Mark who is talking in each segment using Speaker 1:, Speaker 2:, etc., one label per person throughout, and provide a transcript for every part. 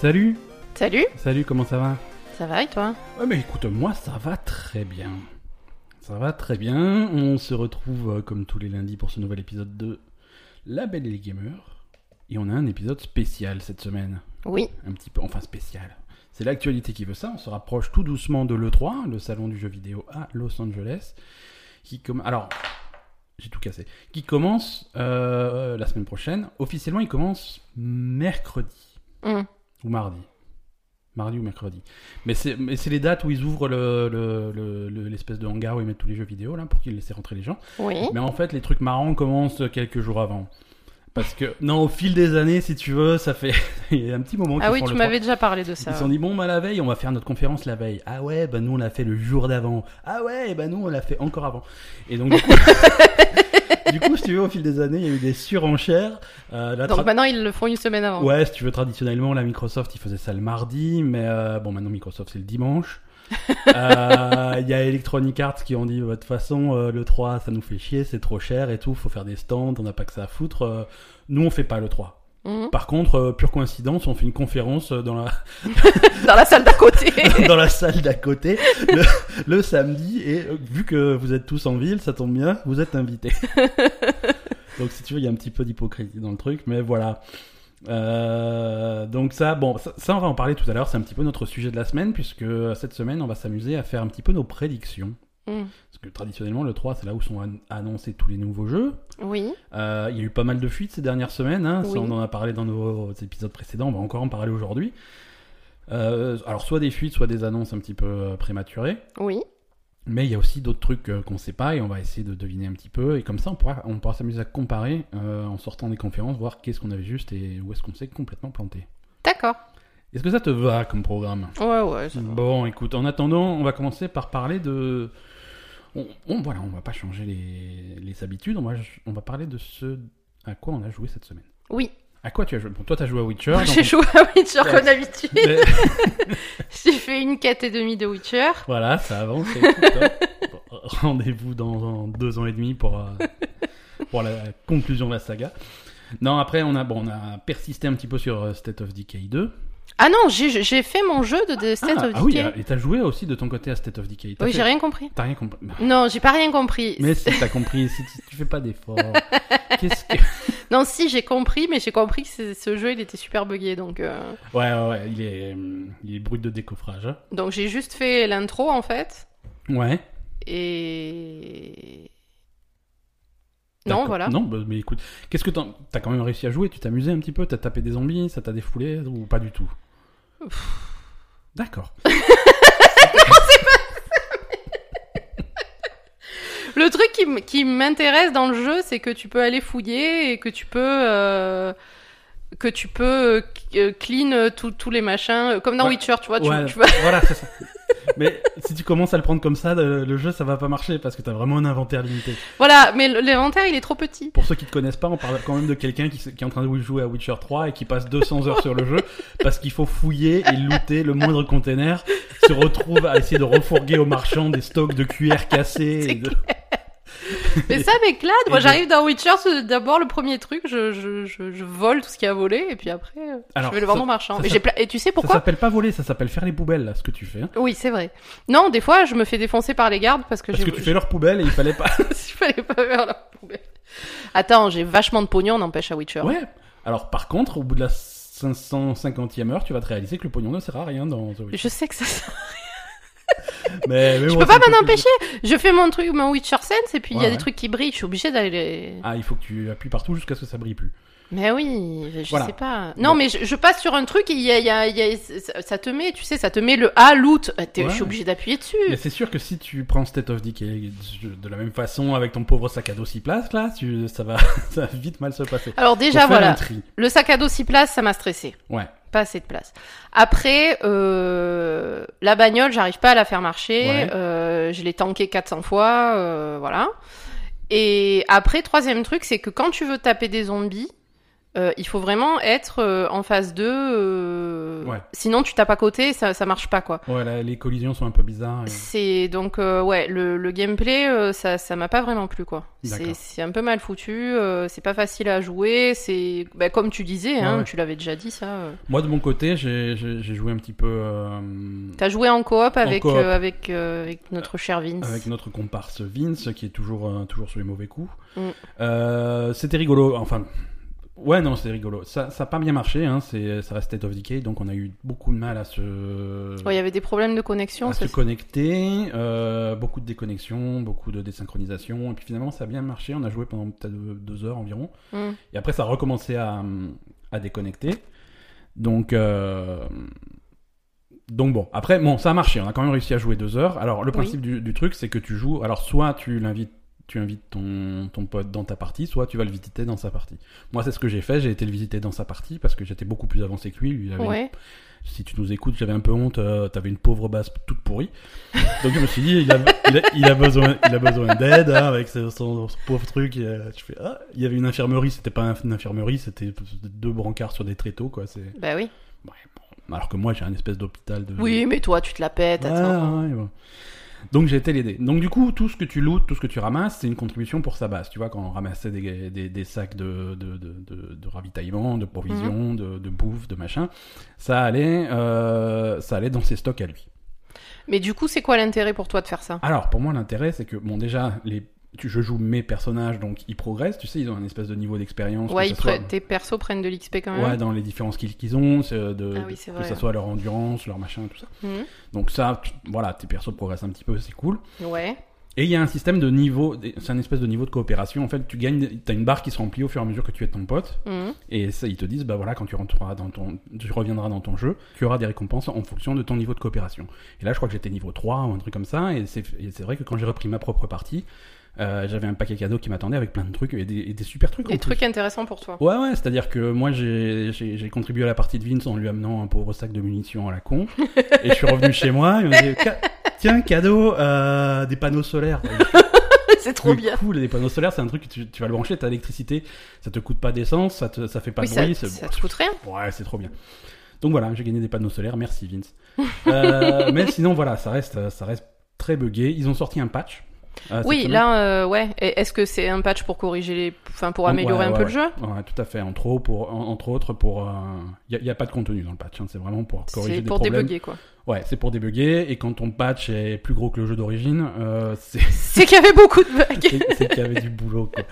Speaker 1: Salut
Speaker 2: Salut,
Speaker 1: Salut, comment ça va
Speaker 2: ça va et toi
Speaker 1: Ouais, mais écoute, moi ça va très bien. Ça va très bien. On se retrouve euh, comme tous les lundis pour ce nouvel épisode de La Belle et les Gamers. Et on a un épisode spécial cette semaine.
Speaker 2: Oui,
Speaker 1: Un petit peu, enfin spécial. C'est l'actualité qui veut ça. On se rapproche tout doucement de l'E3, le salon du jeu vidéo à Los Angeles. Qui comme Alors, j'ai tout cassé. Qui commence euh, la semaine prochaine. Officiellement, il commence mercredi.
Speaker 2: Hum.
Speaker 1: ou mardi. Mardi ou mercredi. Mais c'est mais c'est les dates où ils ouvrent l'espèce le, le, le- l'espèce de hangar où ils mettent tous les jeux vidéo là pour qu'ils laissent rentrer les gens.
Speaker 2: oui,
Speaker 1: Mais en fait, les trucs marrants commencent quelques jours avant. Parce que, non, au fil des années, si tu veux, ça fait il y a un petit moment
Speaker 2: ah
Speaker 1: qu'ils
Speaker 2: oui,
Speaker 1: font
Speaker 2: tu
Speaker 1: le
Speaker 2: m'avais déjà parlé de
Speaker 1: ils
Speaker 2: ça.
Speaker 1: se sont dit, bon, bah, la veille, on va faire notre conférence la veille. Ah ouais, bah, nous, on l'a fait le jour d'avant. Ah ouais, bah, nous, on l'a fait encore avant. Et donc, du coup, du coup, si tu veux, au fil des années, il y a eu des surenchères. Euh, la tra-
Speaker 2: Donc maintenant ils le font une semaine avant.
Speaker 1: Ouais, si tu veux, traditionnellement, la Microsoft, ils faisaient ça le mardi, mais euh, bon, maintenant Microsoft, c'est le dimanche. Euh, Il y a Electronic Arts qui ont dit, bah, de toute façon, euh, le 3, ça nous fait chier, c'est trop cher et tout, faut faire des stands, on n'a pas que ça à foutre. Euh, nous, on fait pas le 3.
Speaker 2: Mhm.
Speaker 1: Par contre, euh, pure coïncidence, on fait une conférence euh, dans la,
Speaker 2: Dans la salle d'à côté.
Speaker 1: dans la salle d'à côté le, le samedi et euh, vu que vous êtes tous en ville, ça tombe bien, vous êtes invités. donc si tu veux, il y a un petit peu d'hypocrisie dans le truc, mais voilà. Euh, donc ça, bon, ça, ça, on va en parler tout à l'heure. C'est un petit peu notre sujet de la semaine puisque euh, cette semaine on va s'amuser à faire un petit peu nos prédictions.
Speaker 2: Hum.
Speaker 1: Parce que traditionnellement le 3 c'est là où sont an- annoncés tous les nouveaux jeux.
Speaker 2: Oui,
Speaker 1: Euh, il y a eu pas mal de fuites ces dernières semaines, hein, ça,
Speaker 2: Oui.
Speaker 1: on en a parlé dans nos épisodes précédents, on va encore en parler aujourd'hui. Euh, alors soit des fuites, soit des annonces un petit peu euh, prématurées,
Speaker 2: oui,
Speaker 1: mais il y a aussi d'autres trucs euh, qu'on sait pas et on va essayer de deviner un petit peu, et comme ça on pourra, on pourra s'amuser à comparer euh, en sortant des conférences, voir qu'est-ce qu'on avait juste et où est-ce qu'on s'est complètement planté.
Speaker 2: d'accord.
Speaker 1: Est-ce que ça te va comme programme
Speaker 2: Ouais, ouais, ça va.
Speaker 1: Bon, écoute, en attendant, on va commencer par parler de. On, on- voilà, on va pas changer les, les habitudes, on va, on va parler de ce à quoi on a joué cette semaine.
Speaker 2: Oui,
Speaker 1: À quoi tu as joué Bon, toi, t'as joué à Witcher. donc-
Speaker 2: j'ai joué à Witcher
Speaker 1: Ouais.
Speaker 2: comme d'habitude.
Speaker 1: Mais-
Speaker 2: J'ai fait une quête et demie de Witcher.
Speaker 1: voilà, ça avance. c'est tout, top. Bon, Rendez-vous dans, dans deux ans et demi pour, euh, pour la conclusion de la saga. Non, après, on a, bon, on a persisté un petit peu sur euh, State of Decay 2.
Speaker 2: Ah non, j'ai j'ai fait mon jeu de, de State
Speaker 1: ah,
Speaker 2: of
Speaker 1: ah oui,
Speaker 2: Decay.
Speaker 1: et t'as joué aussi de ton côté à State of Decay. T'as
Speaker 2: oui,
Speaker 1: fait-
Speaker 2: j'ai rien compris.
Speaker 1: T'as rien compris. Bah,
Speaker 2: Non, j'ai pas rien compris.
Speaker 1: Mais si t'as compris, si tu, tu fais pas d'efforts, qu'est-ce que...
Speaker 2: Non, si, j'ai compris, mais j'ai compris que c'est- ce jeu, il était super buggé, donc... euh,
Speaker 1: Ouais, ouais, ouais, il est, hum, il est brut de décoffrage. hein.
Speaker 2: Donc j'ai juste fait l'intro, en fait.
Speaker 1: Ouais.
Speaker 2: Et. Non,
Speaker 1: D'accord.
Speaker 2: voilà.
Speaker 1: Non, bah, mais écoute, qu'est-ce que t'en- t'as quand même réussi à jouer Tu t'amusais un petit peu T'as tapé des zombies Ça t'a défoulé Ou pas du tout D'accord.
Speaker 2: Le truc qui m- qui m'intéresse dans le jeu, c'est que tu peux aller fouiller et que tu peux. euh, Que tu peux euh, clean euh, tous tous les machins. euh, Comme dans
Speaker 1: Ouais.
Speaker 2: Witcher, tu vois. Tu,
Speaker 1: Ouais,
Speaker 2: tu vas-
Speaker 1: voilà, c'est ça. mais si tu commences à le prendre comme ça, euh, le, le jeu, ça va pas marcher parce que t'as vraiment un inventaire limité.
Speaker 2: Voilà, mais le- l'inventaire, il est trop petit.
Speaker 1: Pour ceux qui te connaissent pas, on parle quand même de quelqu'un qui, se- qui est en train de jouer à Witcher 3 et qui passe 200 heures sur le jeu parce qu'il faut fouiller et looter le moindre container, se retrouve à essayer de refourguer aux marchands des stocks de QR cassés. et de-
Speaker 2: Mais ça m'éclate. Moi,
Speaker 1: Et-
Speaker 2: j'arrive dans Witcher, c'est d'abord, le premier truc, je, je, je, je vole tout ce qu'il y a à voler, et puis après, euh,
Speaker 1: Alors,
Speaker 2: je vais le vendre
Speaker 1: ça-
Speaker 2: au marchand.
Speaker 1: ça
Speaker 2: Et, j'ai pla- et tu sais
Speaker 1: ça
Speaker 2: pourquoi
Speaker 1: s'appelle pas voler, ça s'appelle faire les poubelles, là, ce que tu fais. hein.
Speaker 2: Oui, c'est vrai. Non, des fois, je me fais défoncer par les gardes parce que
Speaker 1: Parce
Speaker 2: j'ai
Speaker 1: que tu fais leurs poubelles et il fallait pas.
Speaker 2: S'il fallait pas vers la poubelle. Attends, j'ai vachement de pognon, n'empêche à Witcher.
Speaker 1: ouais. Alors, par contre, au bout de la 550e heure, tu vas te réaliser que le pognon ne sert à rien dans The Witcher.
Speaker 2: Je sais que ça. ça-
Speaker 1: Mais, mais
Speaker 2: Je
Speaker 1: bon,
Speaker 2: peux
Speaker 1: c'est
Speaker 2: pas
Speaker 1: un
Speaker 2: m'en
Speaker 1: peu plus-
Speaker 2: empêcher. Je fais mon truc, mon Witcher Sense, et puis il y
Speaker 1: Ouais,
Speaker 2: a
Speaker 1: ouais.
Speaker 2: des trucs qui brillent. Je suis obligée d'aller les.
Speaker 1: Ah, il faut que tu appuies partout jusqu'à ce que ça brille plus.
Speaker 2: Mais oui, je
Speaker 1: Voilà.
Speaker 2: sais pas. Non,
Speaker 1: Bon.
Speaker 2: mais je, je passe sur un truc. Il y a, il y a- il y a- ça- ça te met, tu sais, ça te met le A loot. Euh, t'es-
Speaker 1: Ouais.
Speaker 2: Je suis obligée d'appuyer dessus.
Speaker 1: Mais c'est sûr que si tu prends State of Decay de la même façon avec ton pauvre sac à dos 6 places, là, tu, ça, va, ça va vite mal se passer.
Speaker 2: Alors déjà,
Speaker 1: Faut faire un
Speaker 2: voilà,
Speaker 1: tri.
Speaker 2: le sac à dos 6 places, ça m'a stressé.
Speaker 1: Ouais.
Speaker 2: Pas assez de place. Après, euh, la bagnole, j'arrive pas à la faire marcher.
Speaker 1: Ouais.
Speaker 2: Euh, je l'ai tankée 400 fois, euh, voilà. Et après, troisième truc, c'est que quand tu veux taper des zombies, euh, il faut vraiment être euh, en phase 2. euh,
Speaker 1: Ouais.
Speaker 2: Sinon, tu tapes à côté, ça, ça marche pas, quoi.
Speaker 1: Ouais, là, les collisions sont un peu bizarres. et-
Speaker 2: C'est donc, euh, ouais, le, le gameplay, euh, ça ça m'a pas vraiment plu, quoi.
Speaker 1: D'accord.
Speaker 2: C'est c'est un peu mal foutu, euh, c'est pas facile à jouer, c'est. bah, comme tu disais, hein,
Speaker 1: Ouais, ouais.
Speaker 2: tu l'avais déjà dit, ça. euh.
Speaker 1: Moi, de mon côté, j'ai j'ai- j'ai joué un petit peu euh,
Speaker 2: T'as joué en coop avec,
Speaker 1: coop.
Speaker 2: euh, avec, euh, avec notre cher Vince.
Speaker 1: avec notre comparse Vince, qui est toujours, euh, toujours sur les mauvais coups.
Speaker 2: Mm.
Speaker 1: Euh, c'était rigolo, enfin... Ouais, non, c'était rigolo. Ça n'a pas bien marché, hein, c'est- ça reste State of Decay, donc on a eu beaucoup de mal à se...
Speaker 2: Ouais, il y avait des problèmes de connexion,
Speaker 1: à se
Speaker 2: ça,
Speaker 1: connecter, euh, beaucoup de déconnexions, beaucoup de désynchronisation, et puis finalement ça a bien marché, on a joué pendant peut-être deux heures environ,
Speaker 2: Mm.
Speaker 1: et après ça a recommencé à, à déconnecter, donc euh, donc bon, après bon ça a marché, on a quand même réussi à jouer deux heures, alors le
Speaker 2: Oui.
Speaker 1: principe du, du truc c'est que tu joues, alors soit tu l'invites tu invites ton, ton pote dans ta partie, soit tu vas le visiter dans sa partie. Moi, c'est ce que j'ai fait. J'ai été le visiter dans sa partie parce que j'étais beaucoup plus avancé que lui. lui il avait une
Speaker 2: Ouais.
Speaker 1: si tu nous écoutes, j'avais un peu honte, euh, t'avais une pauvre basse toute pourrie. Donc je me suis dit, il a, il a- il a besoin, il a besoin d'aide hein, avec ce- son, son pauvre truc. et, euh, je fais, ah, il y avait une infirmerie, c'était pas une infirmerie, c'était deux brancards sur des tréteaux, quoi. C'est...
Speaker 2: Bah oui.
Speaker 1: Alors que moi, j'ai un espèce d'hôpital de.
Speaker 2: Oui, mais toi, tu te la pètes,
Speaker 1: Ouais,
Speaker 2: attends.
Speaker 1: ouais, bon. Donc j'ai été l'aider. Donc du coup, tout ce que tu lootes, tout ce que tu ramasses, c'est une contribution pour sa base. Tu vois, quand on ramassait des, des, des sacs de, de, de, de, de ravitaillement, de
Speaker 2: Mhm.
Speaker 1: provisions, de, de bouffe, de machin, ça allait, euh, ça allait dans ses stocks à lui.
Speaker 2: Mais du coup, c'est quoi l'intérêt pour toi de faire ça
Speaker 1: Alors, pour moi, l'intérêt, c'est que, bon, déjà, les... tu- je joue mes personnages, donc ils progressent, tu sais, ils ont un espèce de niveau d'expérience.
Speaker 2: Ouais,
Speaker 1: que
Speaker 2: ils
Speaker 1: ce soit-
Speaker 2: pre- tes persos prennent de l'XP quand même.
Speaker 1: Ouais, dans les différents skills qu'ils ont, c'est, euh, de,
Speaker 2: Ah oui, c'est
Speaker 1: que
Speaker 2: vrai,
Speaker 1: ce
Speaker 2: ouais.
Speaker 1: soit leur endurance, leur machin, tout ça.
Speaker 2: Mhm.
Speaker 1: Donc ça, tu- voilà, tes persos progressent un petit peu, c'est cool.
Speaker 2: Mmh. Ouais.
Speaker 1: Et il y a un système de niveau, c'est un espèce de niveau de coopération. En fait, tu gagnes, t'as une barre qui se remplit au fur et à mesure que tu es ton pote.
Speaker 2: Mhm.
Speaker 1: Et ça, ils te disent, bah voilà, quand tu rentreras dans ton, tu reviendras dans ton jeu, tu auras des récompenses en fonction de ton niveau de coopération. Et là, je crois que j'étais niveau 3 ou un truc comme ça. Et c'est, et c'est vrai que quand j'ai repris ma propre partie, euh, j'avais un paquet cadeau qui m'attendait avec plein de trucs et des, et des super trucs. en
Speaker 2: Des
Speaker 1: plus.
Speaker 2: trucs intéressants pour toi.
Speaker 1: Ouais, ouais, c'est-à-dire que moi j'ai- j'ai j'ai contribué à la partie de Vince en lui amenant un pauvre sac de munitions à la con. et je suis revenu chez moi et on me dit Ca- Tiens, cadeau, euh, des panneaux solaires.
Speaker 2: c'est trop bien.
Speaker 1: Cool, les panneaux solaires, c'est un truc que tu, tu vas le brancher, t'as l'électricité, ça te coûte pas d'essence, ça, te- ça fait pas
Speaker 2: Oui,
Speaker 1: de
Speaker 2: ça,
Speaker 1: bruit. c'est-
Speaker 2: ça te coûte rien.
Speaker 1: Ouais, c'est trop bien. Donc voilà, j'ai gagné des panneaux solaires, merci Vince. Euh, mais sinon, voilà, ça reste, ça reste très buggé. Ils ont sorti un patch. euh, cette
Speaker 2: Oui,
Speaker 1: semaine.
Speaker 2: là, euh, ouais. Et Est-ce que c'est un patch pour corriger les, enfin, pour
Speaker 1: Ouais,
Speaker 2: améliorer un
Speaker 1: ouais,
Speaker 2: peu
Speaker 1: ouais.
Speaker 2: le jeu
Speaker 1: Ouais, tout à fait. Entre, autres, pour, en- entre autres, pour il n'y a, pas de contenu dans le patch. hein. C'est vraiment pour corriger
Speaker 2: C'est
Speaker 1: des
Speaker 2: pour
Speaker 1: problèmes.
Speaker 2: débugger quoi.
Speaker 1: Ouais, c'est pour débugger. Et quand ton patch est plus gros que le jeu d'origine, euh, c'est
Speaker 2: C'est qu'il y avait beaucoup de bugs.
Speaker 1: c'est- c'est qu'il y avait du boulot. quoi.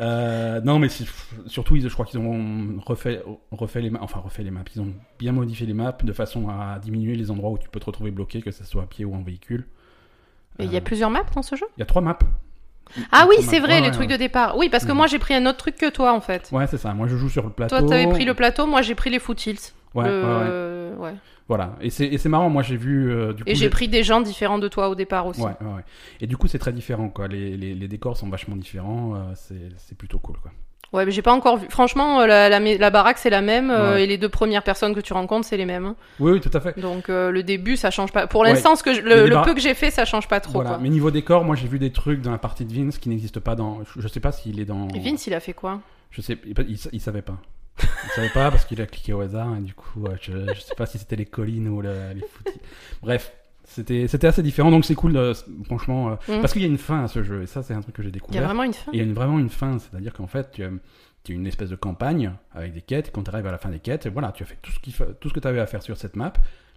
Speaker 1: Euh, non, mais c'est- surtout, ils- je crois qu'ils ont refait, refait les maps. Enfin, refait les maps. Ils ont bien modifié les maps de façon à diminuer les endroits où tu peux te retrouver bloqué, que ce soit à pied ou en véhicule.
Speaker 2: Mais il y a
Speaker 1: Euh,
Speaker 2: plusieurs maps dans ce jeu
Speaker 1: il y a trois maps.
Speaker 2: Ah oui,
Speaker 1: trois
Speaker 2: c'est
Speaker 1: maps.
Speaker 2: vrai,
Speaker 1: Ouais,
Speaker 2: les
Speaker 1: ouais,
Speaker 2: trucs
Speaker 1: ouais.
Speaker 2: de départ. Oui, parce que
Speaker 1: Mhm.
Speaker 2: moi j'ai pris un autre truc que toi en fait.
Speaker 1: Ouais, c'est ça. Moi, je joue sur le plateau.
Speaker 2: Toi, t'avais pris le plateau, moi j'ai pris les foot hills.
Speaker 1: Ouais,
Speaker 2: Le-
Speaker 1: ouais, ouais.
Speaker 2: ouais.
Speaker 1: Voilà. Et c'est et c'est marrant. Moi, j'ai vu. euh, du coup,
Speaker 2: Et
Speaker 1: j'ai-
Speaker 2: j'ai pris des gens différents de toi au départ aussi.
Speaker 1: Ouais, ouais, ouais. Et du coup, c'est très différent, quoi. Les, les, les décors sont vachement différents. euh, c'est c'est plutôt cool, quoi.
Speaker 2: Ouais, mais j'ai pas encore vu. Franchement, euh, la, la, mé- la baraque c'est la même euh,
Speaker 1: Ouais.
Speaker 2: et les deux premières personnes que tu rencontres c'est les mêmes. hein.
Speaker 1: Oui, oui, tout à fait.
Speaker 2: Donc euh, le début ça change pas. Pour
Speaker 1: Ouais.
Speaker 2: l'instant, ce que je-
Speaker 1: Mais
Speaker 2: le,
Speaker 1: les
Speaker 2: le
Speaker 1: bar-
Speaker 2: peu que j'ai fait ça change pas trop.
Speaker 1: voilà.
Speaker 2: quoi.
Speaker 1: Mais niveau décor, moi, j'ai vu des trucs dans la partie de Vince qui n'existent pas dans. je- Je sais pas s'il est dans.
Speaker 2: Et Vince il a fait quoi
Speaker 1: Je sais. Il, il, il savait pas. Il savait pas parce qu'il a cliqué au hasard. Et du coup, euh, je, je sais pas si c'était les collines ou le- les footies. Bref. C'était c'était assez différent, donc c'est cool, de- franchement. euh,
Speaker 2: Mm.
Speaker 1: Parce qu'il y a une fin à ce jeu, et ça, c'est un truc que j'ai
Speaker 2: Il y a
Speaker 1: découvert.
Speaker 2: vraiment une fin.
Speaker 1: Et il y a une- vraiment une fin, c'est-à-dire qu'en fait, tu as, tu as une espèce de campagne avec des quêtes, et quand tu arrives à la fin des quêtes, voilà, tu as fait tout ce, qu'il fa- tout ce que tu avais à faire sur cette map,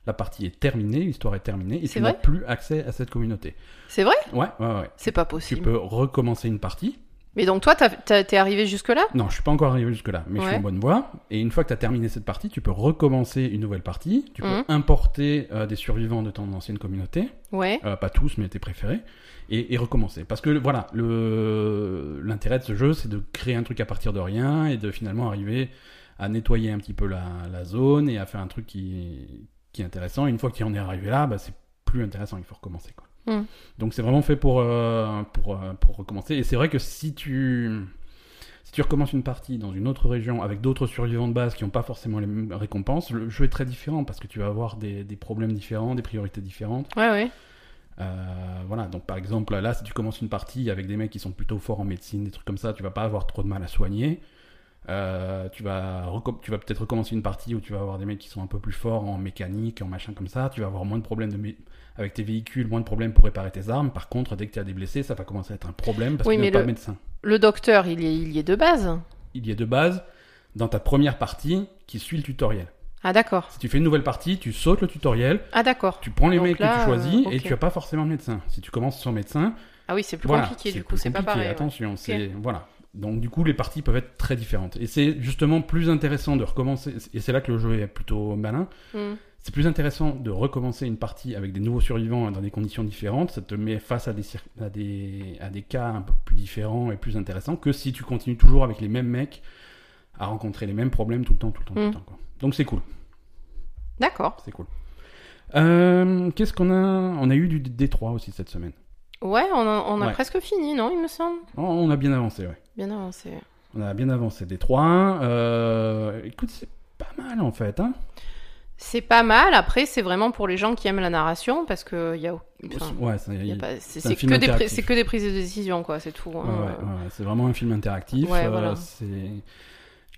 Speaker 1: la partie est terminée, l'histoire est terminée, et
Speaker 2: C'est
Speaker 1: tu n'as
Speaker 2: vrai
Speaker 1: plus accès à cette communauté.
Speaker 2: C'est vrai
Speaker 1: Ouais, ouais, ouais.
Speaker 2: C'est pas
Speaker 1: Tu
Speaker 2: possible.
Speaker 1: peux recommencer une partie.
Speaker 2: Mais donc toi t'as- t'as- t'es arrivé jusque là
Speaker 1: Non, je suis pas encore arrivé jusque-là, mais je
Speaker 2: Ouais.
Speaker 1: suis en bonne voie. Et une fois que tu as terminé cette partie, tu peux recommencer une nouvelle partie. Tu peux
Speaker 2: Mhm.
Speaker 1: importer euh, des survivants de ton ancienne communauté.
Speaker 2: Ouais.
Speaker 1: Euh, pas tous, mais tes préférés, et, et recommencer. Parce que voilà, le l'intérêt de ce jeu, c'est de créer un truc à partir de rien et de finalement arriver à nettoyer un petit peu la, la zone et à faire un truc qui, qui est intéressant. Et une fois qu'il en est arrivé là, bah, c'est plus intéressant, il faut recommencer. Quoi.
Speaker 2: Mm.
Speaker 1: Donc c'est vraiment fait pour, euh, pour, euh, pour recommencer. Et c'est vrai que si tu... Si tu recommences une partie dans une autre région avec d'autres survivants de base qui n'ont pas forcément les mêmes récompenses, le jeu est très différent parce que tu vas avoir des- des problèmes différents, des priorités différentes.
Speaker 2: Ouais ouais.
Speaker 1: Euh, voilà, donc par exemple, là, si tu commences une partie avec des mecs qui sont plutôt forts en médecine, des trucs comme ça, tu vas pas avoir trop de mal à soigner. Euh, tu vas, reco- tu vas peut-être recommencer une partie où tu vas avoir des mecs qui sont un peu plus forts en mécanique, en machin comme ça. Tu vas avoir moins de problèmes de mé- avec tes véhicules, moins de problèmes pour réparer tes armes. Par contre, dès que tu as des blessés, ça va commencer à être un problème parce
Speaker 2: Oui,
Speaker 1: qu'il n'y
Speaker 2: mais
Speaker 1: a pas
Speaker 2: le-
Speaker 1: de médecin.
Speaker 2: Le docteur, il y, est, il y est de base.
Speaker 1: Il y a de base dans ta première partie qui suit le tutoriel.
Speaker 2: Ah d'accord.
Speaker 1: Si tu fais une nouvelle partie, tu sautes le tutoriel,
Speaker 2: Ah d'accord.
Speaker 1: tu prends les
Speaker 2: Donc
Speaker 1: mecs que
Speaker 2: là,
Speaker 1: tu choisis
Speaker 2: euh,
Speaker 1: et
Speaker 2: ok.
Speaker 1: tu n'as pas forcément de médecin. Si tu commences sans médecin,
Speaker 2: Ah oui, c'est plus
Speaker 1: Voilà,
Speaker 2: compliqué du
Speaker 1: plus
Speaker 2: coup, c'est pas
Speaker 1: compliqué,
Speaker 2: pareil. ouais.
Speaker 1: Attention, c'est voilà. Donc du coup, les parties peuvent être très différentes. Et c'est justement plus intéressant de recommencer. Et c'est là que le jeu est plutôt malin.
Speaker 2: Mm.
Speaker 1: C'est plus intéressant de recommencer une partie avec des nouveaux survivants dans des conditions différentes. Ça te met face à des cir- à des à des cas un peu plus différents et plus intéressants que si tu continues toujours avec les mêmes mecs à rencontrer les mêmes problèmes tout le temps, tout le temps, tout le
Speaker 2: Mm.
Speaker 1: temps. quoi. Donc c'est cool,
Speaker 2: D'accord.
Speaker 1: c'est cool. Euh, Qu'est-ce qu'on a On a eu du D3 aussi cette semaine.
Speaker 2: Ouais, on a, on a
Speaker 1: Ouais.
Speaker 2: presque fini, non, il me semble
Speaker 1: Oh, On a bien avancé, ouais.
Speaker 2: Bien avancé.
Speaker 1: On a bien avancé des 3 Euh, écoute, c'est pas mal en fait. Hein
Speaker 2: C'est pas mal, après c'est vraiment pour les gens qui aiment la narration, parce que y a... enfin,
Speaker 1: ouais, ça-
Speaker 2: y a pas- c'est
Speaker 1: c'est un
Speaker 2: c'est que,
Speaker 1: film
Speaker 2: des pri-
Speaker 1: interactif.
Speaker 2: c'est que des prises de décision, quoi, c'est tout. hein.
Speaker 1: ouais, ouais, ouais, c'est vraiment un film interactif.
Speaker 2: Ouais,
Speaker 1: euh,
Speaker 2: voilà.
Speaker 1: c'est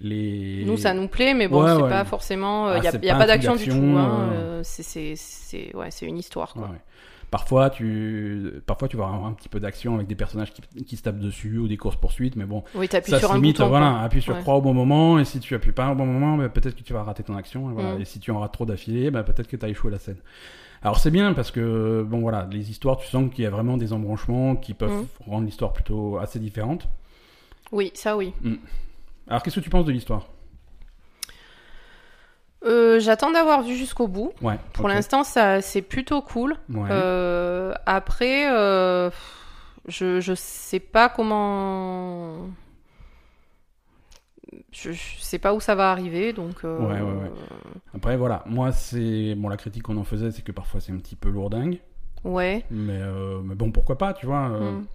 Speaker 1: les...
Speaker 2: Nous, ça nous plaît, mais bon,
Speaker 1: Ouais,
Speaker 2: c'est
Speaker 1: ouais.
Speaker 2: pas forcément. euh,
Speaker 1: Ah,
Speaker 2: Il n'y a,
Speaker 1: c'est
Speaker 2: y a
Speaker 1: pas
Speaker 2: pas
Speaker 1: un truc
Speaker 2: d'action du tout.
Speaker 1: d'action,
Speaker 2: hein,
Speaker 1: euh.
Speaker 2: euh, c'est- c'est- C'est ouais, c'est une histoire,
Speaker 1: Ouais,
Speaker 2: quoi.
Speaker 1: ouais. Parfois, tu, parfois, tu vas avoir un petit peu d'action avec des personnages qui, qui se tapent dessus ou des courses poursuites, mais bon,
Speaker 2: Oui, t'appuies
Speaker 1: ça
Speaker 2: sur
Speaker 1: se
Speaker 2: un
Speaker 1: limite.
Speaker 2: bouton.
Speaker 1: voilà,
Speaker 2: quoi.
Speaker 1: appuie sur
Speaker 2: Ouais.
Speaker 1: 3 au bon moment, et si tu appuies pas au bon moment, bah, peut-être que tu vas rater ton action. Et, voilà.
Speaker 2: Mm.
Speaker 1: Et si tu en rates trop d'affilée, bah, peut-être que tu as échoué la scène. Alors c'est bien parce que bon voilà, les histoires, tu sens qu'il y a vraiment des embranchements qui peuvent
Speaker 2: Mm.
Speaker 1: rendre l'histoire plutôt assez différente.
Speaker 2: Oui, ça, oui.
Speaker 1: Alors qu'est-ce que tu penses de l'histoire
Speaker 2: Euh, J'attends d'avoir vu jusqu'au bout.
Speaker 1: Ouais.
Speaker 2: Pour
Speaker 1: ok.
Speaker 2: l'instant, ça c'est plutôt cool.
Speaker 1: Ouais.
Speaker 2: Euh, après, euh, je, je sais pas comment. Je, je sais pas où ça va arriver, donc. euh,
Speaker 1: Ouais, ouais, ouais. Après voilà, moi c'est bon la critique qu'on en faisait, c'est que parfois c'est un petit peu lourdingue,
Speaker 2: ouais.
Speaker 1: mais euh, mais bon pourquoi pas, tu vois. euh,
Speaker 2: Mm.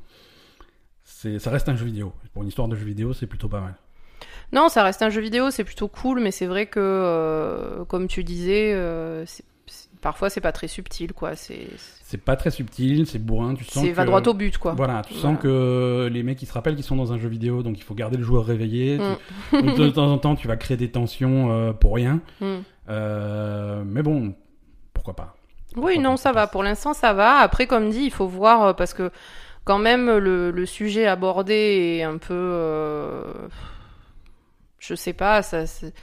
Speaker 1: C'est ça reste un jeu vidéo. Pour une histoire de jeu vidéo, c'est plutôt pas mal.
Speaker 2: Non, ça reste un jeu vidéo, c'est plutôt cool, mais c'est vrai que, euh, comme tu disais, euh, c'est- c'est- parfois c'est pas très subtil, quoi. C'est,
Speaker 1: C'est pas très subtil, c'est bourrin, tu sens.
Speaker 2: c'est va
Speaker 1: que-
Speaker 2: droit au but, quoi.
Speaker 1: Voilà, tu
Speaker 2: Voilà.
Speaker 1: sens que les mecs ils se rappellent qu'ils sont dans un jeu vidéo, donc il faut garder le joueur réveillé.
Speaker 2: Mm.
Speaker 1: Tu- donc, de temps en temps, tu vas créer des tensions euh, pour rien.
Speaker 2: Mm.
Speaker 1: Euh, mais bon, pourquoi pas.
Speaker 2: Oui,
Speaker 1: Pourquoi
Speaker 2: non,
Speaker 1: pas,
Speaker 2: ça
Speaker 1: pourquoi
Speaker 2: va.
Speaker 1: pas.
Speaker 2: Pour l'instant, ça va. Après, comme dit, il faut voir euh, parce que quand même le, le sujet abordé est un peu, euh, je sais pas, ça, c'est-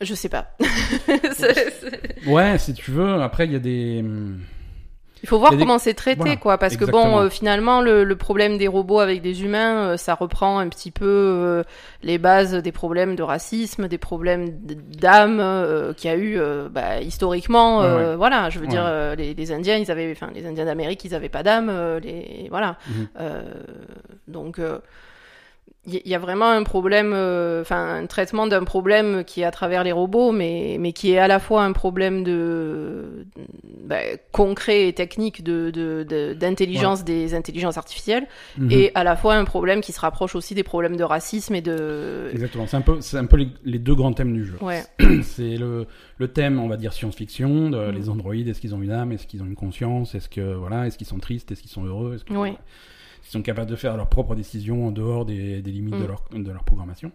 Speaker 2: je sais pas. C'est- c'est-
Speaker 1: Ouais, si tu veux, après il y a des. hum,
Speaker 2: Il faut voir
Speaker 1: Il y a des-
Speaker 2: comment c'est traité,
Speaker 1: Voilà,
Speaker 2: quoi, parce que
Speaker 1: exactement.
Speaker 2: bon, euh, finalement, le, le problème des robots avec des humains, euh, ça reprend un petit peu euh, les bases des problèmes de racisme, des problèmes d- d'âme euh, qu'il y a eu euh, bah, historiquement.
Speaker 1: Ouais,
Speaker 2: euh, Voilà, je veux
Speaker 1: Ouais.
Speaker 2: dire, euh, les, les Indiens, ils avaient, enfin, les Indiens d'Amérique, ils avaient pas d'âme. euh, les voilà,
Speaker 1: Mhm.
Speaker 2: Euh, donc. euh, il y- y a vraiment un problème, euh, enfin un traitement d'un problème qui est à travers les robots, mais, mais qui est à la fois un problème de, bah, concret et technique de, de- de- d'intelligence des intelligences artificielles,
Speaker 1: mhm,
Speaker 2: et à la fois un problème qui se rapproche aussi des problèmes de racisme et de...
Speaker 1: Exactement, c'est un peu, c'est un peu les, les deux grands thèmes du jeu.
Speaker 2: Ouais,
Speaker 1: C'est le, le thème, on va dire, science-fiction, de-
Speaker 2: Mm.
Speaker 1: les androïdes, est-ce qu'ils ont une âme, est-ce qu'ils ont une conscience, est-ce que voilà, est-ce qu'ils sont tristes, est-ce qu'ils sont heureux, est-ce qu'ils
Speaker 2: Oui.
Speaker 1: est-ce qu'ils sont capables de faire leurs propres décisions en dehors des, des limites de,
Speaker 2: Mm.
Speaker 1: leur, de leur programmation.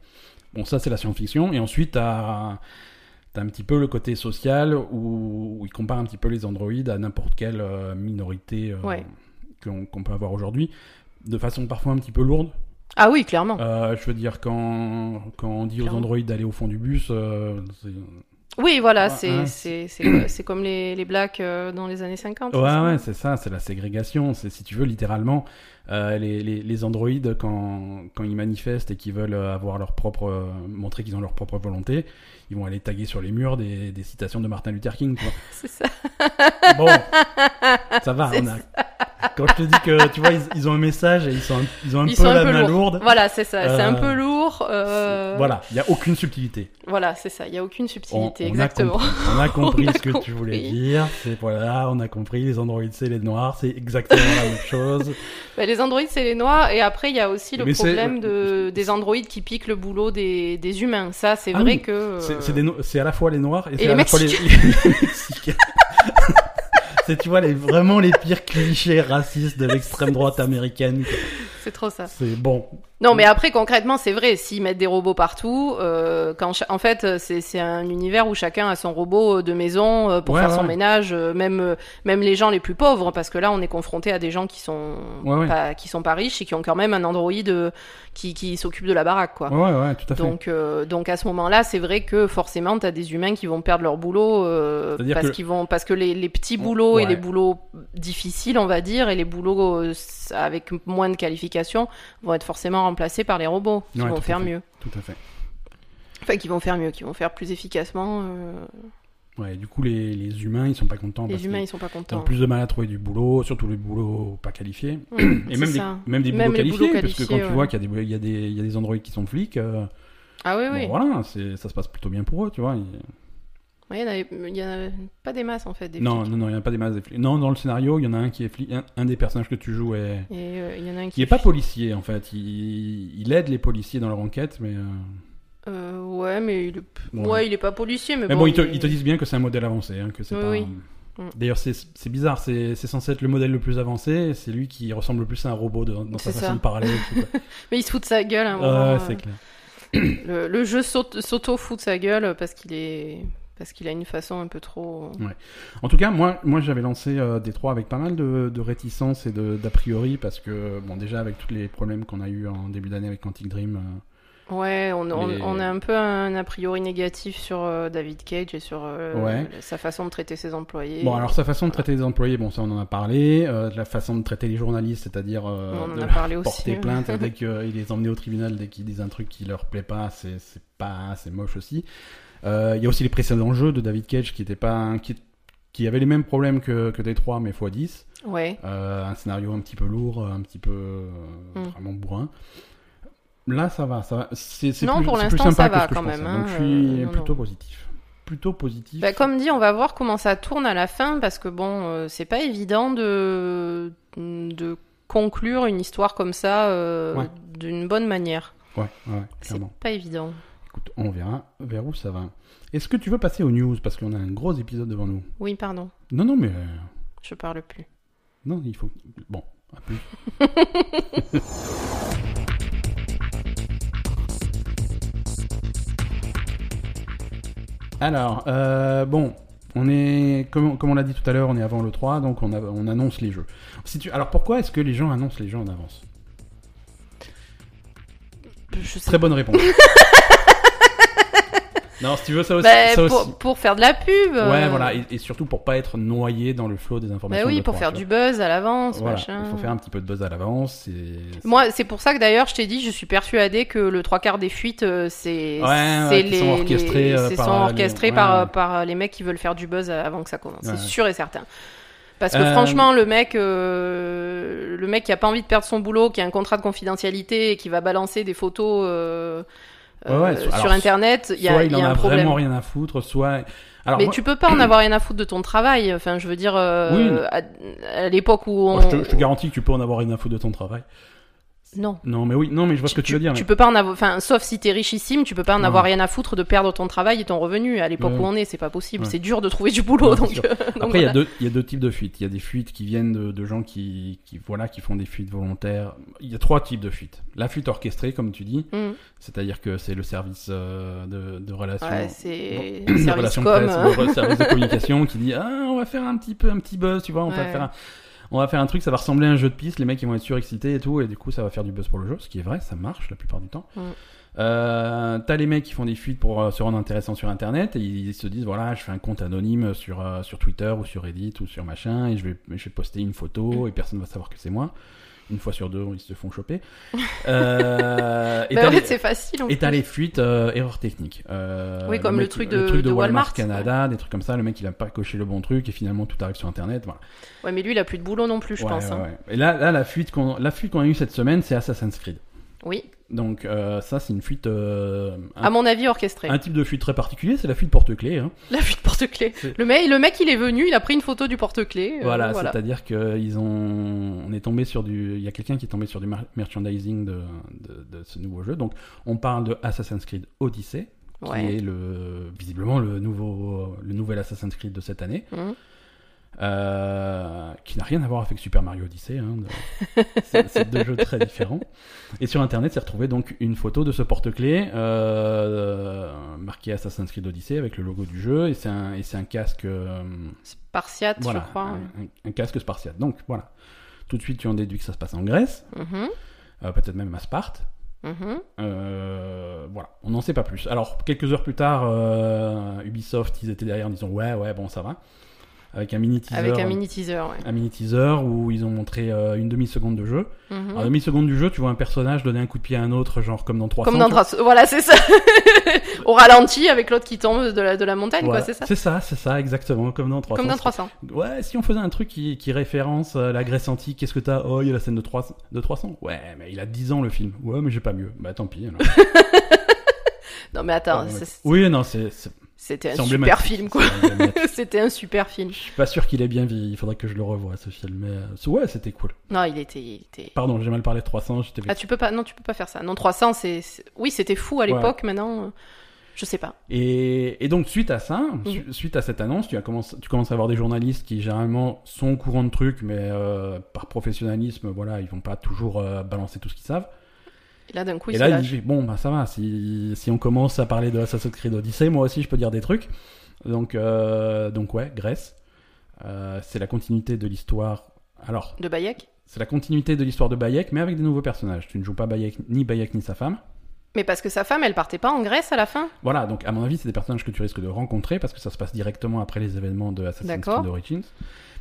Speaker 1: Bon, ça c'est la science-fiction, et ensuite t'as t'as un petit peu le côté social où, où ils comparent un petit peu les androïdes à n'importe quelle euh, minorité euh,
Speaker 2: Ouais.
Speaker 1: qu'on qu'on peut avoir aujourd'hui, de façon parfois un petit peu lourde.
Speaker 2: Ah oui, clairement.
Speaker 1: Euh, je veux dire, quand, quand on dit aux
Speaker 2: Clairement.
Speaker 1: androïdes d'aller au fond du bus, euh, c'est-
Speaker 2: Oui, voilà,
Speaker 1: Ouais,
Speaker 2: c'est,
Speaker 1: ouais.
Speaker 2: c'est, c'est, c'est comme les, les blacks euh, dans les années 50. c'est
Speaker 1: ouais,
Speaker 2: ça
Speaker 1: ouais, c'est ça, c'est la ségrégation. C'est si tu veux, littéralement, euh, les, les, les androïdes, quand, quand ils manifestent et qu'ils veulent euh, avoir leur propre, euh, montrer qu'ils ont leur propre volonté, ils vont aller taguer sur les murs des, des citations de Martin Luther King. tu vois.
Speaker 2: C'est ça.
Speaker 1: Bon, ça va,
Speaker 2: C'est
Speaker 1: on a- Quand je te dis que tu vois, ils, ils ont un message et ils, sont un- ils ont un
Speaker 2: Ils
Speaker 1: peu
Speaker 2: sont un
Speaker 1: la
Speaker 2: peu
Speaker 1: main
Speaker 2: lourds.
Speaker 1: lourde.
Speaker 2: Voilà, c'est ça. C'est un
Speaker 1: Euh,
Speaker 2: peu lourd. euh,
Speaker 1: Voilà, il n'y a aucune subtilité.
Speaker 2: Voilà, c'est ça. Il n'y a aucune
Speaker 1: On,
Speaker 2: subtilité,
Speaker 1: on a
Speaker 2: exactement.
Speaker 1: compris, on a compris
Speaker 2: On a
Speaker 1: ce que tu voulais
Speaker 2: compris.
Speaker 1: dire. C'est voilà, on a compris. Les androïdes, c'est les noirs, c'est exactement la même chose.
Speaker 2: Bah, les androïdes, c'est les noirs. Et après, il y a aussi le
Speaker 1: Mais c'est-
Speaker 2: problème de, des androïdes qui piquent le boulot des, des humains. Ça, c'est
Speaker 1: Ah
Speaker 2: vrai
Speaker 1: oui,
Speaker 2: que. euh,
Speaker 1: C'est- C'est des no- c'est à la fois les noirs et, c'est
Speaker 2: les
Speaker 1: à la fois les, les mexicains. c'est tu vois les, vraiment les pires clichés racistes de l'extrême droite américaine. quoi.
Speaker 2: c'est trop ça.
Speaker 1: C'est bon.
Speaker 2: Non, mais après, concrètement, c'est vrai, s'ils mettent des robots partout, euh, quand cha- en fait, c'est c'est un univers où chacun a son robot de maison euh, pour
Speaker 1: Ouais,
Speaker 2: faire son
Speaker 1: ouais.
Speaker 2: ménage, euh, même, euh, même les gens les plus pauvres, parce que là, on est confronté à des gens qui sont,
Speaker 1: Ouais, ouais.
Speaker 2: Pas, qui sont pas riches et qui ont quand même un androïde euh, qui, qui s'occupe de la baraque, quoi.
Speaker 1: Ouais, ouais, ouais, tout à fait.
Speaker 2: Ah. Donc, euh, donc à ce moment-là, c'est vrai que forcément, tu as des humains qui vont perdre leur boulot euh,
Speaker 1: C'est-à-dire
Speaker 2: parce
Speaker 1: que-
Speaker 2: qu'ils vont parce que les, les petits boulots et
Speaker 1: Ouais.
Speaker 2: les boulots difficiles, on va dire, et les boulots euh, s- avec moins de qualifications vont être forcément remplacés par les robots qui
Speaker 1: Ouais, tout
Speaker 2: vont
Speaker 1: à
Speaker 2: faire
Speaker 1: fait.
Speaker 2: mieux.
Speaker 1: Tout à fait.
Speaker 2: Enfin, qui vont faire mieux, qui vont faire plus efficacement. euh,
Speaker 1: Ouais, du coup, les, les humains, ils sont pas contents. parce
Speaker 2: les humains,
Speaker 1: qu'ils
Speaker 2: ils sont pas
Speaker 1: ont
Speaker 2: contents.
Speaker 1: plus de mal à trouver du boulot, surot les boulots pas qualifiés.
Speaker 2: Mmh,
Speaker 1: Et même
Speaker 2: c'est
Speaker 1: des,
Speaker 2: ça.
Speaker 1: même des
Speaker 2: Même
Speaker 1: boulots
Speaker 2: les
Speaker 1: qualifiés,
Speaker 2: boulots
Speaker 1: parce que quand
Speaker 2: qualifiés,
Speaker 1: tu
Speaker 2: ouais.
Speaker 1: vois qu'il y a des, il y a des, il y a des androïdes qui sont flics, euh,
Speaker 2: Ah oui,
Speaker 1: bon,
Speaker 2: oui.
Speaker 1: voilà, c'est- ça se passe plutôt bien pour eux, tu vois. Ils-
Speaker 2: Ouais, il y en avait- il y en avait pas des masses en fait. Des
Speaker 1: Non,
Speaker 2: flics.
Speaker 1: non, non, il n'y a pas des masses de flics. Non, dans le scénario, il y en a un qui est flic, un, un des personnages que tu joues est.
Speaker 2: Et euh, il y en a un
Speaker 1: qui
Speaker 2: qui.
Speaker 1: est pas policier en fait, il, il aide les policiers dans leur enquête, mais. euh,
Speaker 2: Euh, ouais, mais il est...
Speaker 1: bon,
Speaker 2: ouais, il est pas policier, mais,
Speaker 1: Mais bon, ils, te,
Speaker 2: il-
Speaker 1: ils te disent bien que c'est un modèle avancé, hein, que c'est
Speaker 2: Oui,
Speaker 1: pas.
Speaker 2: oui.
Speaker 1: un-
Speaker 2: Mm.
Speaker 1: D'ailleurs, c'est c'est bizarre, c'est c'est censé être le modèle le plus avancé, c'est lui qui ressemble le plus à un robot de- dans sa
Speaker 2: C'est
Speaker 1: façon
Speaker 2: ça.
Speaker 1: de parler. et tout, quoi.
Speaker 2: Mais il se fout de sa gueule. à un moment,
Speaker 1: Ah,
Speaker 2: euh.
Speaker 1: c'est clair.
Speaker 2: Le, le jeu saute- s'auto-fout de sa gueule parce qu'il est parce qu'il a une façon un peu trop.
Speaker 1: En tout cas, moi, moi j'avais lancé euh, D3 avec pas mal de, de réticences et de- d'a priori, parce que, bon, déjà avec tous les problèmes qu'on a eu en début d'année avec Quantic Dream, euh,
Speaker 2: Ouais, on, on-
Speaker 1: Mais-
Speaker 2: on a un peu un a priori négatif sur euh, David Cage et sur euh,
Speaker 1: Ouais.
Speaker 2: sa façon de traiter ses employés.
Speaker 1: bon, alors sa façon de traiter les employés, bon, ça on en a parlé, euh, la façon de traiter les journalistes, c'est-à-dire euh,
Speaker 2: on en
Speaker 1: de
Speaker 2: a parlé aussi.
Speaker 1: porter plainte dès qu'il est emmené au tribunal, dès qu'ils disent un truc qui leur plaît pas, c'est c'est pas c'est moche aussi. Euh, Il y a aussi les précédents jeux de David Cage qui étaient pas qui, qui avaient les mêmes problèmes que que D3 mais x10,
Speaker 2: Ouais.
Speaker 1: Euh, un scénario un petit peu lourd, un petit peu euh,
Speaker 2: Mm.
Speaker 1: vraiment bourrin. Là ça va, ça va. C'est c'est
Speaker 2: Non,
Speaker 1: plus,
Speaker 2: pour
Speaker 1: c'est plus
Speaker 2: l'instant,
Speaker 1: sympa
Speaker 2: ça
Speaker 1: que
Speaker 2: va
Speaker 1: ce que
Speaker 2: quand
Speaker 1: je pensais.
Speaker 2: même, hein,
Speaker 1: Donc je suis
Speaker 2: euh, non,
Speaker 1: plutôt
Speaker 2: non.
Speaker 1: positif, plutôt positif.
Speaker 2: Bah, comme dit, on va voir comment ça tourne à la fin parce que bon, euh, c'est pas évident de de conclure une histoire comme ça euh,
Speaker 1: Ouais.
Speaker 2: d'une bonne manière.
Speaker 1: Ouais, ouais,
Speaker 2: C'est
Speaker 1: clairement.
Speaker 2: pas évident.
Speaker 1: Écoute, on verra vers où ça va. Est-ce que tu veux passer aux news parce qu'on a un gros épisode devant nous.
Speaker 2: Oui, pardon,
Speaker 1: Non, non, mais euh,
Speaker 2: je parle plus.
Speaker 1: Non, il faut. Bon, à plus. Alors, euh, bon, on est comme, on- comme on l'a dit tout à l'heure, on est avant le 3, donc on, a- on annonce les jeux. Si tu, alors pourquoi est-ce que les gens annoncent les jeux en avance
Speaker 2: Je sais
Speaker 1: Très bonne réponse. non, si tu veux ça aussi.
Speaker 2: Ben,
Speaker 1: ça aussi.
Speaker 2: pour, pour faire de la pub. euh,
Speaker 1: Ouais, voilà, et, et surtout pour pas être noyé dans le flot des
Speaker 2: Ben
Speaker 1: informations.
Speaker 2: oui,
Speaker 1: de
Speaker 2: pour
Speaker 1: trois,
Speaker 2: faire
Speaker 1: tu
Speaker 2: du buzz à l'avance,
Speaker 1: Voilà,
Speaker 2: machin.
Speaker 1: il faut faire un petit peu de buzz à l'avance. et-
Speaker 2: Moi, c'est pour ça que d'ailleurs, je t'ai dit, je suis persuadée que le trois quarts des fuites, euh, c'est
Speaker 1: Ouais, ouais,
Speaker 2: c'est
Speaker 1: qui sont orchestrées, euh,
Speaker 2: c'est
Speaker 1: par,
Speaker 2: sont
Speaker 1: euh, les-
Speaker 2: orchestrés
Speaker 1: ouais,
Speaker 2: par,
Speaker 1: ouais.
Speaker 2: euh, par les mecs qui veulent faire du buzz euh, avant que ça commence.
Speaker 1: Ouais.
Speaker 2: C'est sûr et certain. Parce que
Speaker 1: Euh,
Speaker 2: franchement, le mec, euh, le mec qui a pas envie de perdre son boulot, qui a un contrat de confidentialité et qui va balancer des photos euh, euh,
Speaker 1: Ouais, ouais,
Speaker 2: sur
Speaker 1: alors,
Speaker 2: Internet, il y a,
Speaker 1: soit
Speaker 2: il
Speaker 1: il
Speaker 2: y a
Speaker 1: en
Speaker 2: un
Speaker 1: a
Speaker 2: problème.
Speaker 1: vraiment rien à foutre, soit. Alors,
Speaker 2: mais
Speaker 1: moi,
Speaker 2: tu peux pas en avoir rien à foutre de ton travail. Enfin, je veux dire, euh, à, à l'époque où on.
Speaker 1: moi, je, te, je te garantis que tu peux en avoir rien à foutre de ton travail.
Speaker 2: Non.
Speaker 1: Non, mais oui, non, mais je vois ce que tu, veux dire. mais-
Speaker 2: peux pas en avoir. Enfin, sauf si t'es richissime, tu peux pas en
Speaker 1: Ouais.
Speaker 2: avoir rien à foutre de perdre ton travail et ton revenu. À l'époque
Speaker 1: Ouais.
Speaker 2: où on est, c'est pas possible.
Speaker 1: Ouais.
Speaker 2: C'est dur de trouver du boulot.
Speaker 1: Ouais, c'est
Speaker 2: donc.
Speaker 1: sûr.
Speaker 2: euh, donc
Speaker 1: Après, il y, a
Speaker 2: voilà.
Speaker 1: deux- il y a deux types de fuites. Il y a des fuites qui viennent de, de gens qui, qui, voilà, qui font des fuites volontaires. Il y a trois types de fuites. La fuite orchestrée, comme tu dis,
Speaker 2: Mm.
Speaker 1: c'est-à-dire que c'est le service euh, de, de relations.
Speaker 2: Ouais, c'est
Speaker 1: de
Speaker 2: service
Speaker 1: relations
Speaker 2: com.
Speaker 1: presse,
Speaker 2: hein.
Speaker 1: le service de communication qui dit ah on va faire un petit peu un petit buzz tu vois on va
Speaker 2: Ouais.
Speaker 1: faire un, on va faire un truc ça va ressembler à un jeu de piste les mecs ils vont être surexcités et tout et du coup ça va faire du buzz pour le jeu ce qui est vrai ça marche la plupart du temps
Speaker 2: Mm.
Speaker 1: Euh, t'as les mecs qui font des fuites pour euh, se rendre intéressants sur internet et ils, se disent voilà je fais un compte anonyme sur euh, sur Twitter ou sur Reddit ou sur machin et je vais je vais poster une photo et personne va savoir que c'est moi une fois sur deux ils se font choper euh, et
Speaker 2: Mais
Speaker 1: t'as
Speaker 2: en
Speaker 1: les-
Speaker 2: fait, Bah c'est facile. en
Speaker 1: et t'as
Speaker 2: plus.
Speaker 1: les fuites euh, erreurs techniques. Euh,
Speaker 2: Oui, comme le
Speaker 1: mec-
Speaker 2: truc de- de Walmart,
Speaker 1: Canada, des trucs comme ça. Le mec, il a pas coché le bon truc et finalement tout arrive sur Internet. Voilà.
Speaker 2: Ouais, mais lui, il a plus de boulot non plus, je
Speaker 1: Ouais,
Speaker 2: pense.
Speaker 1: ouais,
Speaker 2: hein.
Speaker 1: ouais. Et là, là, la fuite qu'on, la fuite qu'on a eue cette semaine, c'est Assassin's Creed.
Speaker 2: Oui.
Speaker 1: Donc euh, ça, c'est une fuite, euh,
Speaker 2: À
Speaker 1: un,
Speaker 2: Ah, mon avis, orchestré.
Speaker 1: un type de fuite très particulier, c'est la fuite porte-clés. hein.
Speaker 2: La fuite porte-clés.
Speaker 1: C'est-
Speaker 2: Le mec, le mec, il est venu, il a pris une photo du porte-clés. euh,
Speaker 1: voilà, c'est-à-dire que ils ont, on est tombé sur du, il y a quelqu'un qui est tombé sur du mar- merchandising de, de- de ce nouveau jeu. Donc on parle de Assassin's Creed Odyssey, qui
Speaker 2: Ouais.
Speaker 1: est le, visiblement le nouveau, le nouvel Assassin's Creed de cette année.
Speaker 2: Mm.
Speaker 1: euh, qui n'a rien à voir avec Super Mario Odyssey. Hein, de- c'est c'est deux jeux très différents. Et sur Internet, c'est retrouvé donc une photo de ce porte-clés euh, marqué Assassin's Creed Odyssey avec le logo du jeu. Et c'est un, et c'est un casque. euh,
Speaker 2: Spartiate,
Speaker 1: voilà,
Speaker 2: je crois.
Speaker 1: un, un- un casque spartiate. Donc voilà. Tout de suite, tu en déduis que ça se passe en Grèce,
Speaker 2: Mhm,
Speaker 1: euh, peut-être même à Sparte.
Speaker 2: mhm.
Speaker 1: Euh, voilà, on n'en sait pas plus. Alors, quelques heures plus tard, euh, Ubisoft, ils étaient derrière en disant ouais, ouais, bon, ça va. Avec un mini teaser. hein.
Speaker 2: Avec un mini teaser, ouais.
Speaker 1: un mini teaser où ils ont montré euh, une demi-seconde de jeu.
Speaker 2: Mhm.
Speaker 1: Alors, demi seconde du jeu, tu vois un personnage donner un coup de pied à un autre, genre comme dans 300.
Speaker 2: Comme dans
Speaker 1: tu vois.
Speaker 2: Trace. Voilà, c'est ça. Au ralenti avec l'autre qui tombe de la, de la montagne,
Speaker 1: Voilà.
Speaker 2: quoi, c'est ça
Speaker 1: C'est ça, c'est ça, exactement, comme dans 300.
Speaker 2: Comme dans 300.
Speaker 1: Ouais, si on faisait un truc qui, qui référence euh, la Grèce antique, qu'est-ce que t'as Oh, il y a la scène de 300. De 300 ouais, mais il a 10 ans le film. Ouais, mais j'ai pas mieux. Bah tant pis. alors.
Speaker 2: Non, mais attends,
Speaker 1: Ouais,
Speaker 2: c'est-
Speaker 1: oui, non, c'est c'est-
Speaker 2: c'était un
Speaker 1: c'est
Speaker 2: super
Speaker 1: emblématique.
Speaker 2: film, quoi.
Speaker 1: C'est emblématique.
Speaker 2: C'était un super film.
Speaker 1: Je suis pas sûr qu'il ait bien vieilli. Il faudrait que je le revoie ce film. Mais euh, ouais, c'était cool.
Speaker 2: Non, il était. il était-
Speaker 1: Pardon, j'ai mal parlé de 300. J'étais
Speaker 2: Ah, tu peux pas. Non, tu peux pas faire ça. Non, 300, c'est. c'est- Oui, c'était fou à
Speaker 1: Ouais.
Speaker 2: l'époque. Maintenant, euh, je sais pas.
Speaker 1: Et, et donc suite à ça, su- suite à cette annonce, tu, as commencé, tu commences à avoir des journalistes qui généralement sont au courant de trucs, mais euh, par professionnalisme, voilà, ils vont pas toujours euh, balancer tout ce qu'ils savent.
Speaker 2: Et là, d'un coup,
Speaker 1: et
Speaker 2: il se
Speaker 1: là, ils
Speaker 2: lâche.
Speaker 1: disent bon, bah ça va. Si, si on commence à parler de Assassin's Creed Odyssey, moi aussi, je peux dire des trucs. Donc, euh, donc ouais, Grèce, Euh, c'est la continuité de l'histoire. Alors,
Speaker 2: De Bayek.
Speaker 1: c'est la continuité de l'histoire de Bayek, mais avec des nouveaux personnages. Tu ne joues pas Bayek, ni Bayek ni sa femme.
Speaker 2: Mais parce que sa femme, elle partait pas en Grèce à la fin.
Speaker 1: Voilà, donc à mon avis, c'est des personnages que tu risques de rencontrer parce que ça se passe directement après les événements de Assassin's
Speaker 2: D'accord.
Speaker 1: Creed Origins.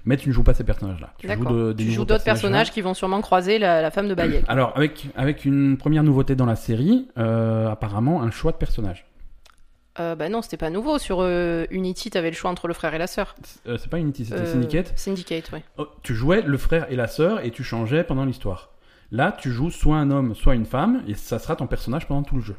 Speaker 1: Mais tu ne joues pas ces personnages-là. Tu joues,
Speaker 2: D'accord.
Speaker 1: de- des
Speaker 2: Tu joues
Speaker 1: nouveaux
Speaker 2: d'autres
Speaker 1: personnages-là.
Speaker 2: personnages qui vont sûrement croiser la, la femme de Bayek.
Speaker 1: Alors, avec, avec une première nouveauté dans la série, euh, apparemment, un choix de personnage.
Speaker 2: Euh, bah non, c'était pas nouveau. Sur euh, Unity, t'avais le choix entre le frère et la sœur.
Speaker 1: C'est- euh, c'est pas Unity, c'était
Speaker 2: Euh,
Speaker 1: Syndicate.
Speaker 2: Syndicate, ouais.
Speaker 1: Oh, tu jouais le frère et la sœur et tu changeais pendant l'histoire. Là, tu joues soit un homme, soit une femme, et ça sera ton personnage pendant tout le jeu.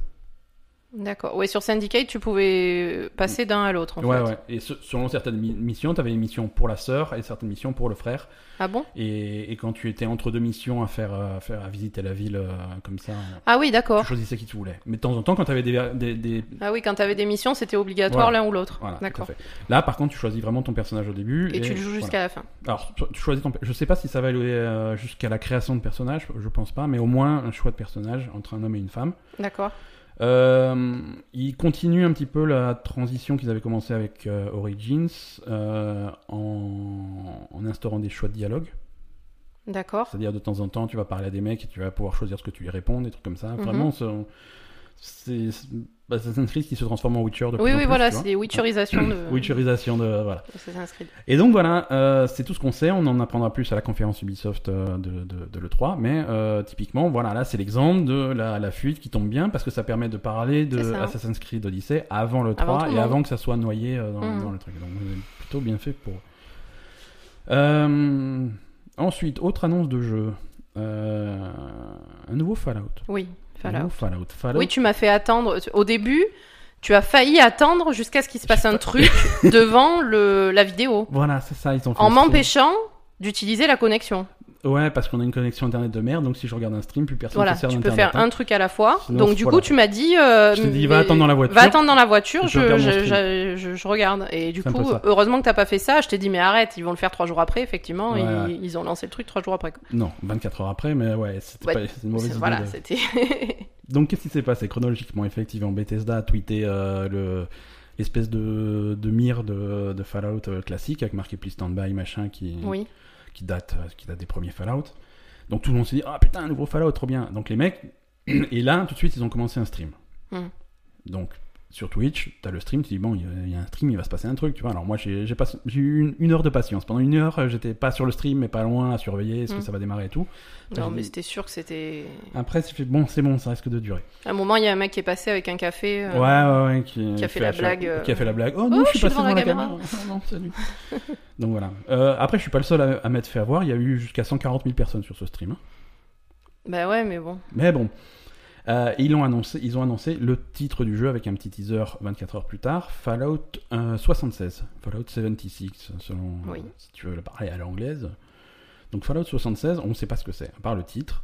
Speaker 2: D'accord. Ouais, sur Syndicate, tu pouvais passer d'un à l'autre, en
Speaker 1: ouais,
Speaker 2: fait.
Speaker 1: ouais. Et ce- selon certaines mi- missions, tu avais une mission pour la sœur et certaines missions pour le frère.
Speaker 2: Ah bon
Speaker 1: Et, et quand tu étais entre deux missions à faire, euh, à, faire à visiter la ville euh, comme ça,
Speaker 2: Ah oui,
Speaker 1: tu
Speaker 2: d'accord.
Speaker 1: choisissais qui tu voulais. Mais de temps en temps, quand tu avais des, des, des-
Speaker 2: Ah oui, quand t'avais des missions, c'était obligatoire
Speaker 1: Voilà.
Speaker 2: l'un ou l'autre.
Speaker 1: voilà, tout à
Speaker 2: d'accord.
Speaker 1: fait. Là, par contre, tu choisis vraiment ton personnage au début.
Speaker 2: Et, tu le joues
Speaker 1: voilà.
Speaker 2: jusqu'à la fin.
Speaker 1: Alors, tu choisis ton. Je sais pas si ça va aller euh, jusqu'à la création de personnage, je pense pas, mais au moins un choix de personnage entre un homme et une femme.
Speaker 2: D'accord.
Speaker 1: Euh, ils continuent un petit peu la transition qu'ils avaient commencé avec euh, Origins euh, en, en instaurant des choix de dialogue.
Speaker 2: D'accord.
Speaker 1: C'est-à-dire de temps en temps, tu vas parler à des mecs et tu vas pouvoir choisir ce que tu lui réponds, des trucs comme ça.
Speaker 2: Mhm.
Speaker 1: Vraiment, c'est c'est- c'est Assassin's Creed qui se transforme en Witcher de plus
Speaker 2: Oui,
Speaker 1: en
Speaker 2: oui,
Speaker 1: plus,
Speaker 2: voilà, euh,
Speaker 1: tu
Speaker 2: c'est
Speaker 1: vois.
Speaker 2: des Witcherisation de
Speaker 1: Witcherisation de voilà.
Speaker 2: Assassin's Creed.
Speaker 1: Et donc voilà, euh, c'est tout ce qu'on sait. On en apprendra plus à la conférence Ubisoft euh, de, de, de l'E3, mais euh, typiquement, voilà, là c'est l'exemple de la, la fuite qui tombe bien parce que ça permet de parler de
Speaker 2: C'est ça.
Speaker 1: Assassin's Creed Odyssey avant l'E3
Speaker 2: Avant tout le
Speaker 1: et
Speaker 2: monde.
Speaker 1: avant que ça soit noyé euh, dans,
Speaker 2: Mhm.
Speaker 1: dans le truc. Donc vous avez plutôt bien fait pour. Euh, ensuite, autre annonce de jeu, Euh, un nouveau Fallout.
Speaker 2: Oui,
Speaker 1: Un
Speaker 2: voilà.
Speaker 1: nouveau Fallout. Fallout.
Speaker 2: Oui, tu m'as fait attendre. Au début, tu as failli attendre jusqu'à ce qu'il se passe
Speaker 1: J'ai
Speaker 2: un
Speaker 1: pas-
Speaker 2: truc devant le, la vidéo,
Speaker 1: Voilà, c'est ça, ils ont fait
Speaker 2: en
Speaker 1: un stream.
Speaker 2: m'empêchant d'utiliser la connexion.
Speaker 1: Ouais, parce qu'on a une connexion internet de merde, donc si je regarde un stream, plus personne
Speaker 2: Voilà,
Speaker 1: ne sert
Speaker 2: tu peux
Speaker 1: d'internet.
Speaker 2: faire
Speaker 1: hein.
Speaker 2: un truc à la fois.
Speaker 1: Sinon,
Speaker 2: Donc du
Speaker 1: voilà.
Speaker 2: coup, tu m'as dit, euh,
Speaker 1: Je t'ai dit, va attendre dans la voiture.
Speaker 2: Va attendre dans la voiture,
Speaker 1: Et je
Speaker 2: je,
Speaker 1: regarde mon
Speaker 2: je- je- je- je regarde. Et du
Speaker 1: C'est un peu
Speaker 2: coup,
Speaker 1: ça.
Speaker 2: heureusement que t'as pas fait ça. Je t'ai dit, mais arrête, ils vont le faire trois jours après. Effectivement,
Speaker 1: Ouais,
Speaker 2: ils,
Speaker 1: ouais.
Speaker 2: ils ont lancé le truc trois jours après. quoi.
Speaker 1: Non, 24 heures après, mais ouais, c'était
Speaker 2: Ouais,
Speaker 1: pas c'est une mauvaise idée.
Speaker 2: Voilà,
Speaker 1: de-
Speaker 2: c'était.
Speaker 1: Donc qu'est-ce qui s'est passé chronologiquement Effectivement, Bethesda a tweeté euh, le l'espèce de, de mire de, de Fallout euh, classique avec marqué Please Stand By, machin, qui,
Speaker 2: oui.
Speaker 1: qui, date, euh, qui date des premiers Fallout. Donc tout le monde s'est dit, ah putain, un nouveau Fallout, trop bien. Donc les mecs, et là, tout de suite, ils ont commencé un stream.
Speaker 2: Hmm.
Speaker 1: Donc sur Twitch, t'as le stream, tu dis, bon, il y a- il y, a un stream, il va se passer un truc, tu vois. Alors moi, j'ai j'ai pas- j'ai eu une, une heure de patience. Pendant une heure, euh, j'étais pas sur le stream, mais pas loin à surveiller, est-ce
Speaker 2: Hmm.
Speaker 1: que ça va démarrer et tout.
Speaker 2: Non,
Speaker 1: j'ai
Speaker 2: mais
Speaker 1: dit-
Speaker 2: c'était sûr que c'était.
Speaker 1: Après, c'est fait, bon, c'est bon, ça risque de durer.
Speaker 2: À un moment, il y a un mec qui est passé avec un café. euh,
Speaker 1: ouais, ouais, ouais, qui,
Speaker 2: qui a fait la blague, euh,
Speaker 1: Qui a fait la blague. Oh non,
Speaker 2: Oh,
Speaker 1: je suis passé devant la,
Speaker 2: caméra.
Speaker 1: caméra. Oh non, salut. Donc voilà. Euh, après, je suis pas le seul à, à m'être fait avoir. Il y a eu jusqu'à 140 000 personnes sur ce stream. hein.
Speaker 2: Bah ouais, mais bon.
Speaker 1: Mais bon. Euh, ils, l'ont annoncé, ils ont annoncé le titre du jeu avec un petit teaser 24 heures plus tard, Fallout euh, 76, Fallout 76 selon
Speaker 2: Oui.
Speaker 1: si tu veux le parler à l'anglaise. Donc Fallout 76, on ne sait pas ce que c'est, à part le titre.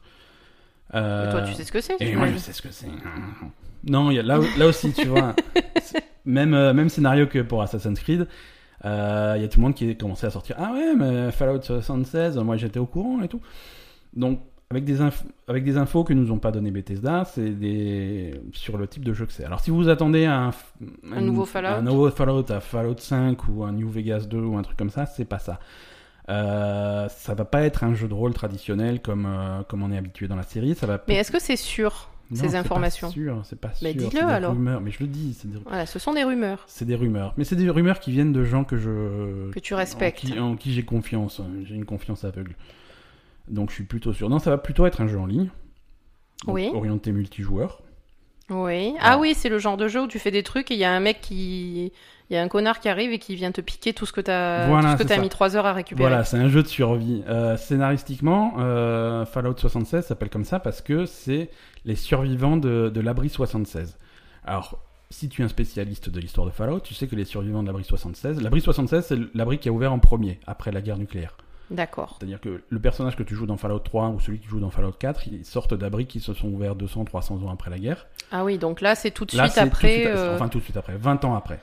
Speaker 2: Mais
Speaker 1: Euh,
Speaker 2: toi, tu sais ce que c'est
Speaker 1: Et
Speaker 2: tu
Speaker 1: moi,
Speaker 2: m'as
Speaker 1: je
Speaker 2: dit.
Speaker 1: sais ce que c'est. Non, il y a, là, là aussi, tu vois, c'est- même, euh, même scénario que pour Assassin's Creed. Euh, Il y a tout le monde qui a commencé à sortir. Ah ouais, mais Fallout 76, moi j'étais au courant et tout. Donc, avec des, inf- avec des infos que nous ont pas donné Bethesda, c'est des... sur le type de jeu que c'est. Alors, si vous attendez un, f-
Speaker 2: Un nouveau Fallout.
Speaker 1: un nouveau Fallout, un Fallout 5 ou un New Vegas 2 ou un truc comme ça, c'est pas ça. Euh, ça va pas être un jeu de rôle traditionnel comme, euh, comme on est habitué dans la série. Ça va
Speaker 2: Mais est-ce que c'est sûr
Speaker 1: Non,
Speaker 2: ces
Speaker 1: c'est pas
Speaker 2: informations
Speaker 1: sûr, C'est pas sûr.
Speaker 2: Mais dis-le
Speaker 1: c'est des
Speaker 2: alors.
Speaker 1: rumeurs. Mais je le dis, c'est des,
Speaker 2: Voilà, ce sont des rumeurs
Speaker 1: c'est des rumeurs. Mais c'est des rumeurs qui viennent de gens que je
Speaker 2: que tu respectes.
Speaker 1: en qui, en qui j'ai confiance. J'ai une confiance aveugle. Donc je suis plutôt sûr. Non, ça va plutôt être un jeu en ligne. Donc,
Speaker 2: Oui.
Speaker 1: Orienté multijoueur.
Speaker 2: Oui. Ah oui, c'est le genre de jeu où tu fais des trucs et il y a un mec qui. Il y a un connard qui arrive et qui vient te piquer tout ce que t'as
Speaker 1: Voilà,
Speaker 2: tout ce
Speaker 1: c'est
Speaker 2: que t'as
Speaker 1: ça.
Speaker 2: mis 3 heures à récupérer.
Speaker 1: Voilà, c'est un jeu de survie. Euh, scénaristiquement, euh, Fallout 76 s'appelle comme ça parce que c'est les survivants de, de l'abri 76. Alors, si tu es un spécialiste de l'histoire de Fallout, tu sais que les survivants de l'abri 76, l'abri 76, c'est l'abri qui a ouvert en premier après la guerre nucléaire.
Speaker 2: D'accord.
Speaker 1: C'est-à-dire que le personnage que tu joues dans Fallout 3 ou celui que tu joues dans Fallout 4, ils sortent d'abris qui se sont ouverts 200, 300 ans après la guerre.
Speaker 2: Ah oui, donc là c'est tout de
Speaker 1: Là,
Speaker 2: suite
Speaker 1: c'est tout de
Speaker 2: après.
Speaker 1: suite-
Speaker 2: euh,
Speaker 1: Enfin, tout de suite après, 20 ans après.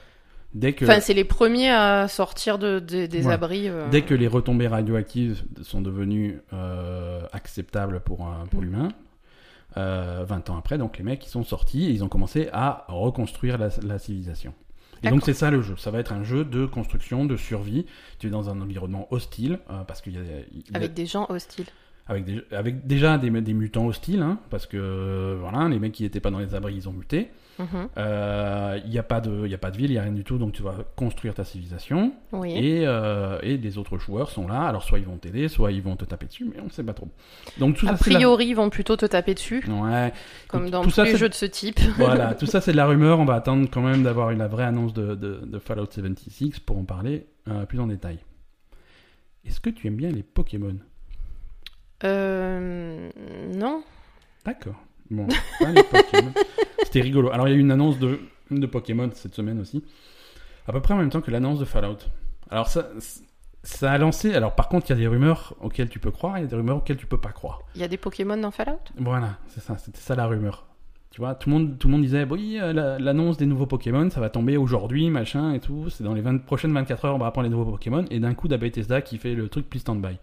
Speaker 1: Dès que,
Speaker 2: Enfin, c'est les premiers à sortir de, de- des
Speaker 1: Voilà.
Speaker 2: abris. euh,
Speaker 1: dès que les retombées radioactives sont devenues euh, acceptables pour, un- pour
Speaker 2: Mm.
Speaker 1: l'humain, euh, 20 ans après, donc les mecs, ils sont sortis et ils ont commencé à reconstruire la, la civilisation. Et
Speaker 2: D'accord.
Speaker 1: donc c'est ça le jeu, ça va être un jeu de construction, de survie. Tu es dans un environnement hostile, euh, parce qu'il y a... il y a-
Speaker 2: Avec des gens hostiles.
Speaker 1: avec, des- avec déjà des, des mutants hostiles, hein, parce que euh, voilà, les mecs qui n'étaient pas dans les abris, ils ont muté.
Speaker 2: Mhm.
Speaker 1: Euh, Il n'y a, pas de- il y a pas de ville, il n'y a rien du tout, donc tu vas construire ta civilisation.
Speaker 2: Oui.
Speaker 1: Et, euh, et les autres joueurs sont là, alors soit ils vont t'aider, soit ils vont te taper dessus, mais on ne sait pas trop. Donc tout ça,
Speaker 2: A
Speaker 1: c'est de la-
Speaker 2: priori, ils vont plutôt te taper dessus,
Speaker 1: Ouais,
Speaker 2: comme
Speaker 1: tout-
Speaker 2: dans
Speaker 1: tout
Speaker 2: tous
Speaker 1: ça,
Speaker 2: les
Speaker 1: c'est-
Speaker 2: jeux de ce type.
Speaker 1: voilà, tout ça c'est de la rumeur, on va attendre quand même d'avoir une la vraie annonce de, de- de Fallout 76 pour en parler euh, plus en détail. Est-ce que tu aimes bien les Pokémon
Speaker 2: Euh, non.
Speaker 1: D'accord. Bon, pas les Pokémon. C'était rigolo. Alors, il y a eu une annonce de, de Pokémon cette semaine aussi, à peu près en même temps que l'annonce de Fallout. Alors, ça, ça a lancé. Alors, par contre, il y a des rumeurs auxquelles tu peux croire, il y a des rumeurs auxquelles tu peux pas croire.
Speaker 2: Il y a des Pokémon dans Fallout
Speaker 1: Voilà, c'est ça, c'était ça la rumeur. Tu vois, tout le monde, tout le monde disait, oui, euh, la- l'annonce des nouveaux Pokémon, ça va tomber aujourd'hui, machin et tout. C'est dans les 20 prochaines 24 heures, on va apprendre les nouveaux Pokémon. Et d'un coup, t'as Bethesda qui fait le truc plus stand-by.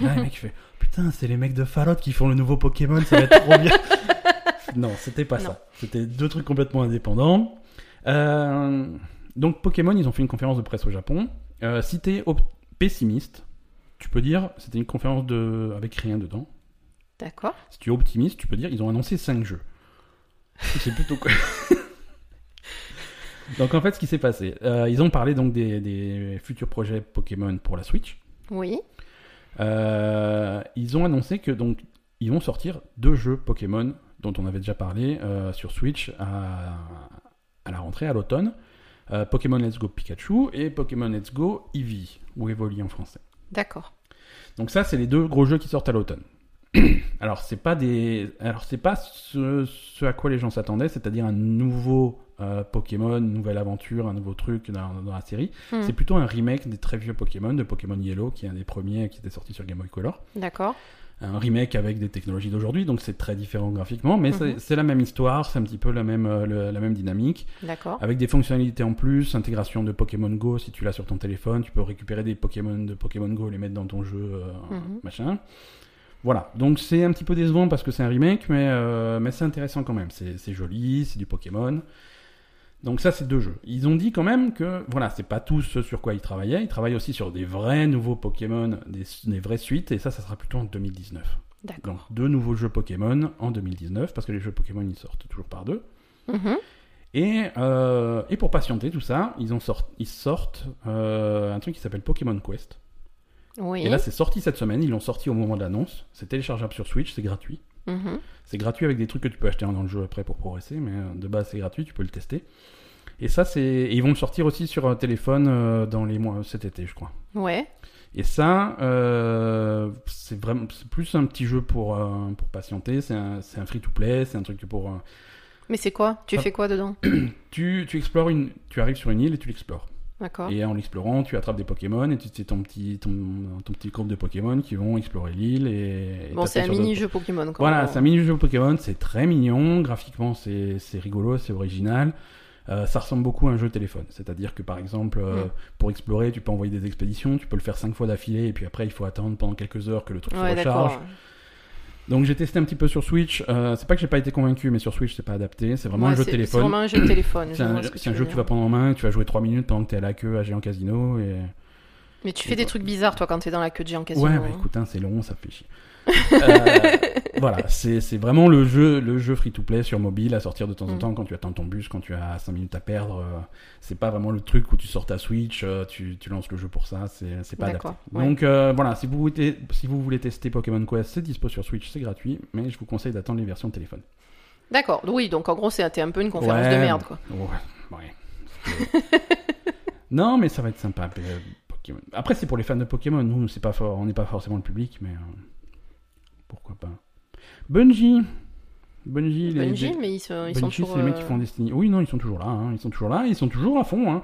Speaker 1: Là, le mec il fait, putain, c'est les mecs de Fallout qui font le nouveau Pokémon, ça va être trop bien. non, c'était pas
Speaker 2: Non.
Speaker 1: ça. C'était deux trucs complètement indépendants. Euh, donc, Pokémon, ils ont fait une conférence de presse au Japon. Euh, si t'es op- pessimiste, tu peux dire, c'était une conférence de... avec rien dedans.
Speaker 2: D'accord.
Speaker 1: Si tu es optimiste, tu peux dire ils ont annoncé 5 jeux. C'est plutôt quoi. donc en fait, ce qui s'est passé, euh, ils ont parlé donc des, des futurs projets Pokémon pour la Switch.
Speaker 2: Oui.
Speaker 1: Euh, ils ont annoncé que donc ils vont sortir deux jeux Pokémon dont on avait déjà parlé euh, sur Switch à, à la rentrée, à l'automne. Euh, Pokémon Let's Go Pikachu et Pokémon Let's Go Eevee, ou Evoli en français.
Speaker 2: D'accord.
Speaker 1: Donc ça, c'est les deux gros jeux qui sortent à l'automne. Alors c'est pas des, alors c'est pas ce, ce à quoi les gens s'attendaient, c'est-à-dire un nouveau euh, Pokémon, une nouvelle aventure, un nouveau truc dans, dans la série.
Speaker 2: Hmm.
Speaker 1: C'est plutôt un remake des très vieux Pokémon, de Pokémon Yellow, qui est un des premiers qui était sorti sur Game Boy Color.
Speaker 2: D'accord.
Speaker 1: Un remake avec des technologies d'aujourd'hui, donc c'est très différent graphiquement, mais c'est-
Speaker 2: Mhm.
Speaker 1: c'est la même histoire, c'est un petit peu la même, euh, le- la même dynamique.
Speaker 2: D'accord.
Speaker 1: Avec des fonctionnalités en plus, intégration de Pokémon Go, si tu l'as sur ton téléphone, tu peux récupérer des Pokémon de Pokémon Go, les mettre dans ton jeu, euh,
Speaker 2: Mhm.
Speaker 1: machin. Voilà, donc c'est un petit peu décevant parce que c'est un remake, mais, euh, mais c'est intéressant quand même. C'est c'est joli, c'est du Pokémon. Donc ça, c'est deux jeux. Ils ont dit quand même que, voilà, c'est pas tout ce sur quoi ils travaillaient. Ils travaillent aussi sur des vrais nouveaux Pokémon, des, des vraies suites, et ça, ça sera plutôt en 2019. Donc
Speaker 2: D'accord.
Speaker 1: deux nouveaux jeux Pokémon en 2019, parce que les jeux Pokémon, ils sortent toujours par deux.
Speaker 2: Mhm.
Speaker 1: Et, euh, et pour patienter tout ça, ils, ont sort- ils sortent euh, un truc qui s'appelle Pokémon Quest.
Speaker 2: Oui.
Speaker 1: Et là, c'est sorti cette semaine. Ils l'ont sorti au moment de l'annonce. C'est téléchargeable sur Switch, c'est gratuit.
Speaker 2: Mhm.
Speaker 1: C'est gratuit avec des trucs que tu peux acheter dans le jeu après pour progresser, mais euh, de base, c'est gratuit, tu peux le tester. Et ça, c'est. et ils vont le sortir aussi sur euh, téléphone euh, dans les mois cet été, je crois.
Speaker 2: Ouais.
Speaker 1: Et ça, euh, c'est vraiment, c'est plus un petit jeu pour, euh, pour patienter. C'est un, c'est un free-to-play, c'est un truc pour. euh,
Speaker 2: Mais c'est quoi Tu
Speaker 1: Ça-
Speaker 2: fais quoi dedans
Speaker 1: tu, tu explores une, tu arrives sur une île et tu l'explores.
Speaker 2: D'accord.
Speaker 1: Et en l'explorant, tu attrapes des Pokémon et tu c'est ton petit, ton, ton petit groupe de Pokémon qui vont explorer l'île et. et
Speaker 2: Bon,
Speaker 1: taper
Speaker 2: c'est un
Speaker 1: sur d'autres-
Speaker 2: mini-jeu Pokémon. Quoi.
Speaker 1: Voilà, c'est un mini-jeu Pokémon, c'est très mignon, graphiquement c'est c'est rigolo, c'est original. euh, ça ressemble beaucoup à un jeu téléphone. C'est-à-dire que par exemple, euh,
Speaker 2: Mm.
Speaker 1: pour explorer, tu peux envoyer des expéditions, tu peux le faire cinq fois d'affilée, et puis après, il faut attendre pendant quelques heures que le truc
Speaker 2: Ouais,
Speaker 1: se recharge.
Speaker 2: d'accord.
Speaker 1: Donc j'ai testé un petit peu sur Switch. Euh, c'est pas que j'ai pas été convaincu, mais sur Switch, c'est pas adapté. C'est vraiment
Speaker 2: Ouais,
Speaker 1: un jeu de
Speaker 2: c'est- C'est
Speaker 1: téléphone.
Speaker 2: vraiment un jeu de téléphone. je
Speaker 1: C'est un,
Speaker 2: vois ce que
Speaker 1: c'est un
Speaker 2: veux
Speaker 1: jeu que tu
Speaker 2: dire.
Speaker 1: vas prendre en main, tu vas jouer 3 minutes pendant que t'es à la queue à Géant Casino. Et...
Speaker 2: Mais tu fais des trucs bizarres, toi, quand t'es dans la queue de Jean Casino.
Speaker 1: Ouais,
Speaker 2: hein.
Speaker 1: bah écoute, hein, c'est long, ça fait chier. Euh, voilà, c'est c'est vraiment le jeu, le jeu free-to-play sur mobile à sortir de temps en
Speaker 2: Mm.
Speaker 1: temps quand tu attends ton bus, quand tu as 5 minutes à perdre. euh, c'est pas vraiment le truc où tu sors ta Switch, euh, tu, tu lances le jeu pour ça, c'est c'est pas adapté.
Speaker 2: hein. D'accord, ouais.
Speaker 1: Donc euh, voilà, si vous, voulez, si vous voulez tester Pokémon Quest, c'est dispo sur Switch, c'est gratuit, mais je vous conseille d'attendre les versions téléphone.
Speaker 2: D'accord, oui, donc en gros, c'était un peu une conférence
Speaker 1: Ouais.
Speaker 2: de merde, quoi.
Speaker 1: Ouais, ouais. non, mais ça va être sympa. euh, Pokémon. Après, c'est pour les fans de Pokémon. Nous, c'est pas fort, on n'est pas forcément le public, mais euh, pourquoi pas. Bungie, Bungie, les,
Speaker 2: Bungie,
Speaker 1: des-
Speaker 2: mais ils sont, ils
Speaker 1: Bungie,
Speaker 2: sont
Speaker 1: c'est
Speaker 2: sur,
Speaker 1: les mecs
Speaker 2: euh,
Speaker 1: qui font Destiny. Oui, non, ils sont toujours là. hein, Ils sont toujours là. Ils sont toujours à fond. hein.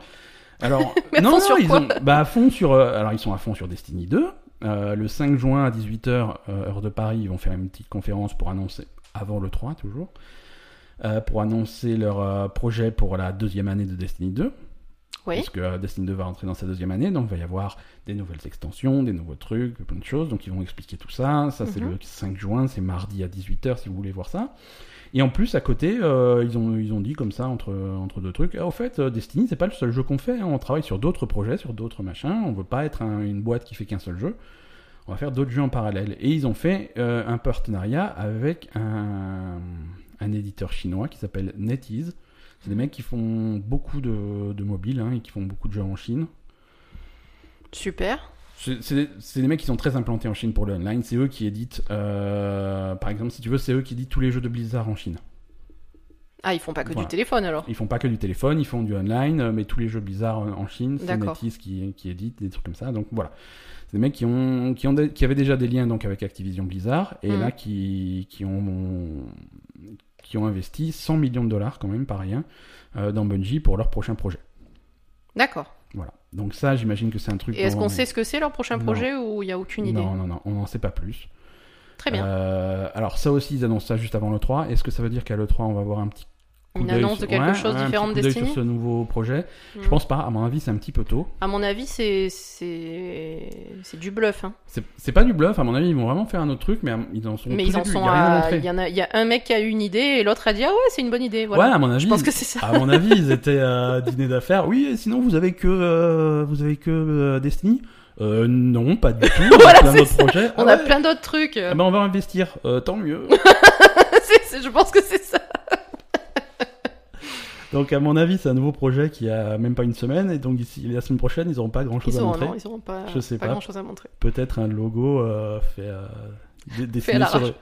Speaker 1: Alors,
Speaker 2: Mais à
Speaker 1: non,
Speaker 2: fond
Speaker 1: non,
Speaker 2: sur
Speaker 1: ils
Speaker 2: quoi
Speaker 1: ont- bah, à fond sur. euh, Alors, ils sont à fond sur Destiny 2. Euh, le 5 juin à 18h, heure de Paris, ils vont faire une petite conférence pour annoncer, avant le 3 toujours, euh, pour annoncer leur euh, projet pour la deuxième année de Destiny 2.
Speaker 2: Oui.
Speaker 1: Parce que euh, Destiny 2 va rentrer dans sa deuxième année, donc il va y avoir des nouvelles extensions, des nouveaux trucs, plein de choses. Donc ils vont expliquer tout ça. Ça, c'est
Speaker 2: Mhm.
Speaker 1: le 5 juin, c'est mardi à 18h si vous voulez voir ça. Et en plus, à côté, euh, ils, ont, ils ont dit comme ça, entre, entre deux trucs, Ah, au fait, euh, Destiny, c'est pas le seul jeu qu'on fait, hein. on travaille sur d'autres projets, sur d'autres machins, on veut pas être un- une boîte qui fait qu'un seul jeu, on va faire d'autres jeux en parallèle. Et ils ont fait euh, un partenariat avec un, un éditeur chinois qui s'appelle NetEase. C'est des mecs qui font beaucoup de, de mobiles hein, et qui font beaucoup de jeux en Chine.
Speaker 2: Super.
Speaker 1: C'est c'est des- c'est des mecs qui sont très implantés en Chine pour le online. C'est eux qui éditent, euh, par exemple, si tu veux, c'est eux qui éditent tous les jeux de Blizzard en Chine.
Speaker 2: Ah, ils font pas que
Speaker 1: Voilà.
Speaker 2: du téléphone, alors.
Speaker 1: Ils font pas que du téléphone, ils font du online, euh, mais tous les jeux bizarres en en Chine, c'est
Speaker 2: D'accord.
Speaker 1: NetEase qui, qui édite des trucs comme ça. Donc voilà, c'est des mecs qui ont qui ont des- qui avaient déjà des liens donc avec Activision Blizzard et
Speaker 2: Mm.
Speaker 1: là qui qui ont qui ont investi 100 millions de dollars quand même pas rien euh, dans Bungie pour leur prochain projet.
Speaker 2: D'accord.
Speaker 1: Voilà. Donc ça, j'imagine que c'est un truc.
Speaker 2: Et est-ce
Speaker 1: dont-
Speaker 2: qu'on sait ce que c'est leur prochain
Speaker 1: Non.
Speaker 2: projet ou il n'y a aucune idée
Speaker 1: Non, non, non, on n'en sait pas plus.
Speaker 2: Très bien.
Speaker 1: Euh, alors ça aussi, ils annoncent ça juste avant le 3. Est-ce que ça veut dire qu'à le 3, on va avoir un petit coup
Speaker 2: Une
Speaker 1: d'œil
Speaker 2: annonce
Speaker 1: sur-
Speaker 2: de quelque
Speaker 1: Ouais,
Speaker 2: chose
Speaker 1: un petit
Speaker 2: différent de
Speaker 1: coup d'œil
Speaker 2: Destiny
Speaker 1: sur ce nouveau projet Euh, Je
Speaker 2: Hmm.
Speaker 1: pense pas. À mon avis, c'est un petit peu tôt.
Speaker 2: À mon avis, c'est c'est c'est du bluff. hein.
Speaker 1: C'est c'est pas du bluff, à mon avis, ils vont vraiment faire un autre truc, mais euh, ils en sont
Speaker 2: Mais
Speaker 1: au tout
Speaker 2: ils en
Speaker 1: début,
Speaker 2: sont
Speaker 1: il y a rien
Speaker 2: à.
Speaker 1: montré.
Speaker 2: Il y, en a... il y a un mec qui a eu une idée et l'autre a dit Ah ouais, c'est une bonne idée. Voilà.
Speaker 1: Ouais, à mon avis,
Speaker 2: Je pense que c'est ça.
Speaker 1: à mon avis, ils étaient à dîner d'affaires. Oui, et sinon vous avez que euh, vous avez que euh, Destiny euh, non, pas du tout. On a
Speaker 2: Voilà,
Speaker 1: plein
Speaker 2: c'est
Speaker 1: d'autres
Speaker 2: ça.
Speaker 1: projets.
Speaker 2: On
Speaker 1: Ah
Speaker 2: a
Speaker 1: ouais
Speaker 2: plein d'autres trucs.
Speaker 1: Ah bah. ben, on va investir, Euh, tant mieux.
Speaker 2: C'est- c'est- Je pense que c'est ça.
Speaker 1: donc à mon avis, c'est un nouveau projet qui a même pas une semaine et donc ici la semaine prochaine, ils auront pas grand chose
Speaker 2: Ils
Speaker 1: à
Speaker 2: auront,
Speaker 1: montrer.
Speaker 2: non, ils auront pas,
Speaker 1: Je sais
Speaker 2: pas,
Speaker 1: pas.
Speaker 2: grand chose à montrer.
Speaker 1: Peut-être un logo euh, fait euh, dé-
Speaker 2: à
Speaker 1: dessiné
Speaker 2: l'arrache.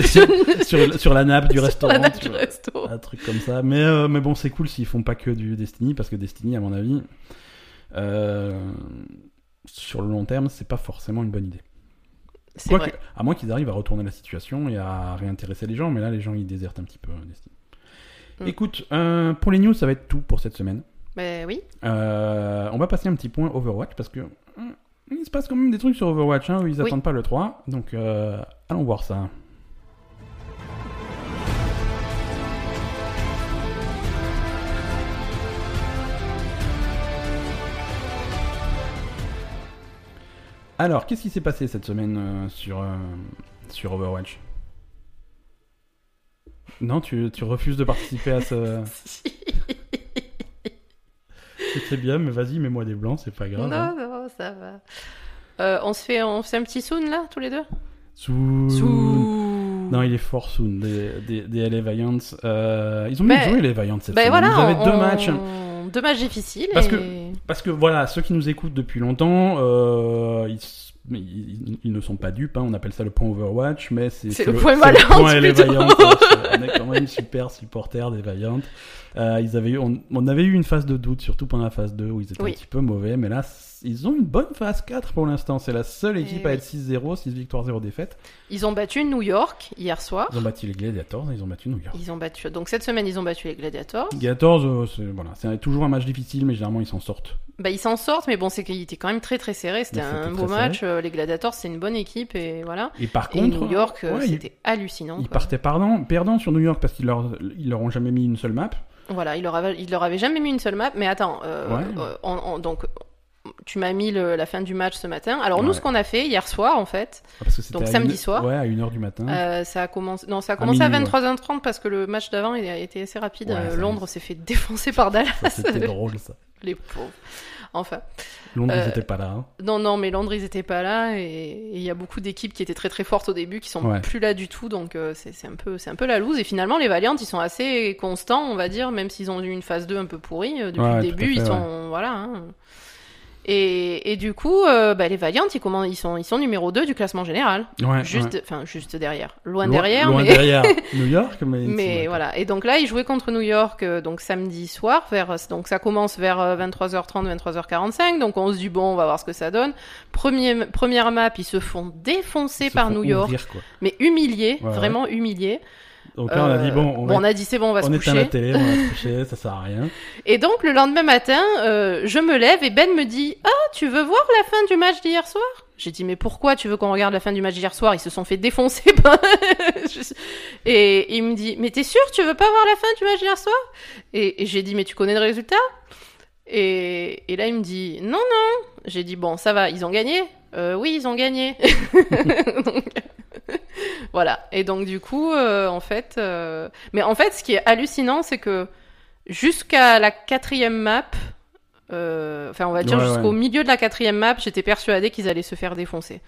Speaker 1: sur, sur, sur- sur la nappe du
Speaker 2: Sur
Speaker 1: restaurant.
Speaker 2: la date
Speaker 1: tu
Speaker 2: du
Speaker 1: vois. Ah.
Speaker 2: resto.
Speaker 1: un truc comme ça. Mais, euh, mais bon, c'est cool s'ils font pas que du Destiny, parce que Destiny, à mon avis, euh, sur le long terme, c'est pas forcément une bonne idée.
Speaker 2: C'est
Speaker 1: Quoique,
Speaker 2: vrai.
Speaker 1: à moins qu'ils arrivent à retourner la situation et à réintéresser les gens, mais là, les gens, ils désertent un petit peu euh, Destiny.
Speaker 2: Mm.
Speaker 1: Écoute, euh, pour les news, ça va être tout pour cette semaine.
Speaker 2: Ben oui.
Speaker 1: Euh, on va passer un petit point Overwatch, parce que euh, il se passe quand même des trucs sur Overwatch, hein, où ils
Speaker 2: Oui.
Speaker 1: attendent pas le 3, donc euh, allons voir ça. Alors, qu'est-ce qui s'est passé cette semaine euh, sur, euh, sur Overwatch Non, tu, tu refuses de participer à ce... C'est bien, mais vas-y, mets-moi des blancs, c'est pas grave. hein.
Speaker 2: non, non, ça va. Euh, on, se fait, on se fait un petit soon là, tous les deux Ben
Speaker 1: Soon.
Speaker 2: Soon.
Speaker 1: Non, il est fort Soon, des, des, des LA Valiants. Euh, ils ont
Speaker 2: Ben-
Speaker 1: bien joué les Valiants cette
Speaker 2: Ben
Speaker 1: semaine.
Speaker 2: voilà,
Speaker 1: Ils avaient deux
Speaker 2: on-
Speaker 1: matchs.
Speaker 2: Deux matchs difficiles.
Speaker 1: Parce
Speaker 2: et-
Speaker 1: que- Parce que voilà, ceux qui nous écoutent depuis longtemps, euh, ils, s- mais ils- ils ne sont pas dupes. hein, on appelle ça le point Overwatch, mais c'est
Speaker 2: C'est le point Valiant,
Speaker 1: point LA
Speaker 2: plutôt.
Speaker 1: Valiant, hein, parce qu'on est quand même super supporters des Valiants. Euh, ils avaient eu, on, on avait eu une phase de doute, surtout pendant la phase 2 où ils étaient
Speaker 2: Oui.
Speaker 1: un petit peu mauvais, mais là c- ils ont une bonne phase 4 pour l'instant. C'est la seule équipe à
Speaker 2: oui.
Speaker 1: être 6-0, 6 victoires, 0 défaites.
Speaker 2: Ils ont battu New York hier soir.
Speaker 1: Ils ont battu les Gladiators, ils ont battu New York.
Speaker 2: Ils ont battu. Donc cette semaine, ils ont battu les Gladiators.
Speaker 1: 14, euh, c'est voilà, c'est toujours un match difficile, mais généralement ils s'en sortent.
Speaker 2: Bah, ils s'en sortent, mais bon, c'est qu'il était quand même très très serré. C'était
Speaker 1: Mais c'était
Speaker 2: un
Speaker 1: très
Speaker 2: beau
Speaker 1: serré.
Speaker 2: match. Euh, Les Gladiators, c'est une bonne équipe et voilà.
Speaker 1: Et par
Speaker 2: et
Speaker 1: contre, hein.
Speaker 2: New York, euh,
Speaker 1: ouais, ils,
Speaker 2: c'était hallucinant.
Speaker 1: ils
Speaker 2: quoi.
Speaker 1: partaient perdant, perdant sur New York parce qu'ils leur, ils leur ont jamais mis une seule map. Ah,
Speaker 2: Voilà, il leur, avait, il leur avait jamais mis une seule map. Mais attends, euh,
Speaker 1: Ouais.
Speaker 2: euh, on- on- donc tu m'as mis le- la fin du match ce matin. Alors nous,
Speaker 1: Ouais.
Speaker 2: ce qu'on a fait hier soir, en fait,
Speaker 1: Ah, parce que c'était
Speaker 2: Donc,
Speaker 1: à
Speaker 2: samedi
Speaker 1: une-
Speaker 2: soir.
Speaker 1: Ouais, à 1h du matin.
Speaker 2: euh, ça a commencé. Non, ça a commencé à,
Speaker 1: minuit, ouais.
Speaker 2: 23h30 parce que le match d'avant, il a été assez rapide.
Speaker 1: Ouais,
Speaker 2: Euh,
Speaker 1: ça-
Speaker 2: Londres s'est fait défoncer par
Speaker 1: Ça,
Speaker 2: Dallas.
Speaker 1: Ah, c'était drôle ça.
Speaker 2: Les pauvres. Enfin,
Speaker 1: Londres,
Speaker 2: Euh,
Speaker 1: c'était pas là. hein.
Speaker 2: non, non, mais Londres, ils étaient pas là et et il y a beaucoup d'équipes qui étaient très très fortes au début qui sont
Speaker 1: Ouais.
Speaker 2: plus là du tout, donc euh, c'est c'est un peu c'est un peu la loose. Et finalement, les Valiants, ils sont assez constants, on va dire, même s'ils ont eu une phase 2 un peu pourrie euh, depuis
Speaker 1: Ouais,
Speaker 2: le
Speaker 1: tout à
Speaker 2: début,
Speaker 1: fait,
Speaker 2: ils sont voilà. hein. Et, et du coup, euh, bah, les Valiants, ils, commen- ils sont ils sont numéro 2 du classement général,
Speaker 1: Ouais, ouais.
Speaker 2: juste enfin juste derrière, loin,
Speaker 1: Loin-
Speaker 2: derrière,
Speaker 1: loin
Speaker 2: mais
Speaker 1: derrière. New York, mais.
Speaker 2: mais
Speaker 1: c'est-
Speaker 2: voilà. Et donc là, ils jouaient contre New York, euh, donc samedi soir, vers, donc ça commence vers euh, 23h30, 23h45. Donc on se dit, bon, on va voir ce que ça donne. Premier, première map, ils se font défoncer
Speaker 1: Ils se
Speaker 2: par
Speaker 1: font
Speaker 2: New York,
Speaker 1: ouvrir, quoi.
Speaker 2: mais humiliés,
Speaker 1: Ouais, ouais.
Speaker 2: vraiment humiliés.
Speaker 1: Donc là, on a
Speaker 2: Euh,
Speaker 1: dit, bon, on, va-
Speaker 2: a dit, c'est bon, on va
Speaker 1: on
Speaker 2: se
Speaker 1: éteint la
Speaker 2: coucher.
Speaker 1: télé, on va se coucher, ça sert à rien.
Speaker 2: Et donc le lendemain matin, euh, je me lève et Ben me dit, ah, tu veux voir la fin du match d'hier soir J'ai dit, mais pourquoi tu veux qu'on regarde la fin du match d'hier soir Ils se sont fait défoncer. par- Je- et il me dit, mais t'es sûr, tu veux pas voir la fin du match d'hier soir Et, et j'ai dit, mais tu connais le résultat et, et là, il me dit, non, non. J'ai dit, bon, ça va, ils ont gagné Euh, Oui, ils ont gagné. Donc, voilà. Et donc, du coup, euh, en fait. euh, Mais en fait, ce qui est hallucinant, c'est que jusqu'à la quatrième map. euh, Enfin, on va dire
Speaker 1: Ouais,
Speaker 2: jusqu'au
Speaker 1: ouais.
Speaker 2: milieu de la quatrième map, j'étais persuadée qu'ils allaient se faire défoncer.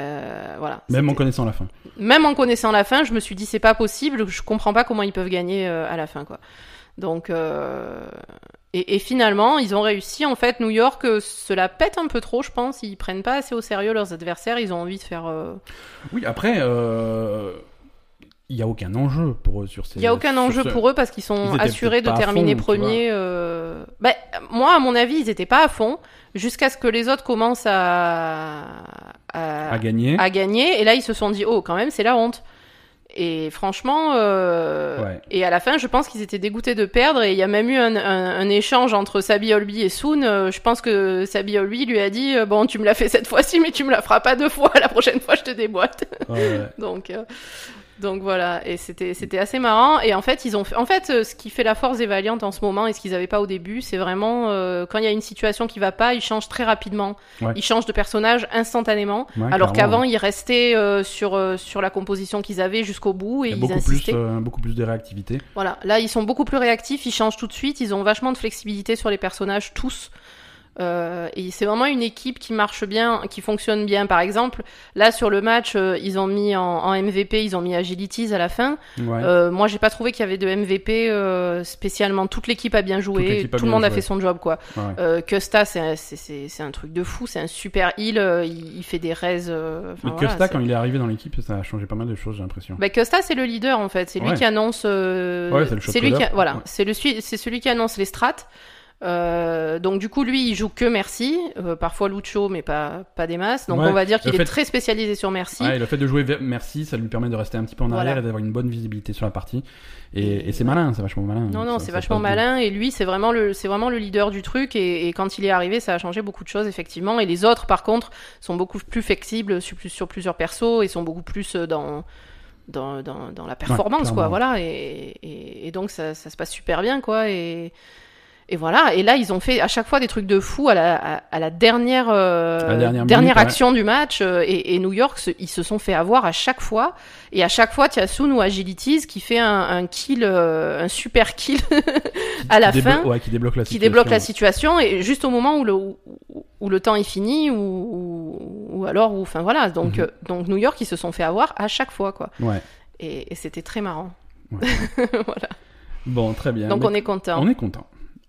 Speaker 2: Euh, voilà.
Speaker 1: Même en
Speaker 2: C'était-
Speaker 1: connaissant la fin.
Speaker 2: même en connaissant la fin, je me suis dit c'est pas possible, je comprends pas comment ils peuvent gagner euh, à la fin quoi. Donc euh, et, et finalement ils ont réussi en fait New York euh, se la pète un peu trop je pense, ils prennent pas assez au sérieux leurs adversaires, ils ont envie de faire. euh,
Speaker 1: Oui, après, euh, il y n'y a aucun enjeu pour eux sur ces.
Speaker 2: Il y a aucun
Speaker 1: sur
Speaker 2: enjeu
Speaker 1: ce-
Speaker 2: pour eux parce qu'ils
Speaker 1: Ils
Speaker 2: sont
Speaker 1: étaient
Speaker 2: assurés
Speaker 1: peut-être
Speaker 2: de
Speaker 1: pas à
Speaker 2: terminer
Speaker 1: fond, tu
Speaker 2: premier. euh, ben, moi à mon avis ils étaient pas à fond jusqu'à ce que les autres commencent à à,
Speaker 1: À gagner.
Speaker 2: à gagner. Et là, ils se sont dit, oh, quand même, c'est la honte. Et franchement, euh,
Speaker 1: Ouais.
Speaker 2: et à la fin, je pense qu'ils étaient dégoûtés de perdre. Et il y a même eu un, un- un échange entre Sabi Olby et Soon. Euh, Je pense que Sabi Olby lui a dit, euh, bon, tu me l'as fait cette fois-ci, mais tu me la feras pas deux fois. La prochaine fois, je te déboîte.
Speaker 1: Ouais, ouais.
Speaker 2: Donc, euh, donc voilà. Et c'était, c'était assez marrant. Et en fait, ils ont fait, en fait, euh, ce qui fait la force des Valiant en ce moment et ce qu'ils n'avaient pas au début, c'est vraiment euh, quand il y a une situation qui va pas, ils changent très rapidement.
Speaker 1: Ouais.
Speaker 2: Ils changent de personnage instantanément.
Speaker 1: Ouais,
Speaker 2: Alors
Speaker 1: clairement.
Speaker 2: qu'avant, ils restaient euh, sur, euh, sur la composition qu'ils avaient jusqu'au bout et
Speaker 1: il y a
Speaker 2: ils
Speaker 1: beaucoup
Speaker 2: insistaient.
Speaker 1: plus, euh, beaucoup plus de réactivité.
Speaker 2: Voilà, là, ils sont beaucoup plus réactifs, ils changent tout de suite, ils ont vachement de flexibilité sur les personnages, tous. Euh, et c'est vraiment une équipe qui marche bien, qui fonctionne bien. Par exemple, là, sur le match, euh, ils ont mis en, en MVP, ils ont mis Agilities à la fin.
Speaker 1: Ouais.
Speaker 2: Euh, moi, j'ai pas trouvé qu'il y avait de MVP euh, spécialement. Toute l'équipe a bien
Speaker 1: Toute
Speaker 2: joué,
Speaker 1: l'équipe a
Speaker 2: tout le
Speaker 1: bien
Speaker 2: monde a
Speaker 1: joué.
Speaker 2: fait son job, quoi.
Speaker 1: ouais.
Speaker 2: Euh, Custa, c'est un, c'est- c'est- c'est un truc de fou, c'est un super heal, euh, il, il fait des raises. euh, enfin,
Speaker 1: Mais
Speaker 2: voilà,
Speaker 1: Costa,
Speaker 2: c'est-
Speaker 1: quand il est arrivé dans l'équipe, ça a changé pas mal de choses, j'ai l'impression.
Speaker 2: Bah, Cuesta, c'est le leader en fait, c'est lui
Speaker 1: Ouais.
Speaker 2: qui annonce. euh,
Speaker 1: Ouais, c'est le
Speaker 2: lui qui,
Speaker 1: shot-caller.
Speaker 2: voilà,
Speaker 1: Ouais.
Speaker 2: c'est le sui- c'est celui qui annonce les strates. Euh, donc du coup, lui, il joue que Merci, euh, parfois Lucho, mais pas pas des masses. Donc
Speaker 1: Ouais,
Speaker 2: on va dire
Speaker 1: le
Speaker 2: qu'il est
Speaker 1: fait-
Speaker 2: très spécialisé sur Merci.
Speaker 1: Ouais, et le fait de jouer vers- Merci, ça lui permet de rester un petit peu en
Speaker 2: Voilà.
Speaker 1: arrière et d'avoir une bonne visibilité sur la partie. Et, et c'est
Speaker 2: Ouais.
Speaker 1: malin, c'est vachement malin. Ça-
Speaker 2: Non, non, c'est
Speaker 1: ça
Speaker 2: vachement
Speaker 1: passe bien.
Speaker 2: malin. Et lui, c'est vraiment le, c'est vraiment le leader du truc. Et, et quand il est arrivé, ça a changé beaucoup de choses, effectivement. Et les autres, par contre, sont beaucoup plus flexibles sur, plus- sur plusieurs persos et sont beaucoup plus euh, dans, dans, dans, dans la performance,
Speaker 1: clairement.
Speaker 2: quoi. Voilà. Et, et, et donc, ça, ça se passe super bien, quoi. Et, et voilà. Et là, ils ont fait à chaque fois des trucs de fou à la, à, à la dernière, euh,
Speaker 1: À la dernière minute,
Speaker 2: action du match. euh, Et, et New York, se- ils se sont fait avoir à chaque fois. Et à chaque fois, Tiasun ou Agilities qui fait un, un kill, euh, un super kill à la
Speaker 1: Qui déblo-
Speaker 2: fin,
Speaker 1: ouais, qui débloque la
Speaker 2: qui
Speaker 1: situation.
Speaker 2: débloque la situation et juste au moment où le, où, où le temps est fini ou, ou, ou alors, où- enfin voilà. Donc,
Speaker 1: Mhm.
Speaker 2: euh, donc New York, ils se sont fait avoir à chaque fois, quoi.
Speaker 1: Ouais.
Speaker 2: Et, et c'était très marrant.
Speaker 1: Bon, très bien.
Speaker 2: Donc
Speaker 1: Mais-
Speaker 2: on est content.
Speaker 1: on est content.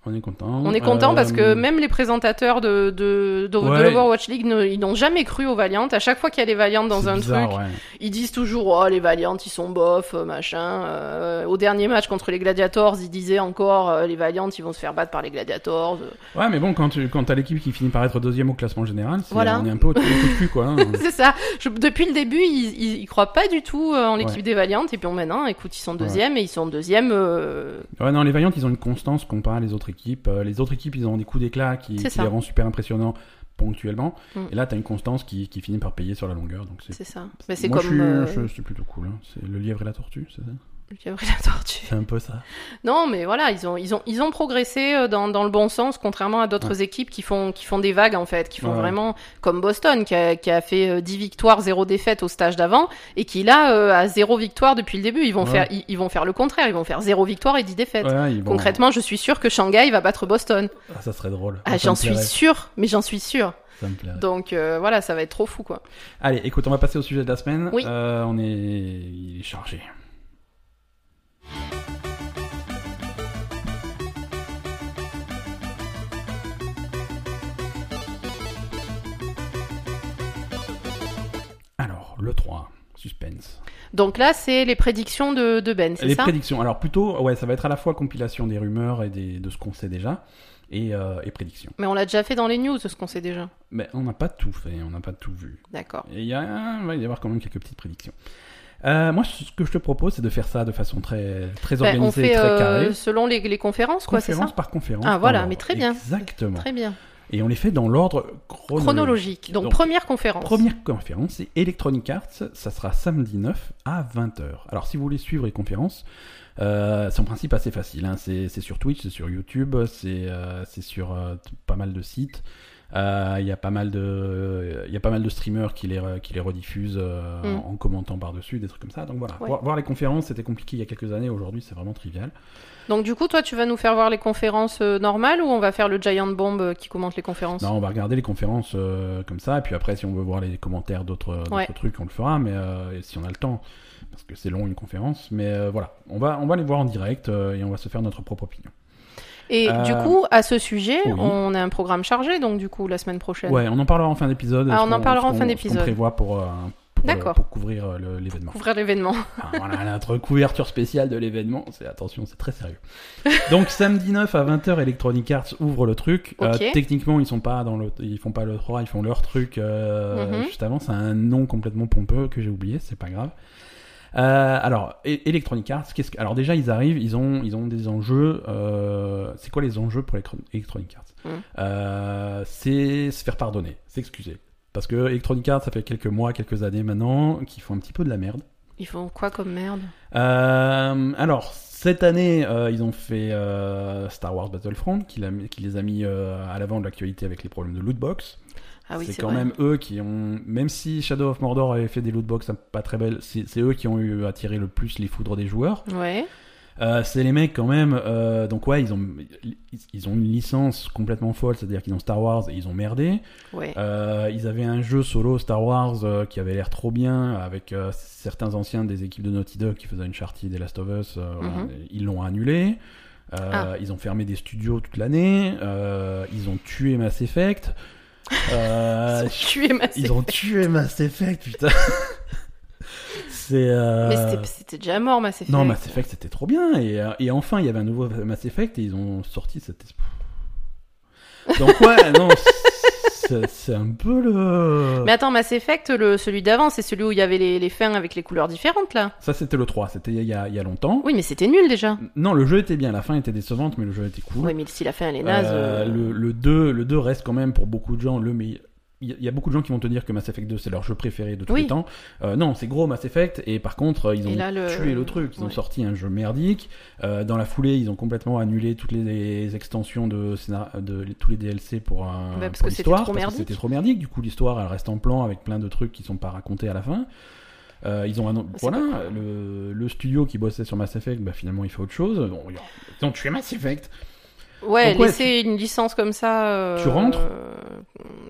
Speaker 1: On est content.
Speaker 2: On est content parce que
Speaker 1: Euh,
Speaker 2: même les présentateurs de, de, de, de
Speaker 1: Ouais.
Speaker 2: l'Overwatch League, ne- ils n'ont jamais cru aux Valiant. À chaque fois qu'il y a les Valiant dans
Speaker 1: c'est
Speaker 2: un
Speaker 1: bizarre,
Speaker 2: truc,
Speaker 1: ouais.
Speaker 2: Ils disent toujours oh les Valiants ils sont bof euh, machin. Euh, au dernier match contre les Gladiators ils disaient encore euh, les Valiants ils vont se faire battre par les Gladiators. Euh,
Speaker 1: Ouais, mais bon, quand tu quand t'as l'équipe qui finit par être deuxième au classement général, c'est-
Speaker 2: Voilà.
Speaker 1: on est un peu au au coup de cul, quoi. hein.
Speaker 2: C'est ça. Je- depuis le début ils, ils, ils croient pas du tout euh, en l'équipe
Speaker 1: Ouais.
Speaker 2: des Valiants et puis bon, maintenant écoute ils sont deuxième et ils sont deuxième. euh,
Speaker 1: Ouais, non, les Vaillants, ils ont une constance comparée à les autres équipes. Euh, les autres équipes, ils ont des coups d'éclat qui,
Speaker 2: C'est
Speaker 1: qui
Speaker 2: ça.
Speaker 1: les rend super impressionnants ponctuellement.
Speaker 2: Mm.
Speaker 1: Et là, t'as une constance qui, qui finit par payer sur la longueur. Donc c'est
Speaker 2: C'est ça. Mais c'est
Speaker 1: Moi,
Speaker 2: comme
Speaker 1: je suis-
Speaker 2: euh,
Speaker 1: je- c'est plutôt cool. hein. C'est le lièvre et la tortue, c'est ça
Speaker 2: J'aimerais la tortue.
Speaker 1: C'est un peu ça.
Speaker 2: Non, mais voilà, ils ont, ils ont, ils ont progressé euh, dans, dans le bon sens, contrairement à d'autres équipes qui font, qui font des vagues, en fait, qui font
Speaker 1: Ouais.
Speaker 2: vraiment comme Boston, qui a, qui a fait euh, 10 victoires, 0 défaite au stage d'avant, et qui là euh, a 0 victoire depuis le début. Ils vont,
Speaker 1: Ouais.
Speaker 2: faire, ils, ils vont faire le contraire, ils vont faire 0 victoire et 10 défaites.
Speaker 1: Ouais, ils vont-
Speaker 2: Concrètement, je suis sûr que Shanghai va battre Boston.
Speaker 1: Ah, ça serait drôle.
Speaker 2: Ah,
Speaker 1: Ça me
Speaker 2: j'en suis
Speaker 1: plairait.
Speaker 2: sûr, mais j'en suis sûr.
Speaker 1: Ça me plairait.
Speaker 2: Donc euh, voilà, ça va être trop fou, quoi.
Speaker 1: Allez, écoute, on va passer au sujet de la semaine.
Speaker 2: Oui.
Speaker 1: Euh, on est... Il est chargé. Alors, le 3, suspense.
Speaker 2: Donc là, c'est les prédictions de, de Ben, c'est
Speaker 1: Les
Speaker 2: ça
Speaker 1: prédictions. Alors, plutôt, ouais, ça va être à la fois compilation des rumeurs et des, de ce qu'on sait déjà, et, euh, et prédictions.
Speaker 2: Mais on l'a déjà fait dans les news, ce qu'on sait déjà.
Speaker 1: Mais on n'a pas tout fait, on n'a pas tout vu.
Speaker 2: D'accord.
Speaker 1: Et il, y a, il va y avoir quand même quelques petites prédictions. Euh, moi, ce que je te propose, c'est de faire ça de façon très, très
Speaker 2: Ben, on
Speaker 1: organisée et
Speaker 2: fait
Speaker 1: très
Speaker 2: euh,
Speaker 1: carrée.
Speaker 2: selon les, les conférences, quoi, c'est ça
Speaker 1: conférence par conférence.
Speaker 2: Ah,
Speaker 1: dans
Speaker 2: voilà,
Speaker 1: l'ordre.
Speaker 2: mais très bien.
Speaker 1: Exactement.
Speaker 2: Très bien.
Speaker 1: Et on les fait dans l'ordre chronologique.
Speaker 2: Chronologique. Donc,
Speaker 1: Donc,
Speaker 2: première conférence.
Speaker 1: Première conférence, c'est Electronic Arts, ça sera samedi 9 à 20h. Alors si vous voulez suivre les conférences, euh, c'est en principe assez facile, hein. c'est c'est sur Twitch, c'est sur YouTube, c'est euh, c'est sur euh, t- pas mal de sites. Euh, Il y a pas mal de il y a pas mal de streamers qui les re- qui les rediffusent euh,
Speaker 2: Mm.
Speaker 1: en, en commentant par dessus des trucs comme ça donc voilà
Speaker 2: Ouais.
Speaker 1: voir, voir les conférences c'était compliqué il y a quelques années aujourd'hui c'est vraiment trivial
Speaker 2: Donc du coup, toi, tu vas nous faire voir les conférences euh, normales ou on va faire le Giant Bomb euh, qui commente les conférences
Speaker 1: non on va regarder les conférences euh, comme ça et puis après si on veut voir les commentaires d'autres d'autres
Speaker 2: Ouais.
Speaker 1: trucs on le fera mais euh, et si on a le temps parce que c'est long une conférence, mais euh, voilà, on va, on va les voir en direct euh, et on va se faire notre propre opinion.
Speaker 2: Et
Speaker 1: Euh,
Speaker 2: du coup, à ce sujet,
Speaker 1: oui.
Speaker 2: on a un programme chargé, donc du coup, la semaine prochaine.
Speaker 1: Ouais, on en parlera en fin d'épisode.
Speaker 2: Ah,
Speaker 1: ce
Speaker 2: on en
Speaker 1: qu'on-
Speaker 2: parlera
Speaker 1: ce
Speaker 2: en fin
Speaker 1: qu'on- ce
Speaker 2: d'épisode.
Speaker 1: qu'on prévoit pour, euh, pour,
Speaker 2: D'accord.
Speaker 1: euh, pour couvrir euh, le- l'événement.
Speaker 2: Couvrir l'événement.
Speaker 1: Ah, voilà, notre couverture spéciale de l'événement, c'est attention, c'est très sérieux. Donc samedi 9 à 20h, Electronic Arts ouvre le truc. Euh,
Speaker 2: Ok.
Speaker 1: techniquement, ils sont pas dans le, ils font pas le 3, ils font leur truc euh,
Speaker 2: Mhm.
Speaker 1: juste avant. C'est un nom complètement pompeux que j'ai oublié, c'est pas grave. Euh, alors, E- Electronic Arts, qu'est-ce que... Alors déjà, ils arrivent, ils ont, ils ont des enjeux. euh, C'est quoi les enjeux pour Electro- Electronic Arts
Speaker 2: Mhm.
Speaker 1: Euh, C'est se faire pardonner, s'excuser. Parce que Electronic Arts, ça fait quelques mois, quelques années maintenant, qu'ils font un petit peu de la merde.
Speaker 2: Ils font quoi comme merde
Speaker 1: Euh, alors, cette année, euh, ils ont fait euh, Star Wars Battlefront, qui, l'a- qui les a mis euh, à l'avant de l'actualité avec les problèmes de lootbox.
Speaker 2: Ah oui,
Speaker 1: c'est
Speaker 2: c'est
Speaker 1: quand
Speaker 2: vrai.
Speaker 1: même eux qui ont, même si Shadow of Mordor avait fait des lootbox pas très belles, c'est c'est eux qui ont eu attiré le plus les foudres des joueurs.
Speaker 2: Ouais.
Speaker 1: Euh, c'est les mecs quand même. euh, donc ouais, ils ont, ils, ils ont une licence complètement folle, c'est-à-dire qu'ils ont Star Wars et ils ont merdé.
Speaker 2: Ouais.
Speaker 1: Euh, ils avaient un jeu solo Star Wars euh, qui avait l'air trop bien avec euh, certains anciens des équipes de Naughty Dog qui faisaient une chartie des Last of Us. euh, voilà.
Speaker 2: Mhm.
Speaker 1: Ils l'ont annulé. Euh,
Speaker 2: Ah.
Speaker 1: Ils ont fermé des studios toute l'année. Euh, ils ont tué Mass Effect. Euh,
Speaker 2: Ils ont tué Mass
Speaker 1: ils ont
Speaker 2: Effect.
Speaker 1: tué Mass Effect, putain. C'est. euh,
Speaker 2: Mais c'était- c'était déjà mort, Mass Effect.
Speaker 1: non, Mass Effect c'était trop bien. Et, euh, et enfin, il y avait un nouveau Mass Effect et ils ont sorti cette. Donc, ouais, non, c'est c'est un peu le.
Speaker 2: Mais attends, Mass Effect, le, celui d'avant, c'est celui où il y avait les, les fins avec les couleurs différentes, là.
Speaker 1: Ça, c'était le 3, c'était il y a, il y a longtemps.
Speaker 2: Oui, mais c'était nul déjà.
Speaker 1: Non, le jeu était bien, la fin était décevante, mais le jeu était cool.
Speaker 2: Oui, mais si la fin, elle
Speaker 1: Euh,
Speaker 2: est naze. euh,
Speaker 1: le, le 2, le 2 reste quand même pour beaucoup de gens le meilleur. Il y a- il y a beaucoup de gens qui vont te dire que Mass Effect 2 c'est leur jeu préféré de tous
Speaker 2: Oui.
Speaker 1: les temps. Euh, non, c'est gros Mass Effect et par contre euh, ils
Speaker 2: Et
Speaker 1: ont
Speaker 2: là, le-
Speaker 1: tué le truc. Ils ont
Speaker 2: ouais.
Speaker 1: sorti un jeu merdique. Euh, dans la foulée, ils ont complètement annulé toutes les, les extensions de, scénar- de les- tous les DLC pour, un-
Speaker 2: Bah,
Speaker 1: pour
Speaker 2: parce que c'était
Speaker 1: l'histoire parce
Speaker 2: trop
Speaker 1: que
Speaker 2: merdique.
Speaker 1: c'était trop merdique. Du coup, l'histoire elle reste en plan avec plein de trucs qui sont pas racontés à la fin. Euh, ils ont annon-
Speaker 2: C'est
Speaker 1: voilà
Speaker 2: pas cool.
Speaker 1: le, le studio qui bossait sur Mass Effect, bah, finalement il fait autre chose. Bon, ils ont tué Mass Effect.
Speaker 2: Ouais,
Speaker 1: Donc, ouais,
Speaker 2: laisser une licence comme ça. euh,
Speaker 1: Tu rentres
Speaker 2: euh,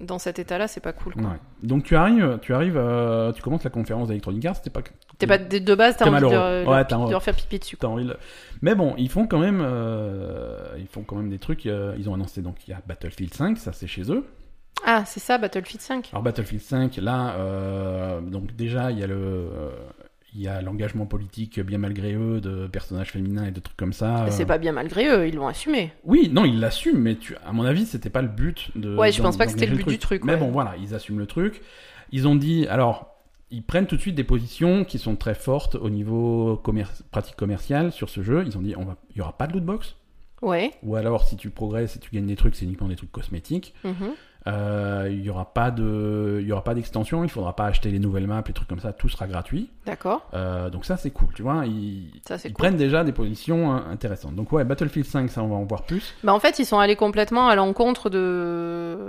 Speaker 2: Dans cet état-là, c'est pas cool. quoi.
Speaker 1: Ouais. Donc tu arrives, tu arrives, euh, tu commences la conférence d'Electronic Arts, t'es pas,
Speaker 2: T'es pas de de base, t'as
Speaker 1: T'es
Speaker 2: envie de,
Speaker 1: malheureux.
Speaker 2: de-
Speaker 1: Ouais,
Speaker 2: de
Speaker 1: t'as envie.
Speaker 2: leur faire pipi dessus.
Speaker 1: t'as envie de- Mais bon, ils font quand même, euh, ils font quand même des trucs. euh, ils ont annoncé donc il y a Battlefield 5, ça c'est chez eux.
Speaker 2: Ah, c'est ça, Battlefield 5.
Speaker 1: Alors Battlefield 5, là, euh, donc déjà il y a le, euh, il y a l'engagement politique bien malgré eux de personnages féminins et de trucs comme ça.
Speaker 2: C'est
Speaker 1: euh.
Speaker 2: pas bien malgré eux, ils l'ont assumé.
Speaker 1: Oui, non, ils l'assument, mais tu... à mon avis, c'était pas le but de.
Speaker 2: Ouais, je
Speaker 1: d'en-
Speaker 2: pense pas que c'était le
Speaker 1: d'engager
Speaker 2: but du truc,
Speaker 1: Mais
Speaker 2: ouais.
Speaker 1: bon, voilà, ils assument le truc. Ils ont dit, alors, ils prennent tout de suite des positions qui sont très fortes au niveau commer- pratique commerciale sur ce jeu. Ils ont dit, on va, il y aura pas de loot box.
Speaker 2: Ouais.
Speaker 1: Ou alors, si tu progresses et tu gagnes des trucs, c'est uniquement des trucs cosmétiques.
Speaker 2: mhm.
Speaker 1: Euh, Il n'y aura pas de, il y aura pas d'extension. Il faudra pas acheter les nouvelles maps, les trucs comme ça. Tout sera gratuit.
Speaker 2: D'accord.
Speaker 1: Euh, donc ça c'est cool, tu vois. Ils,
Speaker 2: Ça, c'est
Speaker 1: ils
Speaker 2: cool.
Speaker 1: prennent déjà des positions hein, intéressantes. Donc ouais, Battlefield 5, ça on va en voir plus.
Speaker 2: Bah, en fait, ils sont allés complètement à l'encontre de...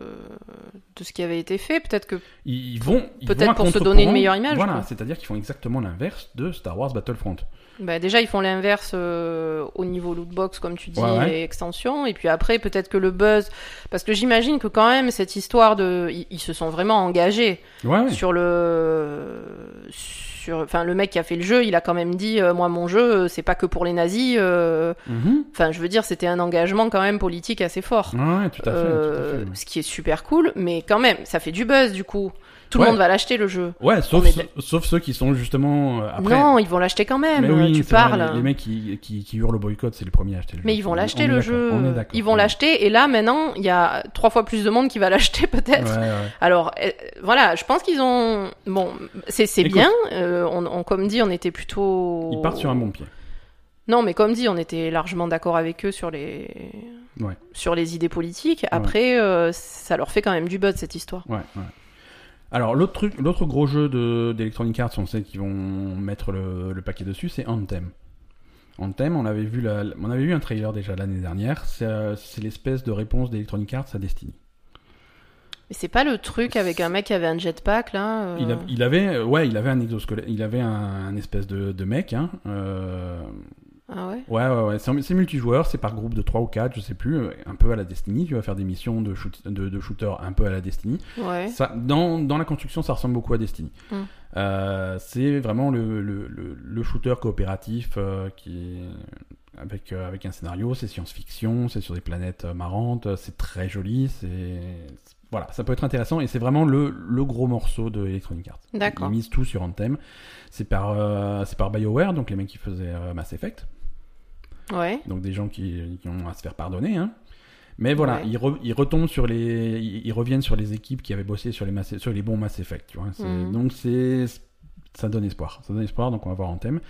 Speaker 2: de ce qui avait été fait. Peut-être que.
Speaker 1: Ils ils vont ils
Speaker 2: Peut-être
Speaker 1: vont à
Speaker 2: pour se
Speaker 1: contre-courant.
Speaker 2: donner une meilleure image,
Speaker 1: Voilà,
Speaker 2: quoi.
Speaker 1: c'est-à-dire qu'ils font exactement l'inverse de Star Wars Battlefront.
Speaker 2: Bah, déjà, ils font l'inverse euh, au niveau lootbox, comme tu dis,
Speaker 1: Ouais, ouais.
Speaker 2: et extension. Et puis après, peut-être que le buzz. Parce que j'imagine que quand même, cette histoire de. Ils, ils se sont vraiment engagés
Speaker 1: Ouais, ouais.
Speaker 2: sur le. Sur... Enfin, le mec qui a fait le jeu, il a quand même dit euh, Moi, mon jeu, euh, c'est pas que pour les nazis. euh,
Speaker 1: Mhm.
Speaker 2: Enfin, je veux dire, c'était un engagement quand même politique assez fort.
Speaker 1: Ouais, ouais, tout à fait.
Speaker 2: Euh,
Speaker 1: tout à fait.
Speaker 2: ce qui est super cool, mais quand même, ça fait du buzz du coup. Tout
Speaker 1: Ouais.
Speaker 2: le monde va l'acheter le jeu.
Speaker 1: Ouais, sauf,
Speaker 2: est d'a-
Speaker 1: sauf ceux qui sont justement euh, après.
Speaker 2: non, ils vont l'acheter quand même. euh,
Speaker 1: mais oui,
Speaker 2: tu
Speaker 1: c'est vrai,
Speaker 2: parles.
Speaker 1: les, les mecs qui, qui, qui hurlent au boycott, c'est les premiers à acheter le jeu.
Speaker 2: mais ils vont
Speaker 1: On-
Speaker 2: l'acheter
Speaker 1: on est
Speaker 2: le
Speaker 1: d'accord,
Speaker 2: jeu.
Speaker 1: on est d'accord.
Speaker 2: Ils vont
Speaker 1: Ouais.
Speaker 2: l'acheter et là maintenant, il y a trois fois plus de monde qui va l'acheter peut-être.
Speaker 1: Ouais, ouais.
Speaker 2: Alors euh, voilà, je pense qu'ils ont bon, c'est c'est
Speaker 1: Écoute.
Speaker 2: bien. euh, on, on- comme dit, on était plutôt.
Speaker 1: Ils partent sur un bon pied.
Speaker 2: Non, mais comme dit, on était largement d'accord avec eux sur les
Speaker 1: Ouais.
Speaker 2: sur les idées politiques. Après, euh, ça leur fait quand même du buzz cette histoire.
Speaker 1: Ouais, ouais. Alors, l'autre truc, l'autre gros jeu de- d'Electronic Arts, on sait qu'ils vont mettre le, le paquet dessus, c'est Anthem. Anthem, on avait vu, la- on avait vu un trailer déjà l'année dernière. C'est euh, c'est l'espèce de réponse d'Electronic Arts à Destiny.
Speaker 2: Mais c'est pas le truc avec un mec qui avait un jetpack là. euh,
Speaker 1: Il, a- il avait, euh, ouais, il avait un exosquelette, il avait un, un espèce de, de mec. Hein, euh,
Speaker 2: Ah ouais.
Speaker 1: ouais, ouais, ouais. C'est c'est multijoueur, c'est par groupe de 3 ou 4, je sais plus. euh, Un peu à la Destiny, tu vas faire des missions de, shoot- de, de shooter un peu à la Destiny.
Speaker 2: Ouais.
Speaker 1: Ça, dans, dans la construction, ça ressemble beaucoup à Destiny.
Speaker 2: Mm.
Speaker 1: Euh, c'est vraiment le, le, le, le shooter coopératif euh, qui est avec, euh, avec un scénario, c'est science-fiction, c'est sur des planètes euh, marrantes, euh, c'est très joli, c'est... c'est- Voilà, ça peut être intéressant et c'est vraiment le, le gros morceau de Electronic Arts.
Speaker 2: D'accord.
Speaker 1: Ils misent tout sur Anthem. C'est par, euh, c'est par BioWare, donc les mecs qui faisaient euh, Mass Effect.
Speaker 2: Ouais.
Speaker 1: Donc des gens qui, qui ont à se faire pardonner. Hein. Mais voilà,
Speaker 2: Ouais.
Speaker 1: ils, re- ils retombent sur les, ils ils reviennent sur les équipes qui avaient bossé sur les, Mass- sur les bons Mass Effect. Tu vois. C'est-
Speaker 2: Mhm.
Speaker 1: Donc c'est, ça donne espoir. Ça donne espoir. Donc on va voir en thème.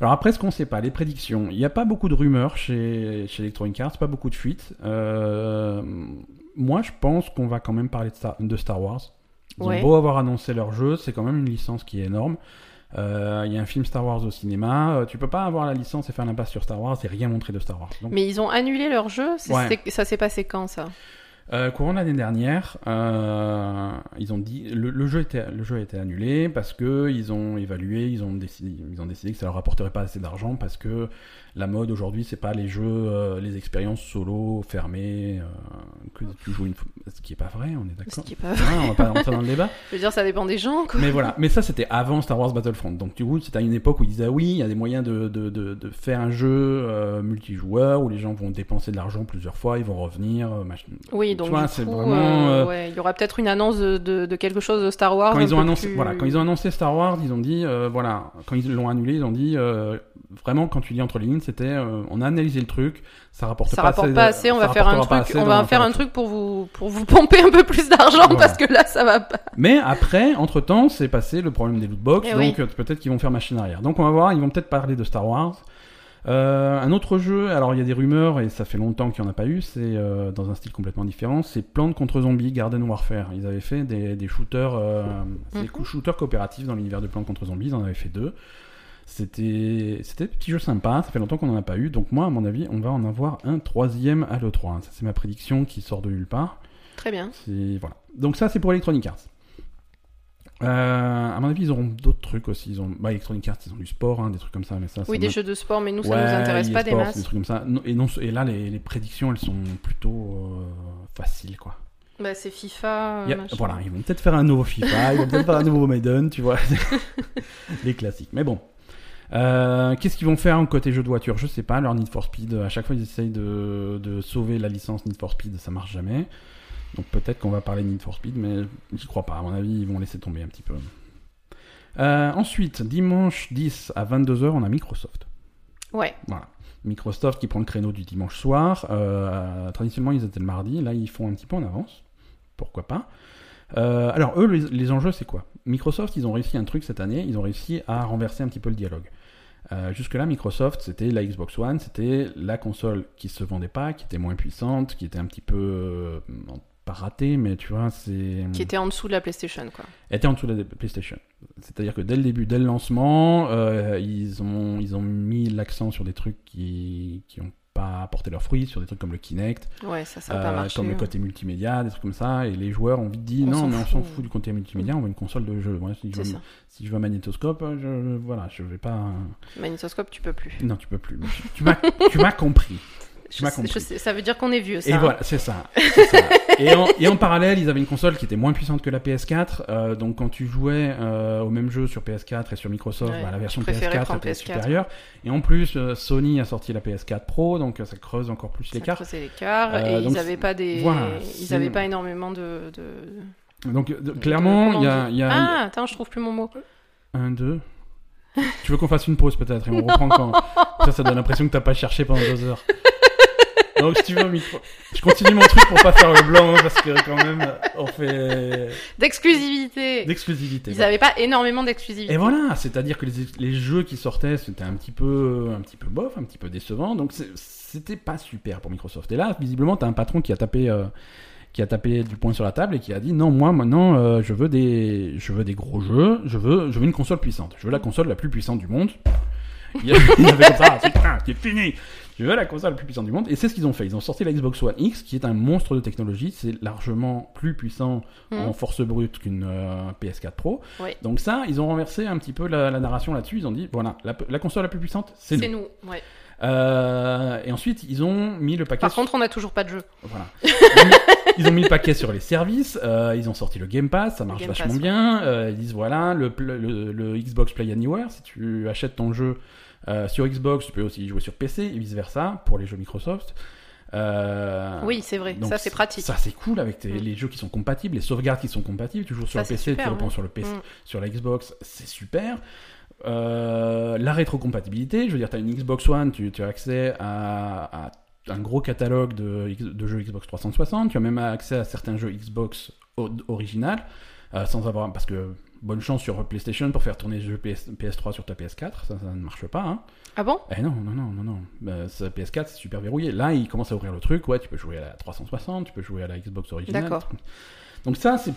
Speaker 1: Alors après, ce qu'on sait pas, les prédictions. Il n'y a pas beaucoup de rumeurs chez, chez Electronic Arts, pas beaucoup de fuites. Euh, moi, je pense qu'on va quand même parler de Star, de Star Wars. Ils
Speaker 2: Ouais.
Speaker 1: ont beau avoir annoncé leur jeu, c'est quand même une licence qui est énorme. Euh, Il y a un film Star Wars au cinéma. euh, tu peux pas avoir la licence et faire l'impasse sur Star Wars et rien montrer de Star Wars. Donc,
Speaker 2: Mais ils ont annulé leur jeu. C'est-
Speaker 1: Ouais.
Speaker 2: c'est- Ça s'est passé quand ça
Speaker 1: euh, courant de l'année dernière, euh, ils ont dit le, le jeu était le jeu a été annulé parce que ils ont évalué, ils ont décidé, ils ont décidé que ça leur rapporterait pas assez d'argent parce que la mode aujourd'hui c'est pas les jeux, euh, les expériences solo fermées euh, que tu joues une fois, ce qui est pas vrai, on est
Speaker 2: Ce
Speaker 1: d'accord.
Speaker 2: qui est pas.
Speaker 1: Ah, on va pas rentrer dans le débat.
Speaker 2: Je veux dire, ça dépend des gens quoi.
Speaker 1: Mais voilà, mais ça c'était avant Star Wars Battlefront. Donc du coup, c'était à une époque où ils disaient ah oui, il y a des moyens de, de, de, de faire un jeu euh, multijoueur où les gens vont dépenser de l'argent plusieurs fois, ils vont revenir. euh, machin.
Speaker 2: Oui,
Speaker 1: Tu
Speaker 2: donc
Speaker 1: vois,
Speaker 2: du
Speaker 1: c'est
Speaker 2: coup,
Speaker 1: vraiment,
Speaker 2: euh,
Speaker 1: euh,
Speaker 2: ouais, il y aura peut-être une annonce de, de- de quelque chose de Star Wars.
Speaker 1: Quand
Speaker 2: un
Speaker 1: ils ont
Speaker 2: peu
Speaker 1: annoncé,
Speaker 2: Oh, plus-
Speaker 1: voilà, quand ils ont annoncé Star Wars, ils ont dit euh, voilà, quand ils l'ont annulé, ils ont dit euh, vraiment quand tu lis entre les lignes, c'était euh, on a analysé le truc, ça rapporte
Speaker 2: ça
Speaker 1: pas
Speaker 2: rapporte
Speaker 1: assez,
Speaker 2: pas assez. On
Speaker 1: euh, ça
Speaker 2: va faire un
Speaker 1: rapportera pas
Speaker 2: truc.
Speaker 1: assez,
Speaker 2: on
Speaker 1: donc
Speaker 2: va faire un truc pour vous pour vous pomper un peu plus d'argent
Speaker 1: Voilà.
Speaker 2: parce que là, ça va pas.
Speaker 1: Mais après, entre-temps, c'est passé le problème des lootbox,
Speaker 2: Eh
Speaker 1: donc
Speaker 2: oui.
Speaker 1: euh, peut-être qu'ils vont faire machine arrière. Donc on va voir, ils vont peut-être parler de Star Wars. Euh, un autre jeu, alors il y a des rumeurs, et ça fait longtemps qu'il n'y en a pas eu, c'est euh, dans un style complètement différent, c'est Plante contre Zombies, Garden Warfare. Ils avaient fait des, des shooters, euh, c'est des
Speaker 2: Mhm.
Speaker 1: cou- shooters coopératifs dans l'univers de Plante contre Zombies, ils en avaient fait deux. C'était c'était des petits jeux sympas, ça fait longtemps qu'on n'en a pas eu, donc moi, à mon avis, on va en avoir un troisième à l'E3. hein. Ça, c'est ma prédiction qui sort de nulle part.
Speaker 2: Très bien.
Speaker 1: C'est- Voilà. Donc ça, c'est pour Electronic Arts. Euh, à mon avis, ils auront d'autres trucs aussi. Ils ont... bah, Electronic Arts, ils ont du sport, hein, des trucs comme ça, mais ça.
Speaker 2: Oui,
Speaker 1: ça
Speaker 2: des
Speaker 1: me-
Speaker 2: jeux de sport, mais nous, ça
Speaker 1: Ouais,
Speaker 2: nous intéresse pas des
Speaker 1: e-sport,
Speaker 2: masses.
Speaker 1: Des trucs comme ça. Non, Et, non, et là, les, les prédictions, elles sont plutôt euh, faciles, quoi.
Speaker 2: Bah, c'est FIFA. euh,
Speaker 1: Il y a-
Speaker 2: machin.
Speaker 1: voilà, ils vont peut-être faire un nouveau FIFA, ils vont peut-être faire un nouveau Maiden, tu vois. les classiques. Mais bon. Euh, Qu'est-ce qu'ils vont faire en côté jeu de voiture Je sais pas, leur Need for Speed, à chaque fois ils essayent de, de sauver la licence Need for Speed, ça marche jamais. Donc peut-être qu'on va parler de Need for Speed, mais j'y crois pas, à mon avis ils vont laisser tomber un petit peu. Euh, ensuite, dimanche 10 à 22h, on a Microsoft.
Speaker 2: Ouais.
Speaker 1: Microsoft qui prend le créneau du dimanche soir. Euh, traditionnellement, ils étaient le mardi. Là, ils font un petit peu en avance. Pourquoi pas Euh, Alors, eux, les, les enjeux, c'est quoi Microsoft, ils ont réussi un truc cette année. Ils ont réussi à renverser un petit peu le dialogue. Euh, Jusque-là, Microsoft, c'était la Xbox One, c'était la console qui se vendait pas, qui était moins puissante, qui était un petit peu euh, en pas raté, mais tu vois, c'est.
Speaker 2: qui était en dessous de la PlayStation, quoi.
Speaker 1: Elle était en dessous de la PlayStation. C'est-à-dire que dès le début, dès le lancement, euh, ils, ont, ils ont mis l'accent sur des trucs qui n'ont pas apporté leurs fruits, sur des trucs comme le Kinect,
Speaker 2: Ouais, ça, ça a pas
Speaker 1: euh,
Speaker 2: marché. hein.
Speaker 1: comme le
Speaker 2: ouais.
Speaker 1: côté multimédia, des trucs comme ça. Et les joueurs ont vite dit
Speaker 2: On
Speaker 1: non,
Speaker 2: s'en
Speaker 1: mais on
Speaker 2: fout.
Speaker 1: s'en fout du côté multimédia, on veut une console de jeu. Moi, si, je
Speaker 2: C'est
Speaker 1: veux,
Speaker 2: ça.
Speaker 1: si je veux un magnétoscope, euh, je, voilà, je vais pas. euh,
Speaker 2: Magnétoscope, Bah, tu peux plus.
Speaker 1: Non, tu peux plus. mais tu- tu m'as- tu m'as compris.
Speaker 2: Je
Speaker 1: m'as
Speaker 2: sais-
Speaker 1: compris.
Speaker 2: je sais- ça veut dire qu'on est vieux, ça.
Speaker 1: Et
Speaker 2: hein.
Speaker 1: voilà, c'est ça. c'est ça. et, en, et en parallèle, ils avaient une console qui était moins puissante que la PS4. euh, donc quand tu jouais euh, au même jeu sur PS4 et sur Microsoft,
Speaker 2: Ouais,
Speaker 1: bah, la
Speaker 2: tu
Speaker 1: version
Speaker 2: préférais
Speaker 1: PS4
Speaker 2: prendre
Speaker 1: était
Speaker 2: PS4.
Speaker 1: supérieure. Et en plus, euh, Sony a sorti la PS4 Pro, donc euh, ça creuse encore plus
Speaker 2: Ça
Speaker 1: l'écart.
Speaker 2: creusait l'écart.
Speaker 1: Euh,
Speaker 2: et
Speaker 1: donc,
Speaker 2: ils n'avaient pas des.
Speaker 1: voilà,
Speaker 2: ils
Speaker 1: c'est-
Speaker 2: avaient pas énormément de. de-
Speaker 1: Donc euh, de-
Speaker 2: de-
Speaker 1: clairement,
Speaker 2: comment
Speaker 1: il y
Speaker 2: on
Speaker 1: a,
Speaker 2: dit
Speaker 1: il y a
Speaker 2: Ah, attends, je trouve plus mon mot.
Speaker 1: un, deux. Tu veux qu'on fasse une pause peut-être et on reprend quand Ça, ça donne l'impression que t'as pas cherché pendant deux heures. Donc si tu veux, micro... je continue mon truc pour pas faire le blanc hein, parce que quand même, on fait
Speaker 2: D'exclusivité.
Speaker 1: d'exclusivité.
Speaker 2: Ils n'avaient pas énormément d'exclusivité.
Speaker 1: Et voilà, c'est-à-dire que les, les jeux qui sortaient, c'était un petit peu, un petit peu bof, un petit peu décevant, donc c'est- c'était pas super pour Microsoft. Et là, visiblement, t'as un patron qui a tapé, euh, qui a tapé du poing sur la table et qui a dit non, moi maintenant, euh, je veux des, je veux des gros jeux, je veux, je veux une console puissante, je veux la console la plus puissante du monde. Il y avait il y avait comme ça, c'est plein, c'est fini. Je veux la console la plus puissante du monde. Et c'est ce qu'ils ont fait. Ils ont sorti la Xbox One X, qui est un monstre de technologie. C'est largement plus puissant
Speaker 2: Mhm.
Speaker 1: en force brute qu'une euh, PS4 Pro.
Speaker 2: Ouais.
Speaker 1: Donc ça, ils ont renversé un petit peu la, la narration là-dessus. Ils ont dit, voilà, la, la console la plus puissante, c'est nous.
Speaker 2: C'est nous. ouais.
Speaker 1: Euh, et ensuite, ils ont mis le paquet.
Speaker 2: Par
Speaker 1: sur-
Speaker 2: contre, on n'a toujours pas de jeu.
Speaker 1: voilà. Ils ont mis- ils ont mis le paquet sur les services. euh, ils ont sorti le Game Pass, ça marche
Speaker 2: Game
Speaker 1: vachement
Speaker 2: Pass,
Speaker 1: bien. euh, ils disent, voilà, le, pl- le- le Xbox Play Anywhere, si tu achètes ton jeu euh, sur Xbox, tu peux aussi y jouer sur PC et vice versa pour les jeux Microsoft. Euh,
Speaker 2: Oui, c'est vrai.
Speaker 1: donc
Speaker 2: ça, c'est pratique.
Speaker 1: Ça, c'est cool avec tes-
Speaker 2: Mm.
Speaker 1: les jeux qui sont compatibles, les sauvegardes qui sont compatibles. Tu joues sur
Speaker 2: Ça,
Speaker 1: le
Speaker 2: c'est
Speaker 1: PC, tu
Speaker 2: super,
Speaker 1: reprends
Speaker 2: ouais.
Speaker 1: sur le PC,
Speaker 2: Mm.
Speaker 1: sur la Xbox, c'est super. Euh, la rétrocompatibilité, je veux dire, tu as une Xbox One, tu, tu as accès à, à un gros catalogue de, X- de jeux Xbox 360, tu as même accès à certains jeux Xbox o- original, euh, sans avoir. Parce que bonne chance sur PlayStation pour faire tourner les jeux PS, PS3 sur ta PS4, ça, ça ne marche pas. Hein.
Speaker 2: Ah bon
Speaker 1: Eh non, non, non, non, non. Bah, ça, PS4, c'est super verrouillé. Là, il commence à ouvrir le truc. Ouais, tu peux jouer à la 360, tu peux jouer à la Xbox originale.
Speaker 2: D'accord.
Speaker 1: Donc ça, c'est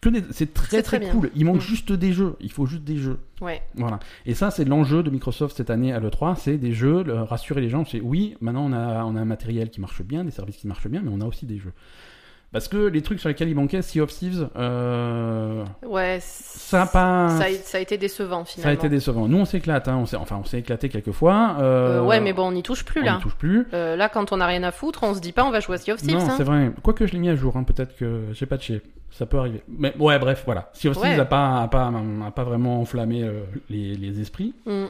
Speaker 1: que des- c'est très très,
Speaker 2: C'est très bien.
Speaker 1: cool. Il manque
Speaker 2: Mm.
Speaker 1: juste des jeux. Il faut juste des jeux.
Speaker 2: Ouais.
Speaker 1: Voilà. Et ça, c'est l'enjeu de Microsoft cette année à l'E3. C'est des jeux, le- rassurer les gens. C'est oui, maintenant on a, on a un matériel qui marche bien, des services qui marchent bien, mais on a aussi des jeux. Parce que les trucs sur lesquels il manquait, Sea of Thieves, euh,
Speaker 2: Ouais.
Speaker 1: ça a pas.
Speaker 2: Ça a, ça a été décevant
Speaker 1: ça a
Speaker 2: finalement.
Speaker 1: été décevant. Nous, on s'éclate. Hein. On s'est- enfin, on s'est éclaté quelques fois.
Speaker 2: Euh,
Speaker 1: euh,
Speaker 2: ouais, mais bon, on n'y touche plus
Speaker 1: on
Speaker 2: là.
Speaker 1: y touche plus.
Speaker 2: Euh, là, quand on n'a rien à foutre, on se dit pas on va jouer à Sea of Thieves.
Speaker 1: Non,
Speaker 2: hein.
Speaker 1: c'est vrai. Quoique je l'ai mis à jour, hein, peut-être que j'ai patché. Ça peut arriver. Mais ouais, bref, voilà. Sea of
Speaker 2: Ouais.
Speaker 1: Thieves a pas, a pas, a pas vraiment enflammé euh, les, les esprits.
Speaker 2: Mm.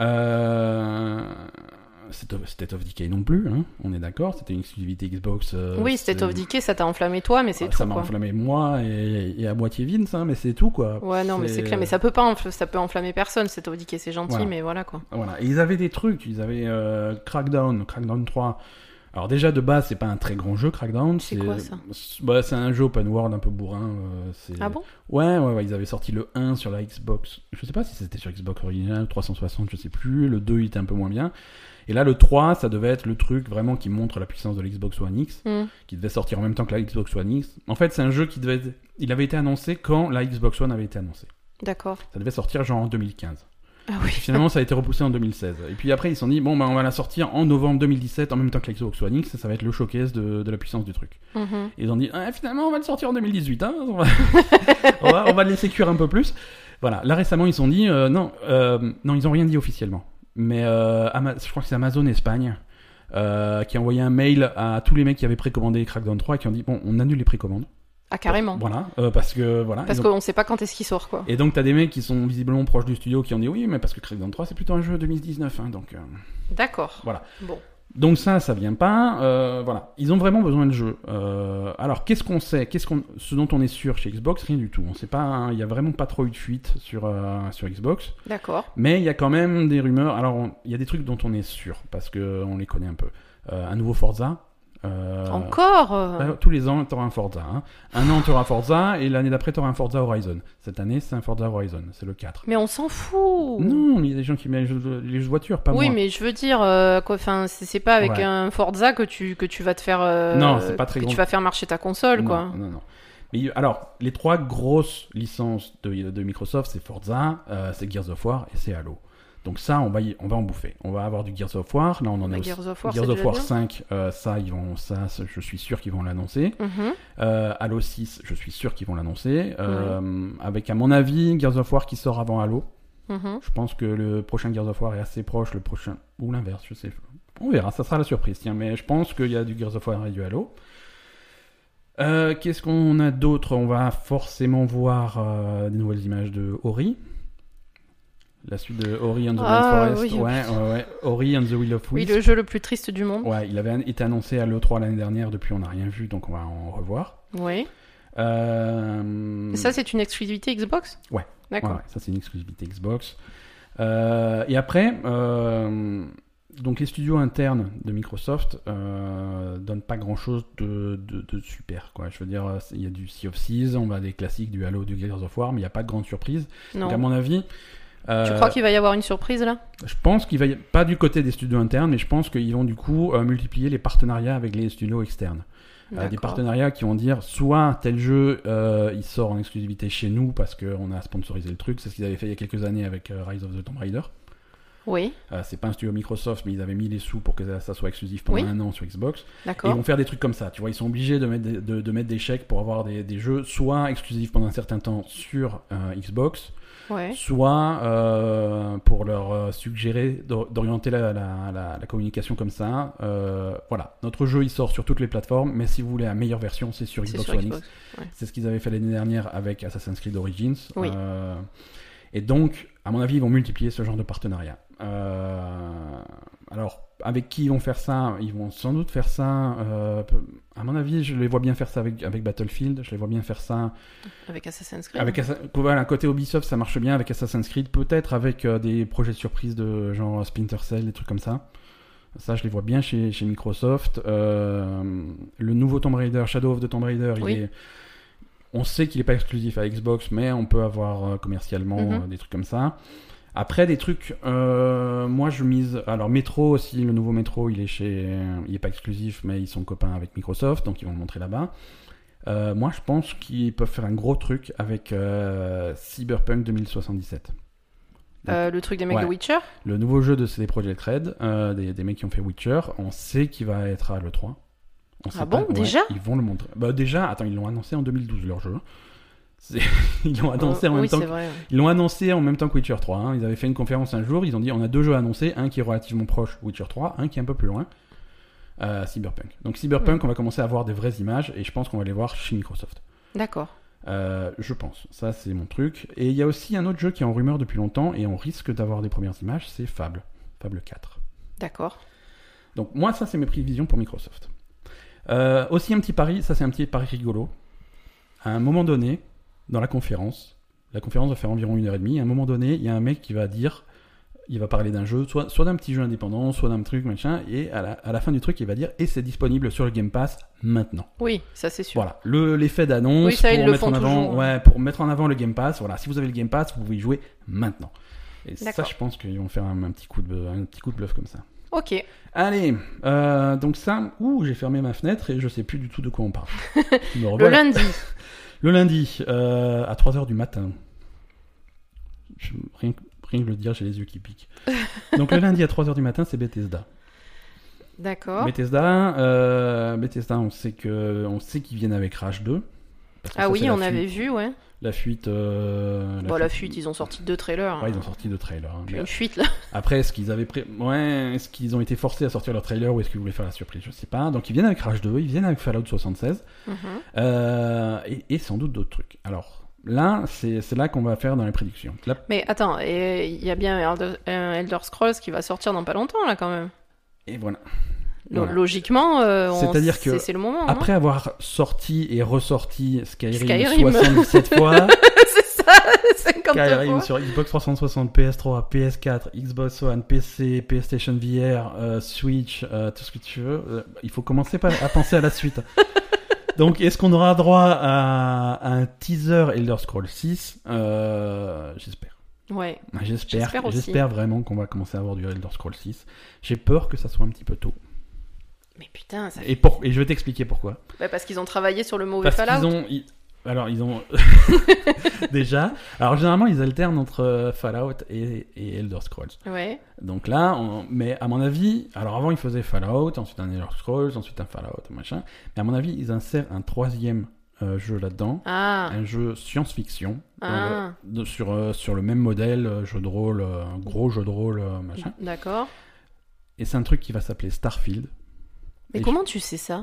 Speaker 1: Euh... State of- State of Decay non plus, hein, on est d'accord. C'était une exclusivité Xbox. euh,
Speaker 2: oui, State
Speaker 1: c'est-
Speaker 2: of Decay, ça t'a enflammé toi, mais c'est
Speaker 1: Ah,
Speaker 2: tout.
Speaker 1: Ça m'a
Speaker 2: quoi.
Speaker 1: enflammé moi et, et à moitié Vince, hein, mais c'est tout quoi.
Speaker 2: Ouais, non, mais c'est clair. Mais ça peut pas, enf- ça peut enflammer personne. State of Decay, c'est gentil,
Speaker 1: Voilà.
Speaker 2: mais voilà quoi.
Speaker 1: Voilà. Et ils avaient des trucs. Ils avaient euh, Crackdown, Crackdown 3. Alors déjà de base, c'est pas un très grand jeu, Crackdown.
Speaker 2: C'est quoi, ça
Speaker 1: Bah, c'est un jeu open world un peu bourrin. euh, c'est-
Speaker 2: Ah bon
Speaker 1: Ouais, ouais, ouais, ils avaient sorti le 1 sur la Xbox. Je sais pas si c'était sur Xbox originale, 360, je sais plus. Le 2 il était un peu moins bien. Et là, le 3, ça devait être le truc vraiment qui montre la puissance de la Xbox One X,
Speaker 2: Mm.
Speaker 1: qui devait sortir en même temps que la Xbox One X. En fait, c'est un jeu qui devait être- Il avait été annoncé quand la Xbox One avait été annoncée.
Speaker 2: D'accord.
Speaker 1: Ça devait sortir genre en 2015.
Speaker 2: Ah oui.
Speaker 1: Et finalement, ça a été repoussé en 2016. Et puis après, ils se sont dit, bon, bah, on va la sortir en novembre 2017, en même temps que la Xbox One X, et ça va être le showcase de- de la puissance du truc.
Speaker 2: Mhm.
Speaker 1: Et ils ont dit, Ah, finalement, on va le sortir en 2018, hein, on, va... on, va, on va le laisser cuire un peu plus. Voilà, là récemment, ils ont dit, euh, non, euh, non, ils ont rien dit officiellement. Mais euh, Ama- je crois que c'est Amazon Espagne euh, qui a envoyé un mail à tous les mecs qui avaient précommandé Crackdown 3 et qui ont dit, bon, on annule les précommandes.
Speaker 2: Ah carrément.
Speaker 1: Voilà, euh, parce que, voilà.
Speaker 2: Parce
Speaker 1: ils ont-
Speaker 2: qu'on sait pas quand est-ce qu'il sort quoi.
Speaker 1: Et donc, t'as des mecs qui sont visiblement proches du studio qui ont dit, oui, mais parce que Crackdown 3, c'est plutôt un jeu 2019, hein, donc. euh,
Speaker 2: D'accord.
Speaker 1: Voilà.
Speaker 2: Bon.
Speaker 1: Donc ça, ça vient pas. euh, voilà, ils ont vraiment besoin de jeu. Euh, alors qu'est-ce qu'on sait Qu'est-ce qu'on, ce dont on est sûr chez Xbox Rien du tout. On sait pas. hein, Il y a vraiment pas trop eu de fuite sur euh, sur Xbox.
Speaker 2: D'accord.
Speaker 1: Mais il y a quand même des rumeurs. Alors on- il y a des trucs dont on est sûr parce que on les connaît un peu. Euh, un nouveau Forza. Euh,
Speaker 2: Encore
Speaker 1: euh, Tous les ans, tu auras un Forza. hein. Un an, tu auras un Forza, et l'année d'après, tu auras un Forza Horizon. Cette année, c'est un Forza Horizon, c'est le 4.
Speaker 2: Mais on s'en fout
Speaker 1: Non, il y a des gens qui aiment les jeux, de- les jeux de voiture, pas
Speaker 2: Oui,
Speaker 1: moi.
Speaker 2: mais je veux dire, euh, quoi, 'fin, c'est c'est pas avec
Speaker 1: Ouais.
Speaker 2: un Forza que tu, que tu vas te faire. euh,
Speaker 1: Non, c'est pas très
Speaker 2: que
Speaker 1: grand.
Speaker 2: tu vas faire marcher ta console,
Speaker 1: non,
Speaker 2: quoi.
Speaker 1: Non, non. Mais il- alors, les trois grosses licences de, de Microsoft, c'est Forza, euh, c'est Gears of War et c'est Halo. Donc ça, on va, y- on va en bouffer. On va avoir du Gears of War. Là, on en
Speaker 2: Bah,
Speaker 1: a aussi.
Speaker 2: Gears of War,
Speaker 1: Gears
Speaker 2: c'est
Speaker 1: of
Speaker 2: déjà
Speaker 1: War
Speaker 2: bien.
Speaker 1: 5, euh, ça, ils vont, ça, ça, je suis sûr qu'ils vont l'annoncer.
Speaker 2: Mhm.
Speaker 1: Euh, Halo 6, je suis sûr qu'ils vont l'annoncer. Euh, Avec, à mon avis, Gears of War qui sort avant Halo.
Speaker 2: Mhm.
Speaker 1: Je pense que le prochain Gears of War est assez proche, le prochain. Ou l'inverse, je sais. On verra, ça sera la surprise, tiens. Mais je pense qu'il y a du Gears of War et du Halo. Euh, Qu'est-ce qu'on a d'autre On va forcément voir euh, des nouvelles images de Ori. La suite de Ori and the
Speaker 2: Ah,
Speaker 1: Blind Forest.
Speaker 2: oui,
Speaker 1: ouais, ouais, ouais. Ori and the Will of
Speaker 2: Oui,
Speaker 1: Wisps.
Speaker 2: le jeu le plus triste du monde.
Speaker 1: Ouais, il avait an- été annoncé à l'E3 l'année dernière, depuis on n'a rien vu, donc on va en revoir.
Speaker 2: Oui.
Speaker 1: Euh,
Speaker 2: Ça, c'est une exclusivité Xbox
Speaker 1: Ouais.
Speaker 2: D'accord.
Speaker 1: Ouais, ouais, ça c'est une exclusivité Xbox. Euh, et après, euh, donc les studios internes de Microsoft euh, donnent pas grand chose de, de- de super. Quoi. Je veux dire, euh, il y a du Sea of Thieves, on va à des classiques du Halo, du Gears of War, mais il n'y a pas de grande surprise.
Speaker 2: Non.
Speaker 1: Donc à mon avis, euh,
Speaker 2: Tu crois qu'il va y avoir une surprise là
Speaker 1: je pense qu'il va y- pas du côté des studios internes, mais je pense qu'ils vont du coup euh, multiplier les partenariats avec les studios externes. Euh, des
Speaker 2: D'accord.
Speaker 1: partenariats qui vont dire soit tel jeu euh, il sort en exclusivité chez nous parce qu'on a sponsorisé le truc, c'est ce qu'ils avaient fait il y a quelques années avec euh, Rise of the Tomb Raider.
Speaker 2: Oui,
Speaker 1: Euh, c'est pas un studio Microsoft, mais ils avaient mis les sous pour que ça- ça soit exclusif pendant
Speaker 2: Oui.
Speaker 1: un an sur Xbox. Et ils
Speaker 2: d'accord.
Speaker 1: vont faire des trucs comme ça, tu vois. Ils sont obligés de mettre des, de, de mettre des chèques pour avoir des, des jeux soit exclusifs pendant un certain temps sur euh, Xbox,
Speaker 2: Ouais.
Speaker 1: soit euh, pour leur euh, suggérer d'or- d'orienter la, la- la- la communication comme ça. euh, voilà, notre jeu il sort sur toutes les plateformes, mais si vous voulez la meilleure version, c'est sur
Speaker 2: C'est
Speaker 1: Xbox
Speaker 2: sur
Speaker 1: One X.
Speaker 2: Xbox.
Speaker 1: C'est ce qu'ils avaient fait l'année dernière avec Assassin's Creed Origins.
Speaker 2: Oui.
Speaker 1: Euh, et donc, à mon avis, ils vont multiplier ce genre de partenariat. Euh, alors, avec qui ils vont faire ça Ils vont sans doute faire ça. euh, peu- à mon avis, je les vois bien faire ça avec, avec Battlefield. Je les vois bien faire ça
Speaker 2: Avec Assassin's Creed.
Speaker 1: avec Assa- voilà, côté Ubisoft, ça marche bien avec Assassin's Creed, peut-être avec euh, des projets surprises de genre Splinter Cell, des trucs comme ça. Ça, je les vois bien chez, chez Microsoft. Euh, le nouveau Tomb Raider, Shadow of the Tomb Raider, il
Speaker 2: Oui.
Speaker 1: est- on sait qu'il n'est pas exclusif à Xbox, mais on peut avoir euh, commercialement
Speaker 2: Mhm.
Speaker 1: euh, des trucs comme ça. Après, des trucs, euh, moi je mise. Alors, Metro aussi, le nouveau Metro, il est chez. euh, Il n'est pas exclusif, mais ils sont copains avec Microsoft, donc ils vont le montrer là-bas. Euh, moi je pense qu'ils peuvent faire un gros truc avec euh, Cyberpunk 2077.
Speaker 2: Euh, le truc des mecs
Speaker 1: Ouais.
Speaker 2: de Witcher
Speaker 1: Le nouveau jeu de CD Projekt Red, euh, des, des mecs qui ont fait Witcher, on sait qu'il va être à l'E3. On sait
Speaker 2: Ah bon, déjà
Speaker 1: Ils vont le montrer. Bah, déjà, attends, ils l'ont annoncé en 2012 leur jeu. C'est- Ils l'ont annoncé
Speaker 2: Euh,
Speaker 1: en même
Speaker 2: Oui,
Speaker 1: temps
Speaker 2: c'est vrai.
Speaker 1: ils l'ont annoncé en même temps que Witcher 3. hein. Ils avaient fait une conférence un jour, ils ont dit on a deux jeux annoncés, un qui est relativement proche Witcher 3, un qui est un peu plus loin, euh, Cyberpunk. Donc Cyberpunk, on va commencer à voir des vraies images et je pense qu'on va les voir chez Microsoft.
Speaker 2: D'accord.
Speaker 1: Euh, je pense, ça c'est mon truc. Et il y a aussi un autre jeu qui est en rumeur depuis longtemps et on risque d'avoir des premières images, c'est Fable, Fable 4.
Speaker 2: D'accord.
Speaker 1: Donc moi ça c'est mes prévisions pour Microsoft. Euh, aussi un petit pari, ça c'est un petit pari rigolo. À un moment donné, dans la conférence, la conférence va faire environ une heure et demie, à un moment donné, il y a un mec qui va dire, il va parler d'un jeu, soit, soit d'un petit jeu indépendant, soit d'un truc, machin, et à la, à la fin du truc, il va dire, et c'est disponible sur le Game Pass maintenant.
Speaker 2: Oui, ça c'est sûr.
Speaker 1: Voilà, le- l'effet d'annonce
Speaker 2: Oui, ça, ils
Speaker 1: pour,
Speaker 2: le
Speaker 1: mettre
Speaker 2: font
Speaker 1: en avant-
Speaker 2: toujours.
Speaker 1: ouais, pour mettre en avant le Game Pass. Voilà, si vous avez le Game Pass, vous pouvez y jouer maintenant. Et ça,
Speaker 2: D'accord.
Speaker 1: je pense qu'ils vont faire un, un petit coup de, un petit coup de bluff comme ça.
Speaker 2: Ok.
Speaker 1: Allez, euh, donc ça, ouh, j'ai fermé ma fenêtre et je sais plus du tout de quoi on parle. Tu me
Speaker 2: Le
Speaker 1: revois.
Speaker 2: lundi.
Speaker 1: Le lundi, euh, à 3h du matin. Je- rien, que- rien que le dire, j'ai les yeux qui piquent. Donc le lundi à 3h du matin, c'est Bethesda.
Speaker 2: D'accord.
Speaker 1: Bethesda, euh, Bethesda, on sait que, on sait qu'ils viennent avec Rage 2. Parce que
Speaker 2: Ah
Speaker 1: ça, c'est
Speaker 2: oui,
Speaker 1: la
Speaker 2: on avait
Speaker 1: fuite-
Speaker 2: vu, ouais.
Speaker 1: La fuite. euh,
Speaker 2: Bon, Bah, la fuite, ils ont sorti deux trailers.
Speaker 1: Ouais,
Speaker 2: hein.
Speaker 1: ils ont sorti deux trailers. hein.
Speaker 2: Puis
Speaker 1: Mais
Speaker 2: une fuite, là.
Speaker 1: Après, est-ce qu'ils avaient pré- ouais, est-ce qu'ils ont été forcés à sortir leur trailer ou est-ce qu'ils voulaient faire la surprise Je sais pas. Donc ils viennent avec Rage 2, ils viennent avec Fallout 76
Speaker 2: Mhm.
Speaker 1: euh, et, et sans doute d'autres trucs. Alors là, c'est c'est là qu'on va faire dans les prédictions. Là,
Speaker 2: Mais attends, et il y a bien Elder, un Elder Scrolls qui va sortir dans pas longtemps, là, quand même.
Speaker 1: et voilà.
Speaker 2: Lo-
Speaker 1: Voilà.
Speaker 2: Logiquement, euh, on-
Speaker 1: C'est-à-dire que
Speaker 2: c'est c'est le moment. non
Speaker 1: Après avoir sorti et ressorti Skyrim,
Speaker 2: Skyrim.
Speaker 1: 77 fois,
Speaker 2: c'est ça. 50
Speaker 1: Car il
Speaker 2: euros.
Speaker 1: arrive sur Xbox 360, PS3, PS4, Xbox One, PC, PlayStation VR, euh, Switch, euh, tout ce que tu veux. Euh, il faut commencer par, à penser à la suite. Donc, est-ce qu'on aura droit à, à un teaser Elder Scrolls 6 Euh, J'espère.
Speaker 2: Ouais.
Speaker 1: J'espère.
Speaker 2: J'espère aussi.
Speaker 1: J'espère vraiment qu'on va commencer à avoir du Elder Scrolls 6. J'ai peur que ça soit un petit peu tôt.
Speaker 2: Mais putain, ça...
Speaker 1: Et, pour, et je vais t'expliquer pourquoi.
Speaker 2: bah, parce qu'ils ont travaillé sur le mauvais
Speaker 1: Parce
Speaker 2: Fallout.
Speaker 1: qu'ils ont. ils- Alors, ils ont. Déjà. Alors, généralement, ils alternent entre euh, Fallout et, et Elder Scrolls.
Speaker 2: Ouais.
Speaker 1: Donc là, on- mais à mon avis, alors avant, ils faisaient Fallout, ensuite un Elder Scrolls, ensuite un Fallout, machin. Mais à mon avis, ils insèrent un troisième euh, jeu là-dedans.
Speaker 2: Ah.
Speaker 1: Un jeu science-fiction
Speaker 2: Ah.
Speaker 1: euh, de- sur, euh, sur le même modèle, euh, jeu de rôle, euh, un gros jeu de rôle, euh, machin.
Speaker 2: D'accord.
Speaker 1: Et c'est un truc qui va s'appeler Starfield.
Speaker 2: Mais
Speaker 1: Et Oh.
Speaker 2: comment tu sais ça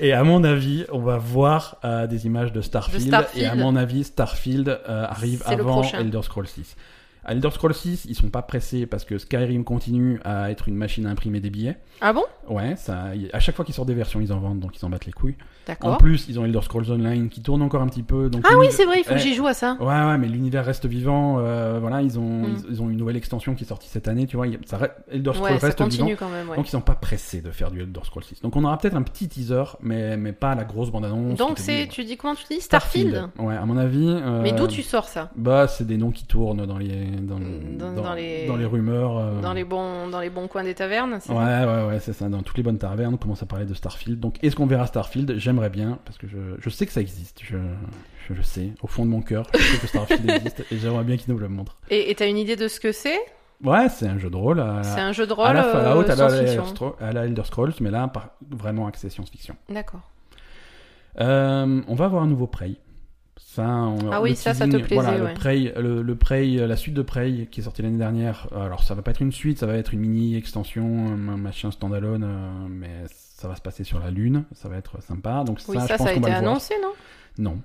Speaker 1: Et à mon avis, on va voir euh, des images de Starfield,
Speaker 2: De Starfield.
Speaker 1: Et à mon avis, Starfield euh, arrive
Speaker 2: C'est le
Speaker 1: avant
Speaker 2: prochain.
Speaker 1: Elder Scrolls 6. À Elder Scrolls 6, ils sont pas pressés parce que Skyrim continue à être une machine à imprimer des billets.
Speaker 2: Ah bon
Speaker 1: Ouais, ça, y- à chaque fois qu'ils sortent des versions, ils en vendent, donc ils en battent les couilles. En
Speaker 2: D'accord.
Speaker 1: plus, ils ont Elder Scrolls Online qui tourne encore un petit peu. Donc
Speaker 2: Ah oui,
Speaker 1: l'uni-
Speaker 2: c'est vrai, il faut que
Speaker 1: Ouais.
Speaker 2: j'y joue à ça.
Speaker 1: Ouais, ouais, mais l'univers reste vivant. euh, voilà, ils ont,
Speaker 2: Mm.
Speaker 1: ils, ils ont une nouvelle extension qui est sortie cette année, tu vois. il- Ça, re- Elder Scrolls
Speaker 2: Ouais, ça
Speaker 1: reste vivant.
Speaker 2: continue quand même, ouais.
Speaker 1: Donc ils sont pas pressés de faire du Elder Scrolls 6. Donc on aura peut-être un petit teaser, mais, mais pas la grosse bande-annonce.
Speaker 2: Donc
Speaker 1: qui te
Speaker 2: c'est,
Speaker 1: dit,
Speaker 2: tu dis comment tu dis
Speaker 1: Starfield.
Speaker 2: Starfield,
Speaker 1: Ouais, à mon avis. euh,
Speaker 2: Mais d'où tu sors ça
Speaker 1: Bah, c'est des noms qui tournent dans les, dans,
Speaker 2: Dans-
Speaker 1: dans-
Speaker 2: dans les-
Speaker 1: dans les rumeurs. euh,
Speaker 2: Dans les bons, dans les bons coins des tavernes. c'est
Speaker 1: Ouais, ouais, ouais, c'est ça. Dans toutes les bonnes tavernes, on commence à parler de Starfield. Donc, est-ce qu'on verra Starfield J'aimerais bien, parce que je, je sais que ça existe. Je, je le sais. Au fond de mon cœur, je sais que Starfield existe et j'aimerais bien qu'ils nous le montrent.
Speaker 2: Et et t'as une idée de ce que c'est
Speaker 1: Ouais, c'est un jeu de rôle. À,
Speaker 2: C'est un jeu de
Speaker 1: Euh, à
Speaker 2: rôle
Speaker 1: la Fallout,
Speaker 2: euh,
Speaker 1: à la, Elder
Speaker 2: science-fiction.
Speaker 1: Scro- à la Elder Scrolls, mais là, par, vraiment axé science-fiction.
Speaker 2: D'accord.
Speaker 1: Euh, on va avoir un nouveau Prey. Ça, on-
Speaker 2: Ah oui,
Speaker 1: le
Speaker 2: ça, ça te
Speaker 1: teasing,
Speaker 2: plaisait,
Speaker 1: Voilà,
Speaker 2: ouais.
Speaker 1: le, Prey, le, le Prey, euh, la suite de Prey qui est sortie l'année dernière. Alors, ça va pas être une suite, ça va être une mini extension, un machin standalone, euh, mais ça va se passer sur la Lune. Ça va être sympa. Donc ça,
Speaker 2: Oui,
Speaker 1: je
Speaker 2: ça, ça,
Speaker 1: pense
Speaker 2: a
Speaker 1: qu'on
Speaker 2: été
Speaker 1: va le voir.
Speaker 2: annoncé, non
Speaker 1: Non.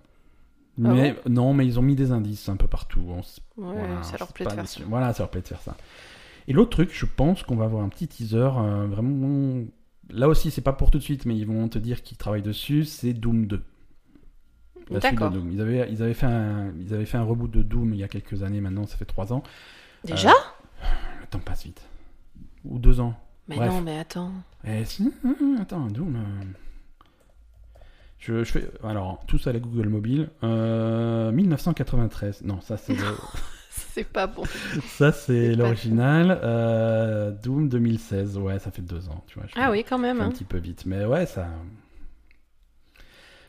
Speaker 2: Ah
Speaker 1: Mais, non, mais ils ont mis des indices un peu partout. On s-
Speaker 2: Ouais,
Speaker 1: voilà,
Speaker 2: ça leur
Speaker 1: c'est
Speaker 2: plaît de
Speaker 1: pas
Speaker 2: faire
Speaker 1: des-
Speaker 2: ça.
Speaker 1: Voilà, ça leur plaît de faire ça. Et l'autre truc, je pense qu'on va avoir un petit teaser euh, vraiment. Là aussi, c'est pas pour tout de suite, mais ils vont te dire qu'ils travaillent dessus. C'est Doom 2. La suite de
Speaker 2: D'accord.
Speaker 1: Doom. Ils avaient, ils, avaient fait un, ils avaient fait un reboot de Doom il y a quelques années maintenant, ça fait 3 ans.
Speaker 2: Déjà
Speaker 1: Euh, Le temps passe vite. Ou 2 ans.
Speaker 2: Mais
Speaker 1: bref.
Speaker 2: non, mais attends.
Speaker 1: Eh, si- hum, hum, attends, Doom. euh, Je, je fais. Alors, tout ça à la Google Mobile. Euh, 1993. Non, ça c'est. le-
Speaker 2: C'est pas bon.
Speaker 1: Ça, c'est
Speaker 2: C'est pas-
Speaker 1: l'original. Euh, Doom 2016, ouais, ça fait deux ans, tu vois. je fais-
Speaker 2: Ah oui, quand
Speaker 1: je
Speaker 2: même.
Speaker 1: fais un
Speaker 2: hein.
Speaker 1: petit peu vite, mais ouais, ça.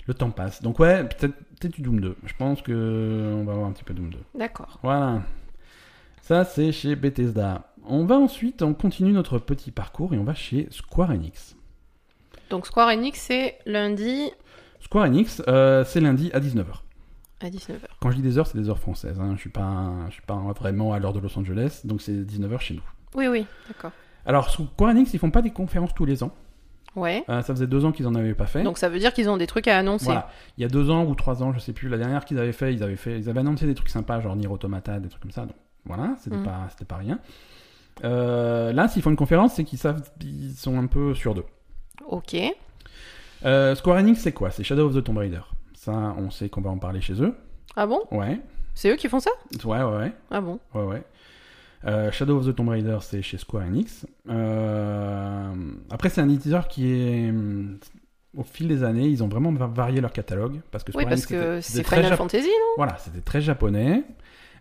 Speaker 1: Le temps passe. Donc, ouais, peut-être peut-être du Doom 2. Je pense que on va avoir un petit peu Doom 2.
Speaker 2: D'accord.
Speaker 1: Voilà. Ça, c'est chez Bethesda. On va ensuite, on continue notre petit parcours et on va chez Square Enix.
Speaker 2: Donc Square Enix, c'est lundi
Speaker 1: Square Enix, euh, c'est lundi à 19h.
Speaker 2: à 19h.
Speaker 1: Quand je dis des heures, c'est des heures françaises. hein. Je suis pas, je suis pas vraiment à l'heure de Los Angeles, donc c'est 19h chez nous.
Speaker 2: Oui, oui, d'accord.
Speaker 1: Alors, Square Enix, ils font pas des conférences tous les ans.
Speaker 2: Ouais.
Speaker 1: Euh, ça faisait deux ans qu'ils en avaient pas fait.
Speaker 2: Donc ça veut dire qu'ils ont des trucs à annoncer.
Speaker 1: voilà. Il y a deux ans ou trois ans, je sais plus, la dernière qu'ils avaient fait, ils avaient fait, ils avaient annoncé des trucs sympas, genre Nier Automata, des trucs comme ça. Donc voilà, c'était
Speaker 2: Mhm.
Speaker 1: pas, c'était pas rien. Euh, là, s'ils font une conférence, c'est qu'ils savent, ils sont un peu sur deux.
Speaker 2: Ok.
Speaker 1: Euh, Square Enix, c'est quoi C'est Shadow of the Tomb Raider. Ça, on sait qu'on va en parler chez eux.
Speaker 2: Ah bon
Speaker 1: Ouais,
Speaker 2: C'est eux qui font ça
Speaker 1: ouais, ouais, ouais,
Speaker 2: Ah bon
Speaker 1: ouais. ouais. Euh, Shadow of the Tomb Raider, c'est chez Square Enix. Euh, Après, c'est un éditeur qui est. hum, Au fil des années, ils ont vraiment va- varié leur catalogue. Parce que
Speaker 2: Oui,
Speaker 1: Square
Speaker 2: parce
Speaker 1: Enix était-
Speaker 2: que
Speaker 1: c'était
Speaker 2: c'est
Speaker 1: très
Speaker 2: Final
Speaker 1: jap-
Speaker 2: Fantasy, non
Speaker 1: Voilà, c'était très japonais.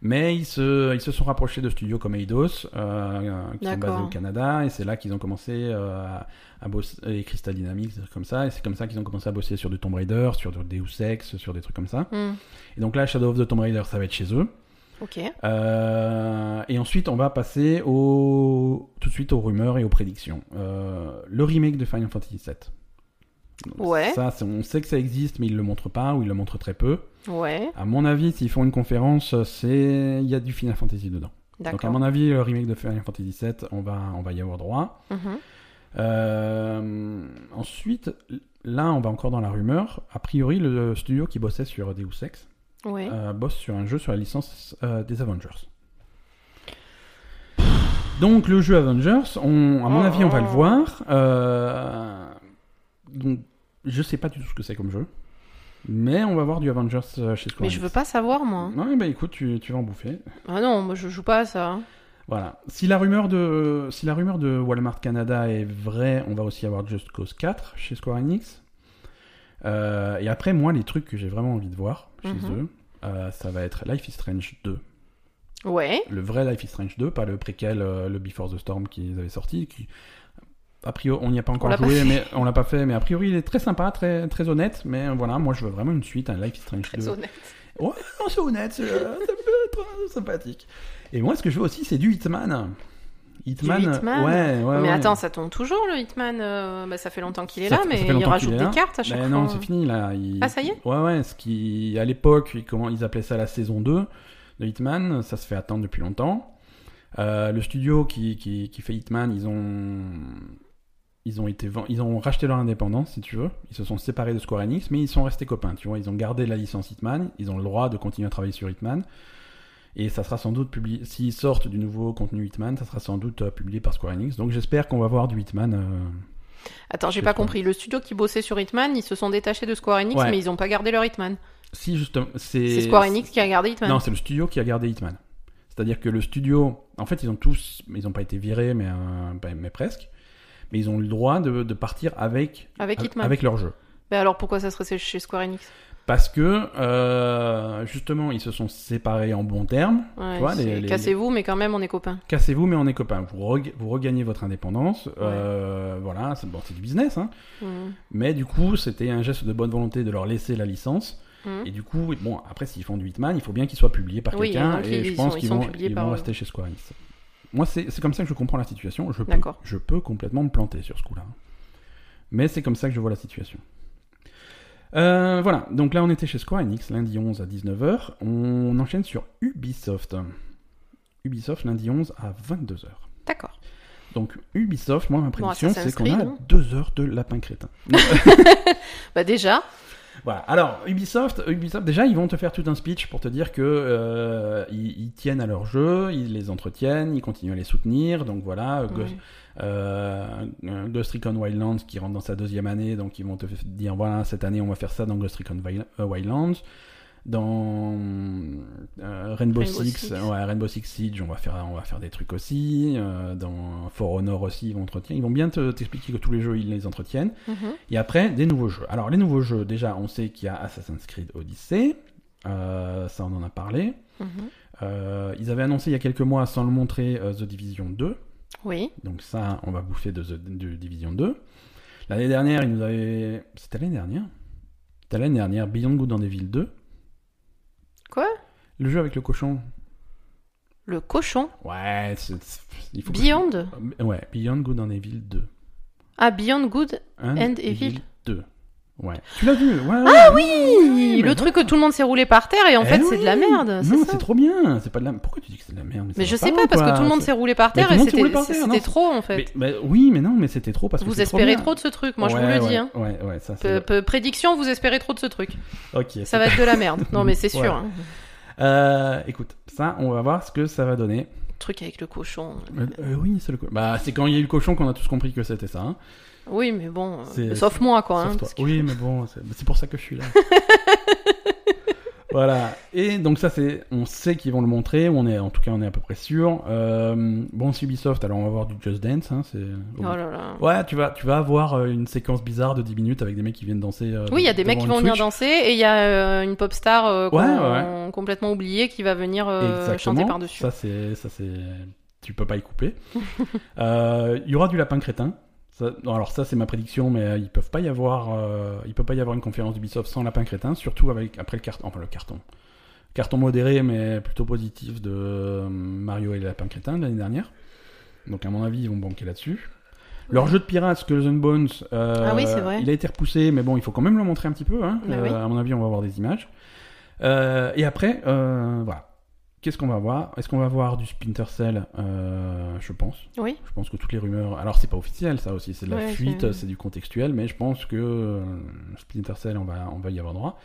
Speaker 1: Mais ils se, ils se sont rapprochés de studios comme Eidos, euh, qui sont
Speaker 2: D'accord.
Speaker 1: basés au Canada, et c'est là qu'ils ont commencé euh, à- à bosser, et Crystal Dynamics, des trucs comme ça, et c'est comme ça qu'ils ont commencé à bosser sur du Tomb Raider, sur du Deus Ex, sur des trucs comme ça.
Speaker 2: Hmm,
Speaker 1: Et donc là, Shadow of the Tomb Raider, ça va être chez eux.
Speaker 2: Ok.
Speaker 1: Euh, et ensuite, on va passer au, tout de suite aux rumeurs et aux prédictions. Euh, le remake de Final Fantasy VII. Donc
Speaker 2: Ouais.
Speaker 1: Ça, c'est- on sait que ça existe, mais ils le montrent pas, ou ils le montrent très peu.
Speaker 2: Ouais.
Speaker 1: À mon avis, s'ils font une conférence, c'est il y a du Final Fantasy dedans. Donc à
Speaker 2: D'accord.
Speaker 1: mon avis, le remake de Final Fantasy VII, on va, on va y avoir droit.
Speaker 2: Mhm.
Speaker 1: Euh, Ensuite, là, on va encore dans la rumeur. A priori, le studio qui bossait sur Deus Ex
Speaker 2: Ouais.
Speaker 1: euh, bosse sur un jeu sur la licence euh, des Avengers. Donc le jeu Avengers, on, à mon
Speaker 2: Oh.
Speaker 1: avis, on va le voir. Euh, donc je sais pas du tout ce que c'est comme jeu. Mais on va voir du Avengers euh, chez Square
Speaker 2: Mais je veux pas hein. savoir, moi.
Speaker 1: Non, bah écoute, tu, tu vas en bouffer.
Speaker 2: Ah non, moi je joue pas à ça. hein.
Speaker 1: Voilà. Si la rumeur de, si la rumeur de Walmart Canada est vraie, on va aussi avoir Just Cause 4 chez Square Enix. Euh, et après, moi, les trucs que j'ai vraiment envie de voir chez
Speaker 2: Mhm.
Speaker 1: eux, euh, ça va être Life is Strange 2.
Speaker 2: Ouais.
Speaker 1: Le vrai Life is Strange 2, pas le préquel, euh, le Before the Storm qu'ils avaient sorti. Qui... A priori, on n'y a pas encore
Speaker 2: l'a pas
Speaker 1: joué,
Speaker 2: fait.
Speaker 1: mais on l'a pas fait. Mais a priori, il est très sympa, très, très honnête. Mais voilà, moi, je veux vraiment une suite, un Life is Strange 2.
Speaker 2: Très honnête.
Speaker 1: Non, c'est honnête, c'est- euh, ça peut être euh, sympathique. Et moi, ce que je veux aussi, c'est du Hitman. Hitman,
Speaker 2: Hitman
Speaker 1: ouais, ouais.
Speaker 2: mais
Speaker 1: ouais.
Speaker 2: attends, ça tombe toujours le Hitman. euh, bah, ça fait longtemps qu'il est
Speaker 1: Ça
Speaker 2: là,
Speaker 1: fait- ça
Speaker 2: mais
Speaker 1: fait
Speaker 2: il
Speaker 1: longtemps
Speaker 2: rajoute
Speaker 1: qu'il est
Speaker 2: des
Speaker 1: là.
Speaker 2: cartes à chaque
Speaker 1: Ben
Speaker 2: fois.
Speaker 1: non, c'est fini là. Il-
Speaker 2: Ah, ça y est
Speaker 1: Ouais, ouais. Ce qui, à l'époque, ils- comment ils appelaient ça la saison 2 de Hitman, ça se fait attendre depuis longtemps. Euh, le studio qui, qui, qui fait Hitman, ils ont ils ont été ven- ils ont racheté leur indépendance, si tu veux. Ils se sont séparés de Square Enix, mais ils sont restés copains. Tu vois, ils ont gardé la licence Hitman, ils ont le droit de continuer à travailler sur Hitman. Et ça sera sans doute publié. S'ils sortent du nouveau contenu Hitman, ça sera sans doute euh, publié par Square Enix. Donc j'espère qu'on va voir du Hitman. euh,
Speaker 2: Attends, j'ai
Speaker 1: Je
Speaker 2: pas
Speaker 1: sais pas.
Speaker 2: compris. Le studio qui bossait sur Hitman, ils se sont détachés de Square Enix,
Speaker 1: Ouais.
Speaker 2: mais ils ont pas gardé leur Hitman.
Speaker 1: Si justement,
Speaker 2: C'est Square Enix qui a gardé Hitman.
Speaker 1: Non, c'est le studio qui a gardé Hitman. C'est-à-dire que le studio, en fait, ils ont tous, ils n'ont pas été virés, mais, euh, ben, mais presque. Mais ils ont le droit de, de partir avec, euh,
Speaker 2: avec Hitman.
Speaker 1: avec leur jeu.
Speaker 2: Bah alors pourquoi ça serait chez Square Enix
Speaker 1: Parce que, euh, justement, ils se sont séparés en bons termes.
Speaker 2: Ouais,
Speaker 1: Tu vois, les-
Speaker 2: c'est-
Speaker 1: les-
Speaker 2: Cassez-vous, mais quand même, on est copains.
Speaker 1: Cassez-vous, mais on est copains. Vous, reg- vous regagnez votre indépendance. Euh, voilà, c'est bon, c'est du business. Hein.
Speaker 2: Mm.
Speaker 1: Mais du coup, c'était un geste de bonne volonté de leur laisser la licence.
Speaker 2: Mhm.
Speaker 1: Et du coup, bon, après, s'ils font du Hitman, il faut bien qu'ils soient publiés par
Speaker 2: Oui,
Speaker 1: quelqu'un.
Speaker 2: donc,
Speaker 1: Et
Speaker 2: ils
Speaker 1: je pense
Speaker 2: sont- ils
Speaker 1: qu'ils
Speaker 2: sont
Speaker 1: vont,
Speaker 2: publiés
Speaker 1: ils
Speaker 2: par- euh,
Speaker 1: vont rester chez Square Enix. Moi, c'est c'est comme ça que je comprends la situation. Je peux,
Speaker 2: D'accord.
Speaker 1: je peux complètement me planter sur ce coup-là. Mais c'est comme ça que je vois la situation. Euh, voilà, donc là on était chez Square Enix lundi 11 à 19h. On enchaîne sur Ubisoft. Ubisoft lundi 11 à 22h.
Speaker 2: D'accord.
Speaker 1: Donc Ubisoft, moi ma prédiction
Speaker 2: Assassin's
Speaker 1: c'est qu'on a
Speaker 2: Creed, hein.
Speaker 1: deux heures de lapin crétin.
Speaker 2: Bah déjà,
Speaker 1: Voilà. Alors, Ubisoft, Ubisoft, déjà, ils vont te faire tout un speech pour te dire que euh, ils, ils tiennent à leur jeu, ils les entretiennent, ils continuent à les soutenir. Donc voilà, euh, Ghost,
Speaker 2: Ouais.
Speaker 1: euh, euh, Ghost Recon Wildlands qui rentre dans sa deuxième année, donc ils vont te f- dire voilà, cette année on va faire ça dans Ghost Recon Wil- euh, Wildlands. Dans euh, Rainbow,
Speaker 2: Rainbow
Speaker 1: Six,
Speaker 2: Six.
Speaker 1: ouais, Rainbow Six Siege, on va faire, on va faire des trucs aussi. Euh, dans For Honor aussi, ils vont entretenir. Ils vont bien te- t'expliquer que tous les jeux ils les entretiennent.
Speaker 2: Mhm.
Speaker 1: Et après, des nouveaux jeux. Alors, les nouveaux jeux, déjà, on sait qu'il y a Assassin's Creed Odyssey. Euh, ça, on en a parlé.
Speaker 2: Mhm.
Speaker 1: Euh, ils avaient annoncé il y a quelques mois, sans le montrer, euh, The Division 2.
Speaker 2: oui,
Speaker 1: Donc, ça, on va bouffer de The de Division 2. L'année dernière, ils nous avaient. C'était l'année dernière C'était l'année dernière, Beyond Good and Evil 2.
Speaker 2: Quoi
Speaker 1: Le jeu avec le cochon.
Speaker 2: le cochon.
Speaker 1: Ouais, c'est- c'est- il faut. que-
Speaker 2: Beyond.
Speaker 1: Ouais, Beyond Good and Evil 2.
Speaker 2: Ah, Beyond Good.
Speaker 1: And,
Speaker 2: Evil
Speaker 1: 2. Ouais. Tu l'as vu ouais,
Speaker 2: Ah
Speaker 1: ouais,
Speaker 2: oui,
Speaker 1: ouais, mais
Speaker 2: Le truc que tout le monde s'est roulé par terre et en
Speaker 1: bah Eh
Speaker 2: fait, c'est de la
Speaker 1: oui.
Speaker 2: merde. c'est
Speaker 1: Non,
Speaker 2: ça
Speaker 1: c'est trop bien. C'est pas de la. Pourquoi tu dis que c'est de la merde
Speaker 2: Mais
Speaker 1: ça
Speaker 2: je
Speaker 1: va
Speaker 2: sais pas, parce
Speaker 1: quoi.
Speaker 2: que tout le monde
Speaker 1: C'est-
Speaker 2: s'est roulé par terre
Speaker 1: tout le
Speaker 2: et
Speaker 1: monde s'est roulé
Speaker 2: c'était
Speaker 1: par terre,
Speaker 2: c'était
Speaker 1: non,
Speaker 2: trop en fait.
Speaker 1: Mais- bah oui, mais non, mais c'était trop parce que
Speaker 2: vous
Speaker 1: c'est trop
Speaker 2: espérez
Speaker 1: bien.
Speaker 2: trop de ce truc, moi je vous
Speaker 1: Ouais,
Speaker 2: le
Speaker 1: ouais,
Speaker 2: dis. hein.
Speaker 1: Ouais, ouais, ça.
Speaker 2: Peu-
Speaker 1: c'est-
Speaker 2: peu- prédiction, vous espérez trop de ce truc.
Speaker 1: Ok.
Speaker 2: Ça va être de la merde. Non, mais c'est sûr.
Speaker 1: Ouais.
Speaker 2: hein.
Speaker 1: Euh, écoute, ça, on va voir ce que ça va donner.
Speaker 2: Truc avec le cochon.
Speaker 1: Euh, euh, oui, c'est le. co- Bah, c'est quand il y a eu le cochon qu'on a tous compris que c'était ça. hein.
Speaker 2: Oui, mais bon, euh,
Speaker 1: C'est-
Speaker 2: sauf moi quoi.
Speaker 1: Sauf
Speaker 2: hein,
Speaker 1: toi.
Speaker 2: parce que-
Speaker 1: Oui, mais bon, c'est c'est pour ça que je suis là. voilà. Et donc ça, c'est, on sait qu'ils vont le montrer. On est, en tout cas, on est à peu près sûr. Euh, bon, c'est Ubisoft. Alors, on va voir du Just Dance. hein, c'est.
Speaker 2: Oh là là.
Speaker 1: Ouais, tu vas, tu vas avoir euh, une séquence bizarre de 10 minutes avec des mecs qui viennent danser. euh,
Speaker 2: Oui, il y a des
Speaker 1: devant
Speaker 2: mecs qui
Speaker 1: une
Speaker 2: vont venir
Speaker 1: Switch.
Speaker 2: danser et il y a euh, une pop star euh, qu'on-
Speaker 1: Ouais, ouais,
Speaker 2: complètement oubliée qui va venir euh,
Speaker 1: Exactement.
Speaker 2: chanter par-dessus.
Speaker 1: Ça, c'est, ça, c'est, tu peux pas y couper. Euh, Il y aura du lapin crétin. Ça- non, alors ça, c'est ma prédiction, mais euh, ils peuvent pas y avoir, euh, il peut pas y avoir une conférence d'Ubisoft sans lapin crétin, surtout avec après le carton, enfin le carton, carton modéré mais plutôt positif de euh, Mario et le lapin crétin de l'année dernière. Donc à mon avis, ils vont banquer là-dessus. Leur jeu de pirates, Skulls and Bones, euh,
Speaker 2: Ah oui, c'est vrai.
Speaker 1: il a été repoussé, mais bon, il faut quand même le montrer un petit peu. Hein.
Speaker 2: Bah
Speaker 1: Euh,
Speaker 2: oui.
Speaker 1: À mon avis, on va avoir des images. Euh, et après, euh, voilà. Qu'est-ce qu'on va voir Est-ce qu'on va voir du Splinter Cell Euh, Je pense.
Speaker 2: Oui,
Speaker 1: Je pense que toutes les rumeurs. Alors, c'est pas officiel, ça aussi, c'est de la
Speaker 2: Ouais,
Speaker 1: fuite,
Speaker 2: c'est-
Speaker 1: c'est du contextuel, mais je pense que euh, Splinter Cell, on va, on va y avoir droit.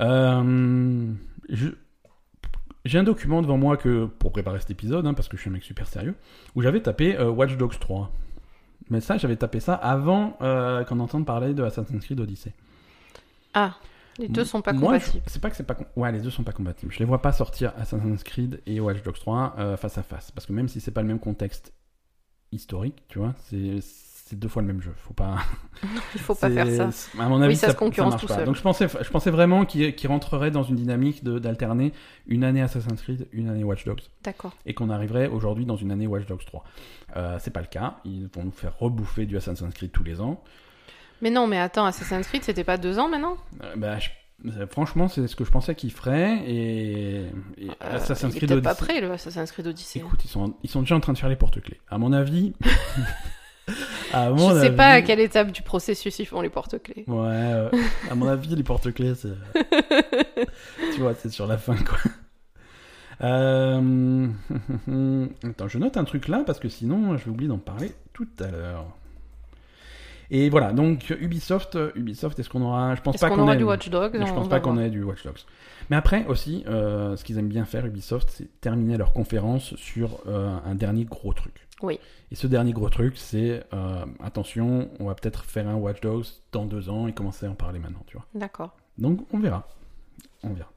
Speaker 1: Euh, je- J'ai un document devant moi que, pour préparer cet épisode, hein, parce que je suis un mec super sérieux, où j'avais tapé euh, Watch Dogs 3. Mais ça, j'avais tapé ça avant euh, qu'on entende parler de Assassin's Creed Odyssey.
Speaker 2: Ah. Les deux sont pas
Speaker 1: Moi, je-
Speaker 2: compatibles.
Speaker 1: C'est pas que c'est pas. com- Ouais, les deux sont pas compatibles. Je les vois pas sortir Assassin's Creed et Watch Dogs 3 euh, face à face, parce que même si c'est pas le même contexte historique, tu vois, c'est c'est deux fois le même jeu. Faut pas.
Speaker 2: Il faut pas faire ça.
Speaker 1: c'est- À mon avis,
Speaker 2: Oui, ça se concurrence
Speaker 1: marche
Speaker 2: tout
Speaker 1: pas.
Speaker 2: seul.
Speaker 1: Donc je pensais, je pensais vraiment qu'il qu'il rentrerait dans une dynamique de- d'alterner une année Assassin's Creed, une année Watch Dogs,
Speaker 2: D'accord.
Speaker 1: et qu'on arriverait aujourd'hui dans une année Watch Dogs 3. Euh, c'est pas le cas. Ils vont nous faire rebouffer du Assassin's Creed tous les ans.
Speaker 2: Mais non, mais attends, Assassin's Creed, c'était pas deux ans maintenant
Speaker 1: Euh, bah, je- euh, Franchement, c'est ce que je pensais qu'ils feraient et, et
Speaker 2: Euh,
Speaker 1: Assassin's
Speaker 2: il est
Speaker 1: Creed
Speaker 2: peut-être pas
Speaker 1: Odyssey-
Speaker 2: prêt, le Assassin's Creed Odyssey. hein.
Speaker 1: Écoute, ils sont, ils sont déjà en train de faire les porte-clés. À mon avis. à
Speaker 2: Je
Speaker 1: mon
Speaker 2: sais pas à
Speaker 1: avis-
Speaker 2: quelle étape du processus ils font les porte-clés.
Speaker 1: Ouais, euh, à mon avis, les porte-clés, c'est. tu vois, c'est sur la fin, quoi. Euh, Attends, je note un truc là parce que sinon, je vais oublier d'en parler tout à l'heure. Et voilà, donc Ubisoft, euh, Ubisoft, est-ce qu'on aura, je pense
Speaker 2: Est-ce
Speaker 1: pas
Speaker 2: qu'on
Speaker 1: qu'on
Speaker 2: aura
Speaker 1: ait-
Speaker 2: du Watch Dogs
Speaker 1: je
Speaker 2: On
Speaker 1: pense
Speaker 2: va
Speaker 1: pas qu'on
Speaker 2: voir.
Speaker 1: ait du Watch Dogs. Mais après aussi, euh, ce qu'ils aiment bien faire Ubisoft, c'est terminer leur conférence sur euh, un dernier gros truc.
Speaker 2: Oui.
Speaker 1: Et ce dernier gros truc, c'est euh, attention, on va peut-être faire un Watch Dogs dans deux ans et commencer à en parler maintenant, tu vois.
Speaker 2: D'accord.
Speaker 1: Donc on verra, on verra.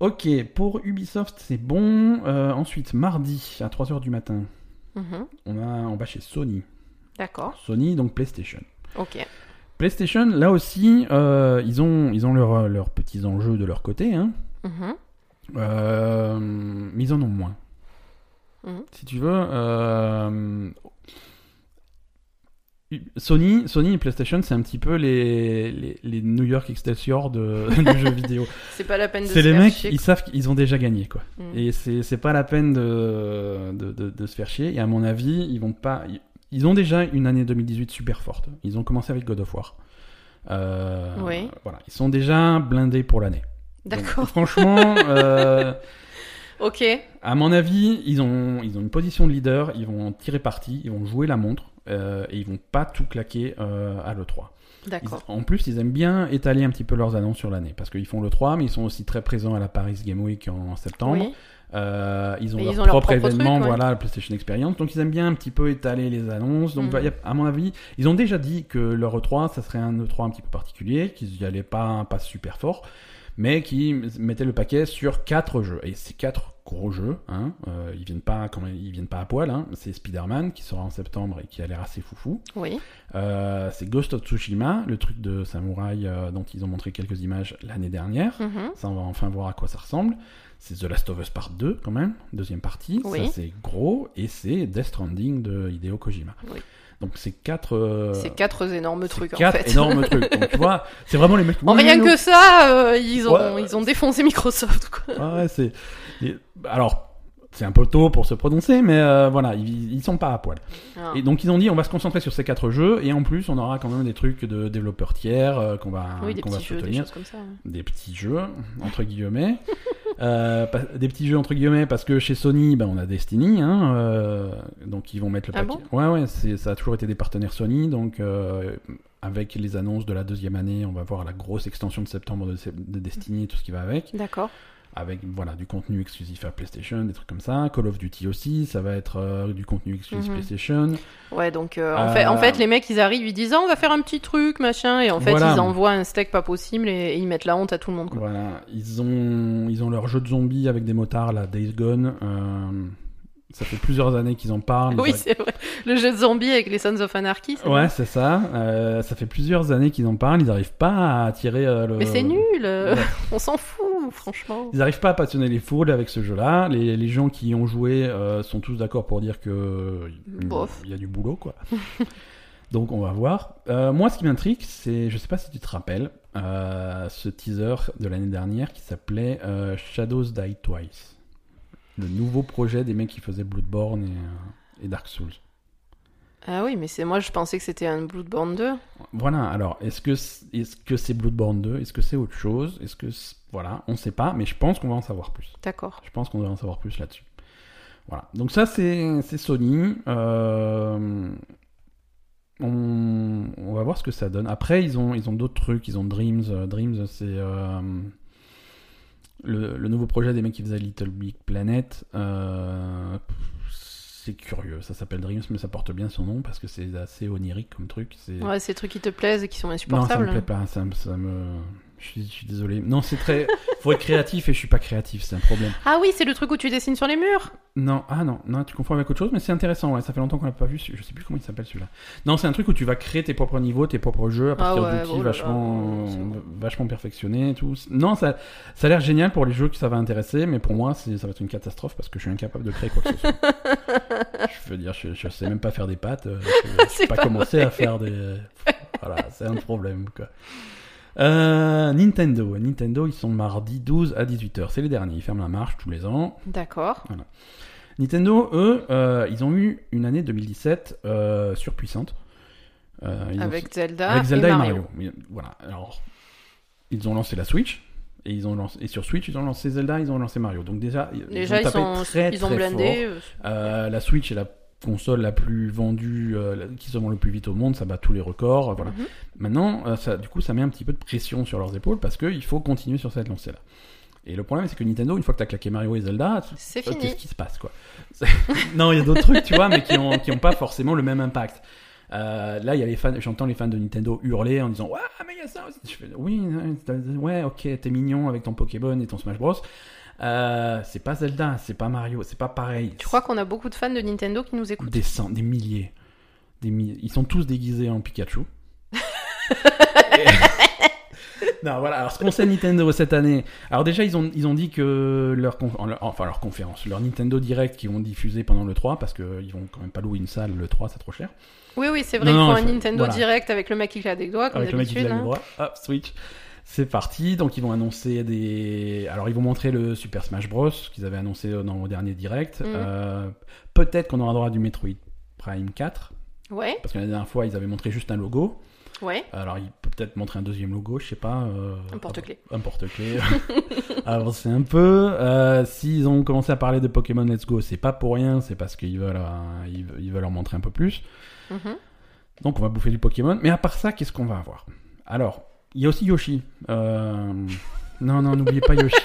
Speaker 1: Ok, pour Ubisoft, c'est bon. Euh, ensuite, mardi à 3h du matin,
Speaker 2: Mhm.
Speaker 1: on, a, on va chez Sony.
Speaker 2: D'accord.
Speaker 1: Sony, donc PlayStation.
Speaker 2: Ok.
Speaker 1: PlayStation, là aussi, euh, ils ont, ils ont leur- leurs petits enjeux de leur côté, hein.
Speaker 2: Mhm.
Speaker 1: Euh, mais ils en ont moins.
Speaker 2: Mhm.
Speaker 1: Si tu veux, euh, Sony, Sony et PlayStation, c'est un petit peu les, les, les New York Excelsior de, du jeu vidéo.
Speaker 2: C'est pas la peine de
Speaker 1: C'est
Speaker 2: se
Speaker 1: les
Speaker 2: faire
Speaker 1: mecs,
Speaker 2: chier,
Speaker 1: ils savent qu'ils ont déjà gagné, quoi.
Speaker 2: quoi. Mhm.
Speaker 1: Et c'est c'est pas la peine de, de, de- de se faire chier. Et à mon avis, ils vont pas. ils- Ils ont déjà une année 2018 super forte. Ils ont commencé avec God of War. Euh,
Speaker 2: Oui.
Speaker 1: Voilà, ils sont déjà blindés pour l'année. Donc,
Speaker 2: D'accord.
Speaker 1: Franchement, euh,
Speaker 2: Ok.
Speaker 1: à mon avis, ils ont, ils ont une position de leader, ils vont en tirer parti, ils vont jouer la montre euh, et ils vont pas tout claquer euh, à l'E3. Ils-
Speaker 2: D'accord.
Speaker 1: en plus, ils aiment bien étaler un petit peu leurs annonces sur l'année parce qu'ils font l'E3, mais ils sont aussi très présents à la Paris Game Week en, septembre.
Speaker 2: Oui.
Speaker 1: Euh, ils ont,
Speaker 2: Mais
Speaker 1: leur,
Speaker 2: ils ont leur
Speaker 1: propre
Speaker 2: propre
Speaker 1: événement,
Speaker 2: truc, ouais.
Speaker 1: voilà, le PlayStation Experience. Donc ils aiment bien un petit peu étaler les annonces. Donc
Speaker 2: Mhm.
Speaker 1: bah, y a- à mon avis, ils ont déjà dit que leur E3, ça serait un E3 un petit peu particulier, qu'ils y allaient pas, pas super fort, mais qui mettaient le paquet sur quatre jeux. Et ces quatre gros jeux, hein, euh, ils viennent pas, quand même- ils viennent pas à poil. Hein. C'est Spider-Man qui sera en septembre et qui a l'air assez foufou.
Speaker 2: Oui.
Speaker 1: Euh, c'est Ghost of Tsushima, le truc de samouraï euh, dont ils ont montré quelques images l'année dernière.
Speaker 2: Mhm.
Speaker 1: Ça, on va enfin voir à quoi ça ressemble. C'est The Last of Us Part 2, quand même, deuxième partie.
Speaker 2: Oui.
Speaker 1: Ça, c'est gros. Et c'est Death Stranding de Hideo Kojima.
Speaker 2: Oui.
Speaker 1: Donc, c'est quatre. euh,
Speaker 2: C'est quatre énormes
Speaker 1: c'est
Speaker 2: trucs en
Speaker 1: quatre
Speaker 2: fait.
Speaker 1: énormes trucs. Donc, tu vois, c'est vraiment les mecs.
Speaker 2: En
Speaker 1: Oui,
Speaker 2: rien
Speaker 1: non.
Speaker 2: que ça, euh, ils, ont,
Speaker 1: Ouais.
Speaker 2: ils ont défoncé Microsoft. Quoi.
Speaker 1: Ah ouais, c'est. et- Alors. C'est un peu tôt pour se prononcer, mais euh, voilà, ils, ils sont pas à poil.
Speaker 2: Ah.
Speaker 1: Et donc ils ont dit, on va se concentrer sur ces quatre jeux, et en plus on aura quand même des trucs de développeurs tiers euh, qu'on va,
Speaker 2: oui, des
Speaker 1: qu'on va
Speaker 2: petits jeux, des
Speaker 1: soutenir.
Speaker 2: choses comme ça. hein. ouais.
Speaker 1: des petits jeux entre guillemets Euh, pas- des petits jeux entre guillemets parce que chez Sony ben, on a Destiny hein, euh, donc ils vont mettre le
Speaker 2: Ah
Speaker 1: paquet ouais ouais c'est- ça a toujours été des partenaires Sony donc euh, avec les annonces de la deuxième année on va voir la grosse extension de septembre de, de Destiny et tout ce qui va avec
Speaker 2: D'accord.
Speaker 1: avec voilà du contenu exclusif à PlayStation des trucs comme ça Call of Duty aussi ça va être euh, du contenu exclusif
Speaker 2: Mhm.
Speaker 1: PlayStation
Speaker 2: Ouais, donc euh, en,
Speaker 1: Euh,
Speaker 2: fait, en fait, les mecs, ils arrivent, ils disent Ah, on va faire un petit truc, machin, et en fait,
Speaker 1: Voilà.
Speaker 2: ils envoient un steak pas possible et, et ils mettent la honte à tout le monde. Quoi.
Speaker 1: Voilà, ils ont, ils ont leur jeu de zombies avec des motards, la Days Gone. euh, ça fait plusieurs années qu'ils en parlent. ils
Speaker 2: Oui,
Speaker 1: arrêtent-
Speaker 2: c'est vrai. Le jeu de zombies avec les Sons of Anarchy. c'est
Speaker 1: Ouais,
Speaker 2: vrai.
Speaker 1: c'est ça. Euh, ça fait plusieurs années qu'ils en parlent. Ils n'arrivent pas à attirer euh, le.
Speaker 2: Mais c'est nul. euh,
Speaker 1: Ouais.
Speaker 2: on s'en fout, franchement.
Speaker 1: Ils n'arrivent pas à passionner les foules avec ce jeu-là. Les, les gens qui y ont joué euh, sont tous d'accord pour dire que euh, il-
Speaker 2: Bof.
Speaker 1: il y a du boulot, quoi. Donc on va voir. Euh, moi, ce qui m'intrigue, c'est, je sais pas si tu te rappelles, euh, ce teaser de l'année dernière qui s'appelait euh, Shadows Die Twice, le nouveau projet des mecs qui faisaient Bloodborne et, euh, et Dark Souls.
Speaker 2: Ah oui, mais c'est moi, je pensais que c'était un Bloodborne 2.
Speaker 1: Voilà, alors est-ce que c- est-ce que c'est Bloodborne 2 Est-ce que c'est autre chose Est-ce que c- voilà, on sait pas, mais je pense qu'on va en savoir plus.
Speaker 2: D'accord.
Speaker 1: Je pense qu'on devrait en savoir plus là-dessus. Voilà. Donc ça, c'est c'est Sony. Euh, on, on va voir ce que ça donne. Après, ils ont, ils ont d'autres trucs. Ils ont Dreams. Euh, Dreams, c'est euh, le, le nouveau projet des mecs qui faisaient Little Big Planet. Euh, pff, c'est curieux. Ça s'appelle Dreams, mais ça porte bien son nom parce que c'est assez onirique comme truc. C'est
Speaker 2: Ouais, ces trucs qui te plaisent et qui sont
Speaker 1: Euh. non, ça
Speaker 2: insupportables.
Speaker 1: me plaît pas. Ça me, ça me- je Je suis, je suis désolé. Non, c'est très. Faut être créatif et je suis pas créatif, c'est un problème.
Speaker 2: Ah oui, c'est le truc où tu dessines sur les murs
Speaker 1: Non, ah non, non, tu confonds avec autre chose, mais c'est intéressant. Ouais, ça fait longtemps qu'on l'a pas vu. Je sais plus comment il s'appelle celui-là. Non, c'est un truc où tu vas créer tes propres niveaux, tes propres jeux à partir
Speaker 2: ouais,
Speaker 1: d'outils
Speaker 2: oh là là,
Speaker 1: vachement,
Speaker 2: c'est bon.
Speaker 1: vachement perfectionnés et tout. Non, ça, ça a l'air génial pour les jeux que ça va intéresser, mais pour moi, c'est, ça va être une catastrophe parce que je suis incapable de créer quoi que ce soit. je veux dire, je, je sais même pas faire des pâtes. euh, Je, je sais
Speaker 2: C'est
Speaker 1: pas,
Speaker 2: pas
Speaker 1: commencer à faire des. voilà, c'est un problème quoi. Euh, Nintendo, Nintendo, ils sont mardi 12 à 18h, c'est les derniers, ils ferment la marche tous les ans.
Speaker 2: D'accord.
Speaker 1: Nintendo, eux, euh, ils ont eu une année 2017 euh, surpuissante. Euh, ils ont-
Speaker 2: Avec Zelda,
Speaker 1: avec Zelda
Speaker 2: et Mario.
Speaker 1: Oui, Voilà, alors, ils ont lancé la Switch, et, ils ont lancé, et sur Switch, ils ont lancé Zelda, ils ont lancé Mario. Donc déjà, ils,
Speaker 2: Déjà,
Speaker 1: ont
Speaker 2: ils,
Speaker 1: tapé
Speaker 2: sont,
Speaker 1: très,
Speaker 2: ils ont
Speaker 1: très fort.
Speaker 2: blindé. euh,
Speaker 1: Euh, la Switch est la console la plus vendue, euh, la- qui se vend le plus vite au monde, ça bat tous les records. euh, Voilà.
Speaker 2: Mhm.
Speaker 1: Maintenant, euh, ça, du coup, ça met un petit peu de pression sur leurs épaules parce qu'il faut continuer sur cette lancée-là. Et le problème, c'est que Nintendo, une fois que t'as claqué Mario et Zelda, tu-
Speaker 2: C'est
Speaker 1: euh,
Speaker 2: fini.
Speaker 1: qu'est-ce qui se passe quoi C'est- Non, il y a d'autres trucs, tu vois, mais qui ont, qui ont pas forcément le même impact. Euh, là, il y a les fans, j'entends les fans de Nintendo hurler en disant ouais, mais il y a ça aussi. Je fais, oui, euh, ouais, ok, t'es mignon avec ton Pokémon et ton Smash Bros. Euh, c'est pas Zelda, c'est pas Mario, c'est pas pareil.
Speaker 2: Tu crois qu'on a beaucoup de fans de Nintendo qui nous écoutent
Speaker 1: Des, cent- des milliers. Des mi- Ils sont tous déguisés en Pikachu. Et- non, voilà. Alors, ce qu'on sait Nintendo cette année. Alors, déjà, ils ont, ils ont dit que leur, conf- en leur- enfin, leur conférence, leur Nintendo Direct qu'ils vont diffuser pendant le 3, parce qu'ils vont quand même pas louer une salle le 3, c'est trop cher.
Speaker 2: Oui, oui, c'est
Speaker 1: Non,
Speaker 2: vrai,
Speaker 1: non,
Speaker 2: ils font
Speaker 1: il
Speaker 2: un
Speaker 1: faut-
Speaker 2: Nintendo
Speaker 1: voilà.
Speaker 2: Direct avec le mec qui claque des doigts, comme
Speaker 1: Avec le mec qui
Speaker 2: d'habitude.
Speaker 1: l'a
Speaker 2: hein.
Speaker 1: eu droit. Hop, Switch. C'est parti. Donc, ils vont annoncer des. Alors, ils vont montrer le Super Smash Bros. qu'ils avaient annoncé dans le dernier direct.
Speaker 2: Mhm.
Speaker 1: Euh, Peut-être qu'on aura droit à du Metroid Prime 4.
Speaker 2: hein. Ouais,
Speaker 1: Parce que la dernière fois, ils avaient montré juste un logo.
Speaker 2: ouais,
Speaker 1: Alors, il peut peut-être montrer un deuxième logo, je sais pas. euh,
Speaker 2: un porte-clés.
Speaker 1: Un porte-clés. Avancer un peu. Euh, S'ils ont commencé à parler de Pokémon Let's Go, c'est pas pour rien, c'est parce qu'ils veulent, euh, ils, ils veulent en montrer un peu plus.
Speaker 2: Mhm.
Speaker 1: Donc, on va bouffer du Pokémon. Mais à part ça, qu'est-ce qu'on va avoir Alors, il y a aussi Yoshi. Euh, Non, non, n'oubliez pas Yoshi.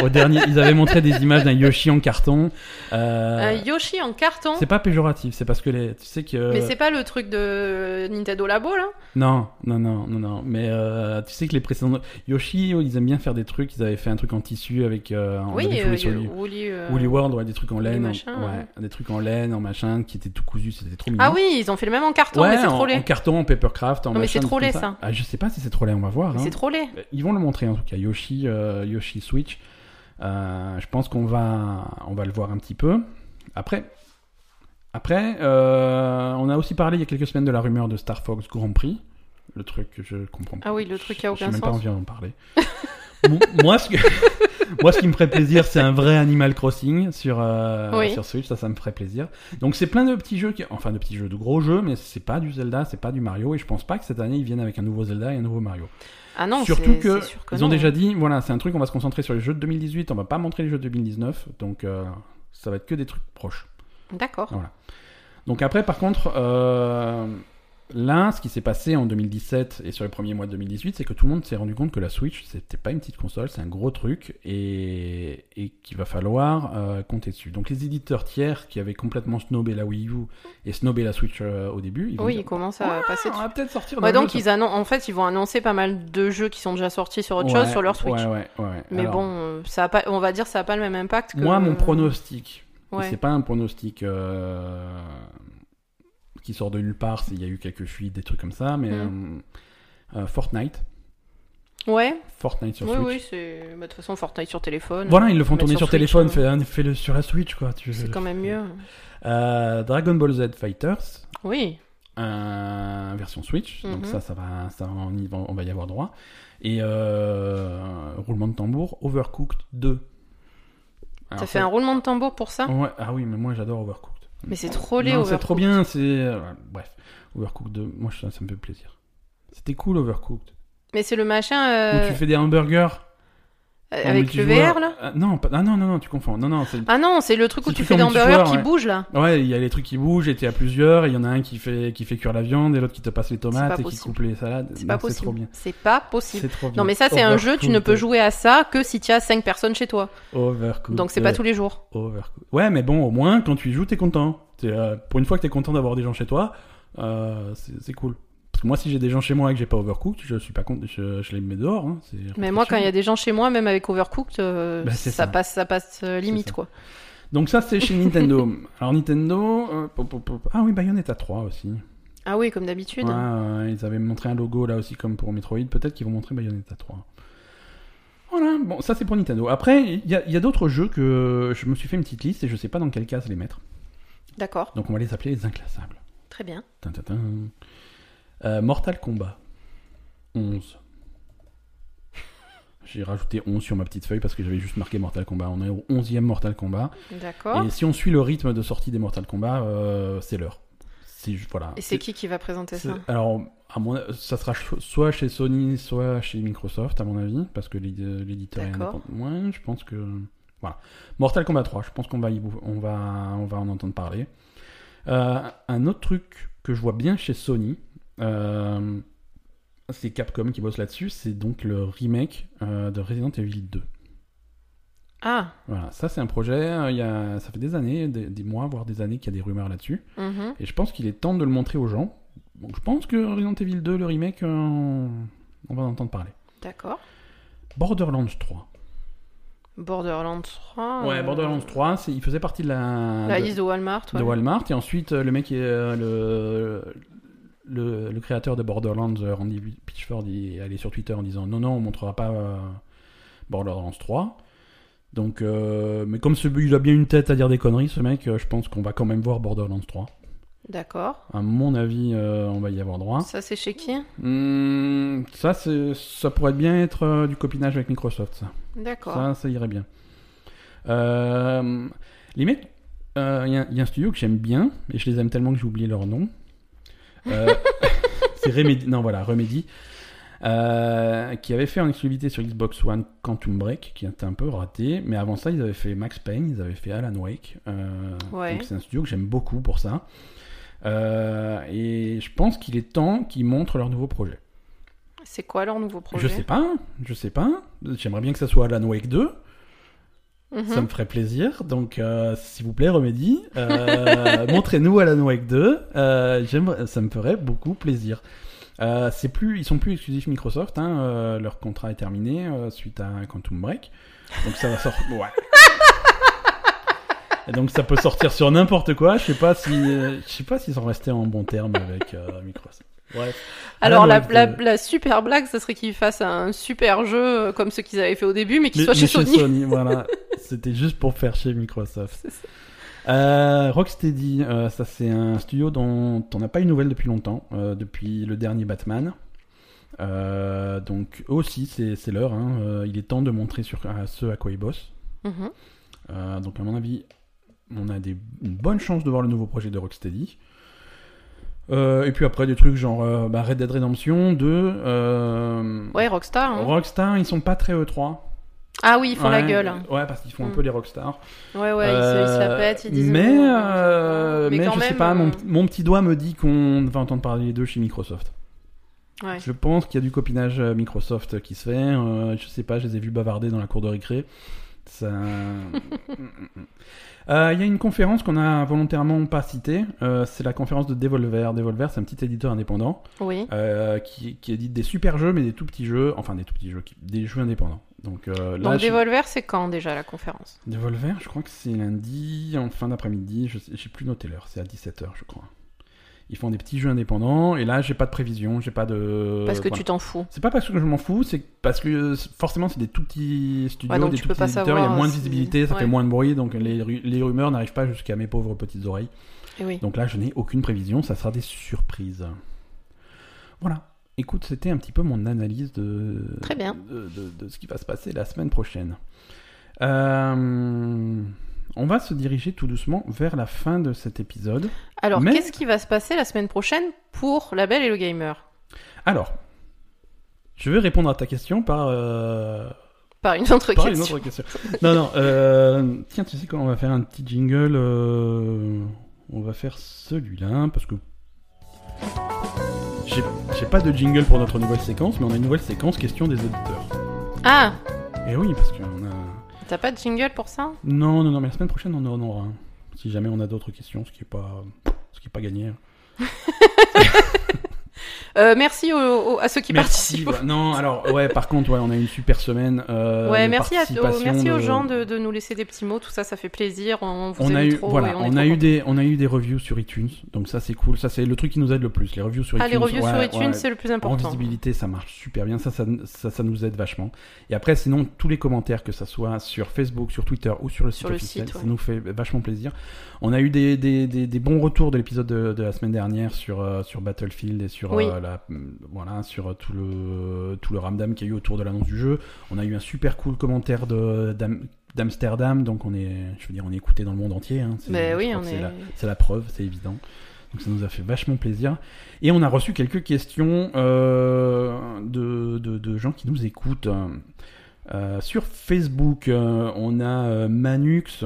Speaker 1: Au dernier, ils avaient montré des images d'un Yoshi en carton. Euh,
Speaker 2: Un Yoshi en carton,
Speaker 1: C'est euh, pas péjoratif, c'est parce que les, tu sais que.
Speaker 2: mais c'est pas le truc de Nintendo Labo, là
Speaker 1: Non, non, non, non, non. Mais euh, tu sais que les précédents Yoshi, oh, ils aiment bien faire des trucs. Ils avaient fait un truc en tissu avec euh, en-
Speaker 2: Oui,
Speaker 1: des
Speaker 2: euh,
Speaker 1: fouets sur lui.
Speaker 2: Woolly, euh,
Speaker 1: Woolly World, ouais, des trucs en
Speaker 2: Woolly
Speaker 1: laine, en-
Speaker 2: machin,
Speaker 1: ouais, des trucs en laine, en machin, qui étaient tout cousus, c'était trop mignon.
Speaker 2: Ah oui, ils ont fait le même en carton,
Speaker 1: ouais,
Speaker 2: mais c'est
Speaker 1: en,
Speaker 2: trop
Speaker 1: en
Speaker 2: laid.
Speaker 1: carton, en papercraft, en
Speaker 2: Non, mais
Speaker 1: machin,
Speaker 2: c'est trop
Speaker 1: des
Speaker 2: laid,
Speaker 1: trucs comme
Speaker 2: ça.
Speaker 1: Ah, je sais pas si c'est trop laid, on va voir.
Speaker 2: Mais
Speaker 1: hein.
Speaker 2: C'est trop laid.
Speaker 1: Ils vont le montrer en tout cas. Yoshi, euh, Yoshi Switch. Euh, je pense qu'on va, on va le voir un petit peu. Après, après, euh, on a aussi parlé il y a quelques semaines de la rumeur de Star Fox Grand Prix. Le truc que je comprends.
Speaker 2: Ah oui, le truc qui a
Speaker 1: J'ai
Speaker 2: aucun
Speaker 1: même pas
Speaker 2: sens.
Speaker 1: envie d'en parler. Mo- moi, ce que, moi, ce qui me ferait plaisir, c'est un vrai Animal Crossing sur, euh,
Speaker 2: Oui.
Speaker 1: sur Switch. Ça, ça me ferait plaisir. Donc, c'est plein de petits jeux, qui... enfin de petits jeux, de gros jeux, mais c'est pas du Zelda, c'est pas du Mario, et je pense pas que cette année ils viennent avec un nouveau Zelda et un nouveau Mario.
Speaker 2: Ah non,
Speaker 1: Surtout
Speaker 2: c'est-
Speaker 1: que
Speaker 2: c'est sûr
Speaker 1: ils
Speaker 2: non.
Speaker 1: ont déjà dit, voilà, c'est un truc, on va se concentrer sur les jeux de 2018, on va pas montrer les jeux de 2019, donc euh, ça va être que des trucs proches.
Speaker 2: D'accord.
Speaker 1: Donc après, par contre, euh, là, ce qui s'est passé en 2017 et sur les premiers mois de 2018, c'est que tout le monde s'est rendu compte que la Switch, c'était pas une petite console, c'est un gros truc et, et qu'il va falloir euh, compter dessus. Donc les éditeurs tiers qui avaient complètement snobé la Wii U et snobé la Switch euh, au début, ils vont
Speaker 2: Oui,
Speaker 1: dire,
Speaker 2: ils commencent à
Speaker 1: Ah, on
Speaker 2: passer dessus.
Speaker 1: va peut-être sortir.
Speaker 2: Ouais,
Speaker 1: d'un
Speaker 2: donc
Speaker 1: jeu
Speaker 2: ils annon- en fait, ils vont annoncer pas mal de jeux qui sont déjà sortis
Speaker 1: sur-
Speaker 2: sur autre chose
Speaker 1: Ouais,
Speaker 2: sur leur Switch.
Speaker 1: ouais, ouais, ouais.
Speaker 2: Mais
Speaker 1: Alors,
Speaker 2: bon, euh, ça a pas, on va dire ça a pas le même impact que euh,
Speaker 1: Moi, mon pronostic, et
Speaker 2: Ouais.
Speaker 1: c'est pas un pronostic euh, qui sort de nulle part, s'il y a eu quelques fuites, des trucs comme ça, mais
Speaker 2: Mm.
Speaker 1: euh, euh, Fortnite,
Speaker 2: Ouais.
Speaker 1: Fortnite sur
Speaker 2: Oui,
Speaker 1: Switch.
Speaker 2: oui, c'est bah, de toute façon Fortnite sur téléphone.
Speaker 1: Voilà, ils le font
Speaker 2: Mettre
Speaker 1: tourner sur,
Speaker 2: sur Switch,
Speaker 1: téléphone,
Speaker 2: ouais.
Speaker 1: fais- fais-le sur la Switch, quoi. Tu...
Speaker 2: C'est quand même mieux.
Speaker 1: Euh, Dragon Ball Z Fighters,
Speaker 2: Oui.
Speaker 1: euh, version Switch, donc
Speaker 2: Mhm.
Speaker 1: ça, ça va, ça on, y va, on va y avoir droit. Et euh, roulement de tambour, Overcooked 2.
Speaker 2: T'as fait un roulement de tambour pour ça
Speaker 1: Ouais, ah oui, mais moi j'adore Overcooked.
Speaker 2: Mais c'est trop laid
Speaker 1: Non,
Speaker 2: Overcooked.
Speaker 1: c'est trop bien, c'est. euh, Bref, Overcooked 2, moi ça, ça me fait plaisir. C'était cool Overcooked.
Speaker 2: Mais c'est le machin
Speaker 1: Où
Speaker 2: euh,
Speaker 1: tu fais des hamburgers. en
Speaker 2: avec le
Speaker 1: multijoueur.
Speaker 2: VR là
Speaker 1: Ah, Non, pas- ah, non, non, non, tu confonds. Non, non, c'est.
Speaker 2: Ah non, c'est le truc
Speaker 1: C'est
Speaker 2: où
Speaker 1: le
Speaker 2: tu
Speaker 1: truc en
Speaker 2: fais des hamburgers
Speaker 1: multijoueur,
Speaker 2: qui
Speaker 1: ouais.
Speaker 2: bougent là.
Speaker 1: Ouais, il y a les trucs qui bougent, et t'es à plusieurs, et il y en a un qui fait, qui fait cuire la viande, et l'autre qui te passe les
Speaker 2: pas
Speaker 1: tomates, et qui
Speaker 2: possible.
Speaker 1: coupe les salades.
Speaker 2: C'est
Speaker 1: Non,
Speaker 2: pas
Speaker 1: C'est trop bien.
Speaker 2: possible. C'est pas possible.
Speaker 1: C'est trop bien.
Speaker 2: Non mais ça c'est un jeu, tu ne peux
Speaker 1: Overcooked.
Speaker 2: jouer à ça que si tu as 5 personnes chez toi.
Speaker 1: Overcooked.
Speaker 2: Donc c'est pas tous les jours.
Speaker 1: Overcooked. Ouais, mais bon, au moins, quand tu y joues, t'es content. T'es, euh, pour une fois que t'es content d'avoir des gens chez toi, euh, c'est c'est cool. Parce que moi, si j'ai des gens chez moi et que j'ai pas Overcooked, je suis pas contre, je, je les mets dehors. hein, c'est
Speaker 2: Mais moi, quand il y a des gens chez moi, même avec Overcooked, euh,
Speaker 1: Bah, c'est ça.
Speaker 2: ça, passe, ça passe euh, limite,
Speaker 1: ça.
Speaker 2: quoi.
Speaker 1: Donc ça, c'est chez Nintendo. Alors Nintendo... euh, pop, pop, pop. Ah oui, Bayonetta 3 aussi.
Speaker 2: Ah oui, comme d'habitude.
Speaker 1: Ouais, ouais, ils avaient montré un logo là aussi comme pour Metroid. Peut-être qu'ils vont montrer Bayonetta 3. Voilà, bon, ça c'est pour Nintendo. Après, il y a, il y a d'autres jeux que je me suis fait une petite liste et je sais pas dans quelle case les mettre.
Speaker 2: D'accord,
Speaker 1: Donc on va les appeler les inclassables.
Speaker 2: très bien.
Speaker 1: Tin, tin, tin. Euh, Mortal Kombat 11. J'ai rajouté 11 sur ma petite feuille parce que j'avais juste marqué Mortal Kombat. On est au 11e Mortal Kombat.
Speaker 2: D'accord.
Speaker 1: Et si on suit le rythme de sortie des Mortal Kombat, euh, c'est l'heure. C'est ju- voilà.
Speaker 2: Et c'est qui qui va présenter
Speaker 1: C'est-
Speaker 2: ça
Speaker 1: Alors, à mon, ça sera cho- soit chez Sony, soit chez Microsoft, à mon avis, parce que l'éd- l'éditeur est
Speaker 2: D'accord.
Speaker 1: indépendant. Ouais, je pense que. Voilà. Mortal Kombat 3, je pense qu'on va, y bou- on va, on va en entendre parler. Euh, un autre truc que je vois bien chez Sony, euh, c'est Capcom qui bosse là-dessus, c'est donc le remake euh, de Resident Evil 2.
Speaker 2: Ah,
Speaker 1: Voilà, ça c'est un projet, euh, il y a, ça fait des années, des, des mois, voire des années qu'il y a des rumeurs là-dessus.
Speaker 2: mhm.
Speaker 1: Et je pense qu'il est temps de le montrer aux gens. Donc je pense que Resident Evil 2, le remake, euh, on va en entendre parler.
Speaker 2: d'accord.
Speaker 1: Borderlands 3.
Speaker 2: Borderlands 3.
Speaker 1: Ouais,
Speaker 2: euh,
Speaker 1: Borderlands 3, c'est- il faisait partie de la,
Speaker 2: La
Speaker 1: de,
Speaker 2: liste de Walmart, ouais.
Speaker 1: de Walmart. Et ensuite, euh, le mec, euh, le, le, le créateur de Borderlands, euh, Randy Pitchford, il est allé sur Twitter en disant non, non, on montrera pas euh, Borderlands 3. Donc, euh, mais comme ce, il a bien une tête à dire des conneries, ce mec, euh, je pense qu'on va quand même voir Borderlands 3.
Speaker 2: D'accord.
Speaker 1: À mon avis, euh, on va y avoir droit.
Speaker 2: Ça, c'est chez qui
Speaker 1: Hmm, ça, c'est- ça pourrait bien être euh, du copinage avec Microsoft. Ça,
Speaker 2: D'accord.
Speaker 1: ça, ça irait bien. Euh, les mecs, euh, il y, a- il y a un studio que j'aime bien, et je les aime tellement que j'ai oublié leur nom. Euh, c'est Remedy, non voilà, Remedy, euh, qui avait fait en exclusivité sur Xbox One Quantum Break, qui était un peu raté, mais avant ça, ils avaient fait Max Payne, ils avaient fait Alan Wake. euh,
Speaker 2: Ouais.
Speaker 1: Donc c'est un studio que j'aime beaucoup pour ça. Euh, et je pense qu'il est temps qu'ils montrent leur nouveau projet.
Speaker 2: C'est quoi leur nouveau projet
Speaker 1: Je sais pas, je sais pas. J'aimerais bien que ça soit Alan Wake 2,
Speaker 2: Mhm.
Speaker 1: ça me ferait plaisir. Donc, euh, s'il vous plaît, Remedy, euh, montrez-nous Alan Wake 2. Euh, j'aimerais- ça me ferait beaucoup plaisir. Euh, c'est plus, ils sont plus exclusifs Microsoft. hein, euh, leur contrat est terminé euh, suite à Quantum Break. Donc ça va sortir. Ouais. Et donc ça peut sortir sur n'importe quoi. Je sais pas si, euh, je sais pas s'ils sont restés en bon terme avec euh, Microsoft. Bref.
Speaker 2: Alors,
Speaker 1: Alan
Speaker 2: la,
Speaker 1: Wake
Speaker 2: la-
Speaker 1: 2.
Speaker 2: la super blague, ça serait qu'ils fassent un super jeu euh, comme ce qu'ils avaient fait au début, mais qu'ils
Speaker 1: Mais-
Speaker 2: soient
Speaker 1: mais
Speaker 2: chez Sony.
Speaker 1: voilà. C'était juste pour faire chez Microsoft.
Speaker 2: C'est ça.
Speaker 1: Euh, Rocksteady, euh, ça c'est un studio dont on n'a pas eu de nouvelles depuis longtemps, euh, depuis le dernier Batman. Euh, donc eux aussi c'est c'est l'heure, hein. Euh, il est temps de montrer sur à ceux à quoi ils bossent.
Speaker 2: Mhm.
Speaker 1: Euh, donc à mon avis, on a des, une bonne chance de voir le nouveau projet de Rocksteady. Euh, et puis après des trucs genre euh, bah, Red Dead Redemption 2, euh,
Speaker 2: Ouais, Rockstar. hein.
Speaker 1: Rockstar ils sont pas très E E3.
Speaker 2: Ah oui, ils font la
Speaker 1: Ouais,
Speaker 2: gueule.
Speaker 1: Ouais, parce qu'ils font un
Speaker 2: Mm.
Speaker 1: peu les rockstars.
Speaker 2: Ouais, ouais, ils, se, ils se la
Speaker 1: Euh,
Speaker 2: pètent, ils disent.
Speaker 1: Mais,
Speaker 2: non, non,
Speaker 1: euh,
Speaker 2: non,
Speaker 1: mais,
Speaker 2: quand
Speaker 1: je sais
Speaker 2: même,
Speaker 1: pas, mon,
Speaker 2: euh,
Speaker 1: p- mon petit doigt me dit qu'on va entendre parler d'eux chez Microsoft.
Speaker 2: Ouais.
Speaker 1: Je pense qu'il y a du copinage euh, Microsoft qui se fait. euh, je sais pas, je les ai vus bavarder dans la cour de récré. Ça. Mm, Euh, Il y a une conférence qu'on a volontairement pas citée, euh, c'est la conférence de Devolver. Devolver, c'est un petit éditeur indépendant
Speaker 2: Oui.
Speaker 1: euh, qui, qui édite des super jeux, mais des tout petits jeux, enfin des tout petits jeux, qui- des jeux indépendants. Donc, euh, là,
Speaker 2: Donc,
Speaker 1: je-
Speaker 2: Devolver, c'est quand déjà la conférence
Speaker 1: Devolver, je crois que c'est lundi, en fin d'après-midi, je sais- j'ai plus noté l'heure, c'est à 17h je crois. Ils font des petits jeux indépendants, et là j'ai pas de prévision, j'ai pas de...
Speaker 2: Parce que
Speaker 1: Euh, voilà.
Speaker 2: tu t'en fous.
Speaker 1: C'est pas parce que je m'en fous, c'est parce que euh, c'est- forcément c'est des tout petits studios,
Speaker 2: Ouais, donc
Speaker 1: des
Speaker 2: tu
Speaker 1: tout
Speaker 2: peux
Speaker 1: petits
Speaker 2: pas
Speaker 1: éditeurs, il y a
Speaker 2: savoir
Speaker 1: moins de
Speaker 2: si-
Speaker 1: visibilité, ça
Speaker 2: ouais.
Speaker 1: fait moins de bruit, donc les, ru- les rumeurs n'arrivent pas jusqu'à mes pauvres petites oreilles.
Speaker 2: Eh oui.
Speaker 1: Donc là je n'ai aucune prévision, ça sera des surprises. Voilà, écoute, c'était un petit peu mon analyse de...
Speaker 2: Très bien.
Speaker 1: De, de- de ce qui va se passer la semaine prochaine. Euh, on va se diriger tout doucement vers la fin de cet épisode.
Speaker 2: Alors,
Speaker 1: Mais-
Speaker 2: qu'est-ce qui va se passer la semaine prochaine pour La Belle et le Gamer
Speaker 1: Alors, je vais répondre à ta question par, euh,
Speaker 2: Par une autre
Speaker 1: par une
Speaker 2: question.
Speaker 1: autre question. Non, non. euh, tiens, tu sais quoi On va faire un petit jingle. euh, on va faire celui-là parce que j'ai j'ai pas de jingle pour notre nouvelle séquence, mais on a une nouvelle séquence question des auditeurs.
Speaker 2: Ah,
Speaker 1: Et oui, parce qu'on a
Speaker 2: t'as pas de jingle pour ça
Speaker 1: Non, non, non, mais la semaine prochaine, on en aura. un. Si jamais on a d'autres questions, ce qui est pas, ce qui est pas gagné.
Speaker 2: Euh, merci au- au- à ceux qui
Speaker 1: Merci.
Speaker 2: participent.
Speaker 1: voilà. Non, alors ouais, par contre, ouais, on a eu une super semaine. euh,
Speaker 2: Ouais,
Speaker 1: de
Speaker 2: merci, à-
Speaker 1: participation
Speaker 2: aux, merci aux
Speaker 1: de-
Speaker 2: gens de, de nous laisser des petits mots, tout ça, ça fait plaisir. On vous
Speaker 1: On
Speaker 2: aime
Speaker 1: a eu,
Speaker 2: trop.
Speaker 1: voilà,
Speaker 2: et on, est
Speaker 1: on,
Speaker 2: trop
Speaker 1: a eu
Speaker 2: contents.
Speaker 1: des, on a eu des reviews sur iTunes, donc ça c'est cool. Ça c'est le truc qui nous aide le plus, les reviews sur
Speaker 2: Ah, les
Speaker 1: iTunes.
Speaker 2: reviews sur
Speaker 1: ouais,
Speaker 2: iTunes,
Speaker 1: ouais.
Speaker 2: c'est le plus
Speaker 1: En
Speaker 2: important.
Speaker 1: visibilité, ça marche super bien, ça ça, ça, ça nous aide vachement. Et après, sinon, tous les commentaires, que ça soit sur Facebook, sur Twitter ou sur le site
Speaker 2: Sur le
Speaker 1: officiel,
Speaker 2: site, ouais.
Speaker 1: ça nous fait vachement plaisir. On a eu des, des, des, des bons retours de l'épisode de, de la semaine dernière sur, euh, sur Battlefield et sur,
Speaker 2: Oui.
Speaker 1: euh, la, voilà, sur euh, tout, le, tout le ramdam qu'il y a eu autour de l'annonce du jeu. On a eu un super cool commentaire de, d'Am- d'Amsterdam, donc on est, je veux dire, on est écouté dans le monde entier. Hein. C'est- je
Speaker 2: Mais Bah Ben oui,
Speaker 1: crois
Speaker 2: on
Speaker 1: que c'est
Speaker 2: est-
Speaker 1: la- c'est la preuve, c'est évident. Donc ça nous a fait vachement plaisir. Et on a reçu quelques questions euh, de, de- de gens qui nous écoutent. Euh, sur Facebook, euh, on a euh, Manux.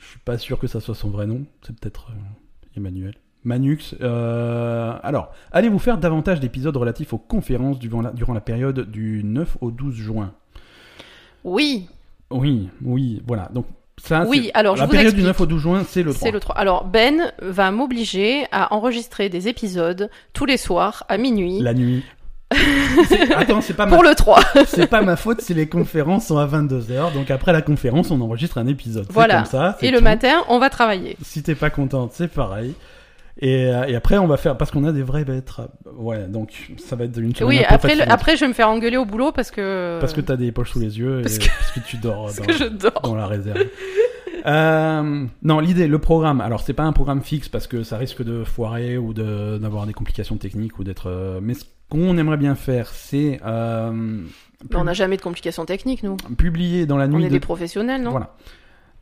Speaker 1: Je suis pas sûr que ça soit son vrai nom. C'est peut-être euh, Emmanuel. Manux. euh, alors, allez vous faire davantage d'épisodes relatifs aux conférences durant la, durant la période du 9 au 12 juin.
Speaker 2: Oui,
Speaker 1: Oui, oui, voilà. Donc ça, Ah, c'est-
Speaker 2: oui, alors je
Speaker 1: la
Speaker 2: vous
Speaker 1: période du
Speaker 2: explique.
Speaker 1: 9 au 12 juin, c'est le 3.
Speaker 2: C'est le 3. Alors Ben va m'obliger à enregistrer des épisodes tous les soirs à minuit
Speaker 1: La nuit. C'est- Attends, c'est pas ma
Speaker 2: pour le 3.
Speaker 1: C'est pas ma faute si les conférences sont à 22h. Donc après la conférence, on enregistre un épisode. C'est
Speaker 2: Voilà.
Speaker 1: Comme ça, c'est
Speaker 2: Et le
Speaker 1: tout.
Speaker 2: matin, on va travailler.
Speaker 1: Si t'es pas contente, c'est pareil. Et, euh, et après, on va faire. Parce qu'on a des vrais bêtes. Ouais, donc ça va être une semaine
Speaker 2: oui,
Speaker 1: un peu
Speaker 2: après, le-
Speaker 1: fatigante.
Speaker 2: après je vais me faire engueuler au boulot parce que
Speaker 1: Parce que t'as des poches sous les yeux et
Speaker 2: Parce
Speaker 1: parce
Speaker 2: que-
Speaker 1: que, tu dors
Speaker 2: parce
Speaker 1: dans,
Speaker 2: que je dors.
Speaker 1: dans la réserve. Euh, non, l'idée, le programme. Alors, c'est pas un programme fixe parce que ça risque de foirer ou de- d'avoir des complications techniques ou d'être. euh, Mais ce qu'on aimerait bien faire, c'est euh,
Speaker 2: Mais on n'a jamais de complications techniques, nous.
Speaker 1: publier dans la
Speaker 2: On
Speaker 1: nuit
Speaker 2: est
Speaker 1: de
Speaker 2: des professionnels, non
Speaker 1: Voilà.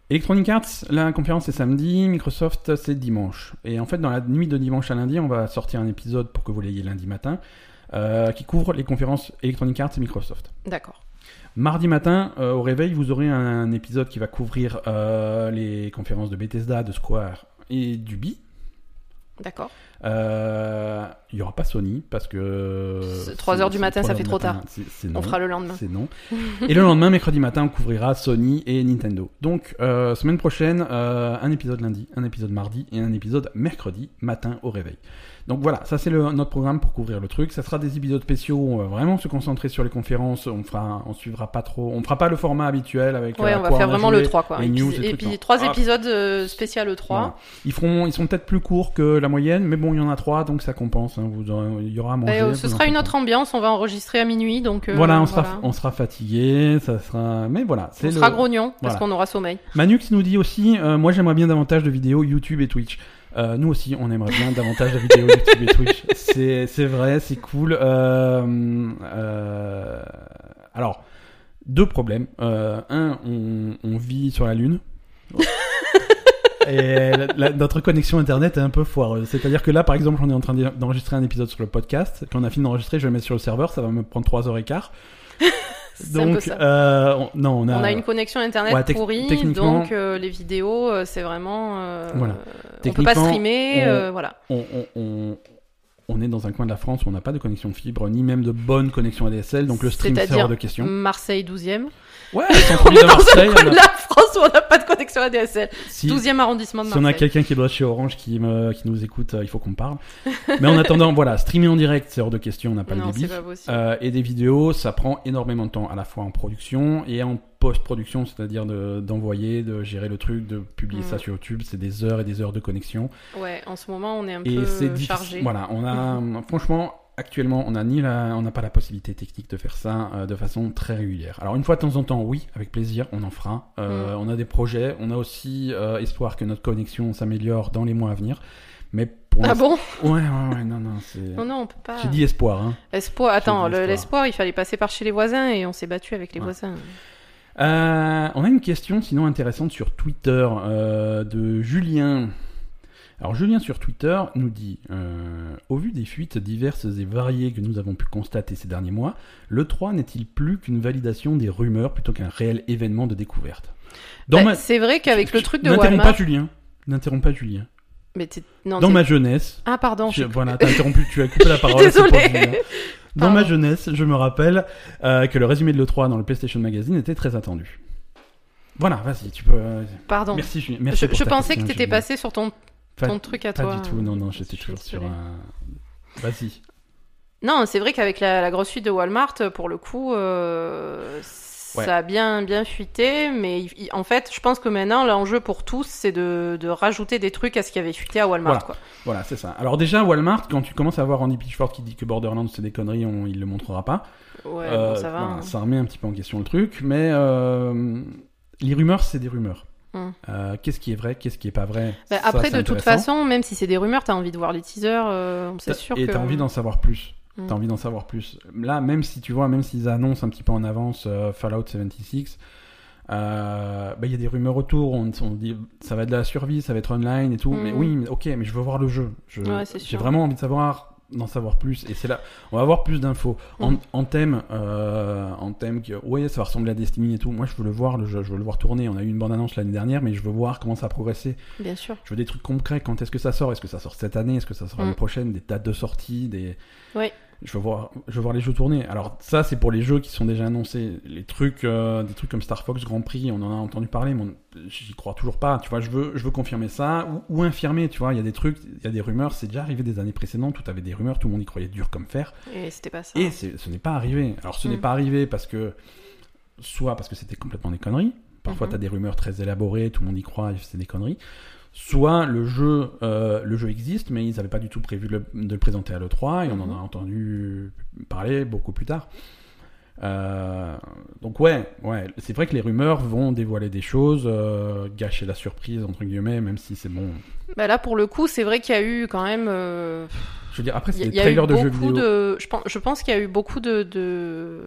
Speaker 1: Electronic Arts, la conférence est samedi, Microsoft c'est dimanche. Et en fait, dans la nuit de dimanche à lundi, on va sortir un épisode pour que vous l'ayez lundi matin, euh, qui couvre les conférences Electronic Arts et Microsoft.
Speaker 2: D'accord.
Speaker 1: Mardi matin, euh, au réveil, vous aurez un épisode qui va couvrir euh, les conférences de Bethesda, de Square et d'Ubi.
Speaker 2: D'accord.
Speaker 1: Euh, Il y n'y aura pas Sony parce que. euh,
Speaker 2: C'est trois
Speaker 1: c'est-
Speaker 2: heures du
Speaker 1: c'est
Speaker 2: matin,
Speaker 1: trois
Speaker 2: ça
Speaker 1: heures
Speaker 2: fait
Speaker 1: du
Speaker 2: trop
Speaker 1: matin.
Speaker 2: tard.
Speaker 1: C'est- c'est
Speaker 2: On
Speaker 1: non.
Speaker 2: fera le lendemain.
Speaker 1: C'est non. Et le lendemain, mercredi matin, on couvrira Sony et Nintendo. Donc, euh, semaine prochaine, euh, un épisode lundi, un épisode mardi et un épisode mercredi matin au réveil. Donc voilà, ça c'est le- notre programme pour couvrir le truc. Ça sera des épisodes spéciaux, où on va vraiment se concentrer sur les conférences. On fera, on suivra pas trop, on fera pas le format habituel avec.
Speaker 2: Ouais,
Speaker 1: euh,
Speaker 2: on
Speaker 1: quoi
Speaker 2: va faire
Speaker 1: a
Speaker 2: vraiment
Speaker 1: joué.
Speaker 2: le 3, quoi.
Speaker 1: les
Speaker 2: Épis-
Speaker 1: news, les
Speaker 2: et
Speaker 1: trucs,
Speaker 2: puis
Speaker 1: non.
Speaker 2: 3
Speaker 1: Ah.
Speaker 2: épisodes euh, spécial le 3.
Speaker 1: Voilà. Ils feront, ils sont peut-être plus courts que la moyenne, mais bon, il y en a trois, donc ça compense. hein. Vous aurez- il y aura à manger.
Speaker 2: Et, euh,
Speaker 1: vous
Speaker 2: ce
Speaker 1: en
Speaker 2: sera
Speaker 1: faites
Speaker 2: une
Speaker 1: pas.
Speaker 2: autre ambiance, on va enregistrer à minuit, donc... euh,
Speaker 1: Voilà, on sera, on sera fatigué, ça sera, mais voilà,
Speaker 2: On
Speaker 1: c'est le.
Speaker 2: sera grognon, parce
Speaker 1: Voilà.
Speaker 2: qu'on aura sommeil.
Speaker 1: Manux nous dit aussi, euh, moi j'aimerais bien davantage de vidéos YouTube et Twitch. Euh, nous aussi, on aimerait bien davantage de vidéos YouTube et Twitch. C'est c'est vrai, c'est cool. Euh, euh, alors, deux problèmes. Euh, un, on, on vit sur la Lune. Et la- la- notre connexion internet est un peu foireuse. C'est-à-dire que là, par exemple, on est en train d'en- d'enregistrer un épisode sur le podcast. Quand on a fini d'enregistrer, je vais le mettre sur le serveur. Ça va me prendre 3h15.
Speaker 2: C'est un peu
Speaker 1: Donc,
Speaker 2: ça.
Speaker 1: euh, on- non, on a,
Speaker 2: On a une connexion internet
Speaker 1: ouais, tec-
Speaker 2: pourrie,
Speaker 1: techniquement-
Speaker 2: donc euh, les vidéos, euh, c'est vraiment. euh,
Speaker 1: Voilà.
Speaker 2: euh, On peut pas
Speaker 1: Techniquement,
Speaker 2: streamer,
Speaker 1: on-
Speaker 2: euh, voilà.
Speaker 1: on, on- on- on est dans un coin de la France où on n'a pas de connexion fibre, ni même de bonne connexion ADSL, donc le stream c'est
Speaker 2: C'est-à-dire
Speaker 1: hors de question.
Speaker 2: Marseille 12e.
Speaker 1: Ouais,
Speaker 2: On est
Speaker 1: de
Speaker 2: dans un
Speaker 1: Marseille,
Speaker 2: coin
Speaker 1: on a-
Speaker 2: de la France où on n'a pas de connexion ADSL.
Speaker 1: si,
Speaker 2: 12e arrondissement de
Speaker 1: si on a
Speaker 2: Marseille.
Speaker 1: quelqu'un qui doit chez Orange qui, me- qui nous écoute, euh, il faut qu'on parle. Mais en attendant, voilà, streamer en direct, c'est hors de question, on n'a pas
Speaker 2: Non,
Speaker 1: le
Speaker 2: c'est
Speaker 1: débit.
Speaker 2: pas possible.
Speaker 1: Euh, et des vidéos, ça prend énormément de temps, à la fois en production et en post-production, c'est-à-dire de- d'envoyer, de, gérer le truc, de publier
Speaker 2: Mm.
Speaker 1: ça sur YouTube, c'est des heures et des heures de connexion.
Speaker 2: Ouais, en ce moment, on est un
Speaker 1: euh, et c'est
Speaker 2: peu
Speaker 1: difficile.
Speaker 2: chargé.
Speaker 1: Voilà, on a franchement actuellement on a ni la, on n'a pas la possibilité technique de faire ça euh, de façon très régulière. Alors une fois de temps en temps, oui, avec plaisir, on en fera. Euh,
Speaker 2: Mm.
Speaker 1: On a des projets, on a aussi euh, espoir que notre connexion s'améliore dans les mois à venir. Mais pour
Speaker 2: Ah
Speaker 1: l'instant-
Speaker 2: bon
Speaker 1: ouais, ouais, ouais, non, non, c'est.
Speaker 2: Non, non, on peut pas.
Speaker 1: J'ai dit espoir. Hein.
Speaker 2: Espoir, attends,
Speaker 1: dit
Speaker 2: le-
Speaker 1: espoir.
Speaker 2: l'espoir, il fallait passer par chez les voisins et on s'est battu avec les
Speaker 1: Ouais.
Speaker 2: voisins.
Speaker 1: Euh, on a une question sinon intéressante sur Twitter euh, de Julien. Alors Julien sur Twitter nous dit euh, Au vu des fuites diverses et variées que nous avons pu constater ces derniers mois, le 3 n'est-il plus qu'une validation des rumeurs plutôt qu'un réel événement de découverte Dans
Speaker 2: Bah,
Speaker 1: ma-
Speaker 2: C'est vrai qu'avec le truc de
Speaker 1: N'interromps pas
Speaker 2: Walmart.
Speaker 1: Julien. N'interromps pas Julien.
Speaker 2: Mais t'es- non,
Speaker 1: Dans
Speaker 2: t'es-
Speaker 1: ma jeunesse,
Speaker 2: Ah, pardon.
Speaker 1: tu,
Speaker 2: j'ai-
Speaker 1: voilà, t'as interrompu, tu as coupé la
Speaker 2: Je suis
Speaker 1: parole. c'est pour
Speaker 2: désolée.
Speaker 1: Julien. Dans ma
Speaker 2: Pardon.
Speaker 1: jeunesse, je me rappelle euh, que le résumé de l'E3 dans le PlayStation Magazine était très attendu. Voilà, vas-y, tu peux. euh,
Speaker 2: Pardon.
Speaker 1: Merci, Julien. Merci
Speaker 2: je
Speaker 1: pour
Speaker 2: je
Speaker 1: ta
Speaker 2: pensais que
Speaker 1: question,
Speaker 2: t'étais
Speaker 1: Julien.
Speaker 2: passé sur ton,
Speaker 1: Pas-
Speaker 2: ton truc à
Speaker 1: Pas
Speaker 2: toi. euh,
Speaker 1: du tout, non, non, j'étais
Speaker 2: Je suis
Speaker 1: toujours sur
Speaker 2: désolée.
Speaker 1: un. Vas-y.
Speaker 2: Non, c'est vrai qu'avec la, la grosse fuite de Walmart, pour le coup, euh,
Speaker 1: Ouais.
Speaker 2: ça a bien, bien fuité. Mais il- il- en fait, je pense que maintenant, l'enjeu pour tous, c'est de, de rajouter des trucs à ce qui avait fuité à Walmart.
Speaker 1: Voilà.
Speaker 2: Quoi.
Speaker 1: Voilà, c'est ça. Alors déjà, Walmart, quand tu commences à voir Andy Pitchford qui dit que Borderlands c'est des conneries, on, il le montrera pas.
Speaker 2: Ouais,
Speaker 1: Euh,
Speaker 2: bon, ça va.
Speaker 1: voilà,
Speaker 2: hein.
Speaker 1: ça remet un petit peu en question le truc, mais euh, les rumeurs, c'est des rumeurs.
Speaker 2: Hum.
Speaker 1: Euh, qu'est-ce qui est vrai, qu'est-ce qui est pas vrai
Speaker 2: Bah,
Speaker 1: ça,
Speaker 2: après,
Speaker 1: c'est
Speaker 2: de toute
Speaker 1: intéressant.
Speaker 2: façon, même si c'est des rumeurs, t'as envie de voir les teasers. euh, c'est sûr
Speaker 1: et
Speaker 2: que.
Speaker 1: t'as envie d'en savoir plus.
Speaker 2: Mm.
Speaker 1: T'as envie d'en savoir plus. Là, même si tu vois, même s'ils annoncent un petit peu en avance euh, Fallout 76, euh, bah, il y a des rumeurs autour. On, on dit ça va être de la survie, ça va être online et tout.
Speaker 2: Mm.
Speaker 1: Mais oui, mais ok, mais je veux voir le jeu. Je-
Speaker 2: Ouais, c'est
Speaker 1: J'ai
Speaker 2: sûr.
Speaker 1: vraiment envie de savoir d'en savoir plus et c'est là on va avoir plus d'infos en,
Speaker 2: Mm.
Speaker 1: en thème euh, en thème que ouais ça va ressembler à Destiny et tout moi je veux le voir le jeu je veux le voir tourner on a eu une bande annonce l'année dernière mais je veux voir comment ça a progressé
Speaker 2: Bien sûr.
Speaker 1: je veux des trucs concrets. Quand est-ce que ça sort Est-ce que ça sort cette année Est-ce que ça sort l'année
Speaker 2: Mm.
Speaker 1: prochaine Des dates de sortie des...
Speaker 2: Ouais.
Speaker 1: Je veux, voir, je veux voir les jeux tourner. Alors ça, c'est pour les jeux qui sont déjà annoncés. Les trucs, euh, des trucs comme Star Fox Grand Prix, on en a entendu parler, mais on- j'y crois toujours pas. Tu vois, je veux, je veux confirmer ça ou, ou infirmer. Tu vois, il y a des trucs, il y a des rumeurs. C'est déjà arrivé des années précédentes. Tout avait des rumeurs, tout le monde y croyait dur comme fer.
Speaker 2: Et c'était pas ça.
Speaker 1: Et c'est- ce n'est pas arrivé. Alors ce
Speaker 2: Mm.
Speaker 1: n'est pas arrivé parce que, soit parce que c'était complètement des conneries, parfois
Speaker 2: Mhm.
Speaker 1: t'as des rumeurs très élaborées, tout le monde y croit, et c'est des conneries, soit le jeu, euh, le jeu existe, mais ils n'avaient pas du tout prévu de le- de le présenter à l'E3, et on en a
Speaker 2: Mhm.
Speaker 1: entendu parler beaucoup plus tard. Euh, donc ouais, ouais, c'est vrai que les rumeurs vont dévoiler des choses, euh, gâcher la surprise entre guillemets, même si c'est bon.
Speaker 2: Bah là, pour le coup, c'est vrai qu'il y a eu quand même. euh,
Speaker 1: Je veux dire, après
Speaker 2: Il y,
Speaker 1: c'est
Speaker 2: a-
Speaker 1: des
Speaker 2: il y a eu
Speaker 1: trailers de jeux
Speaker 2: beaucoup
Speaker 1: vidéo.
Speaker 2: de. Je pense, je pense qu'il y a eu beaucoup de. de-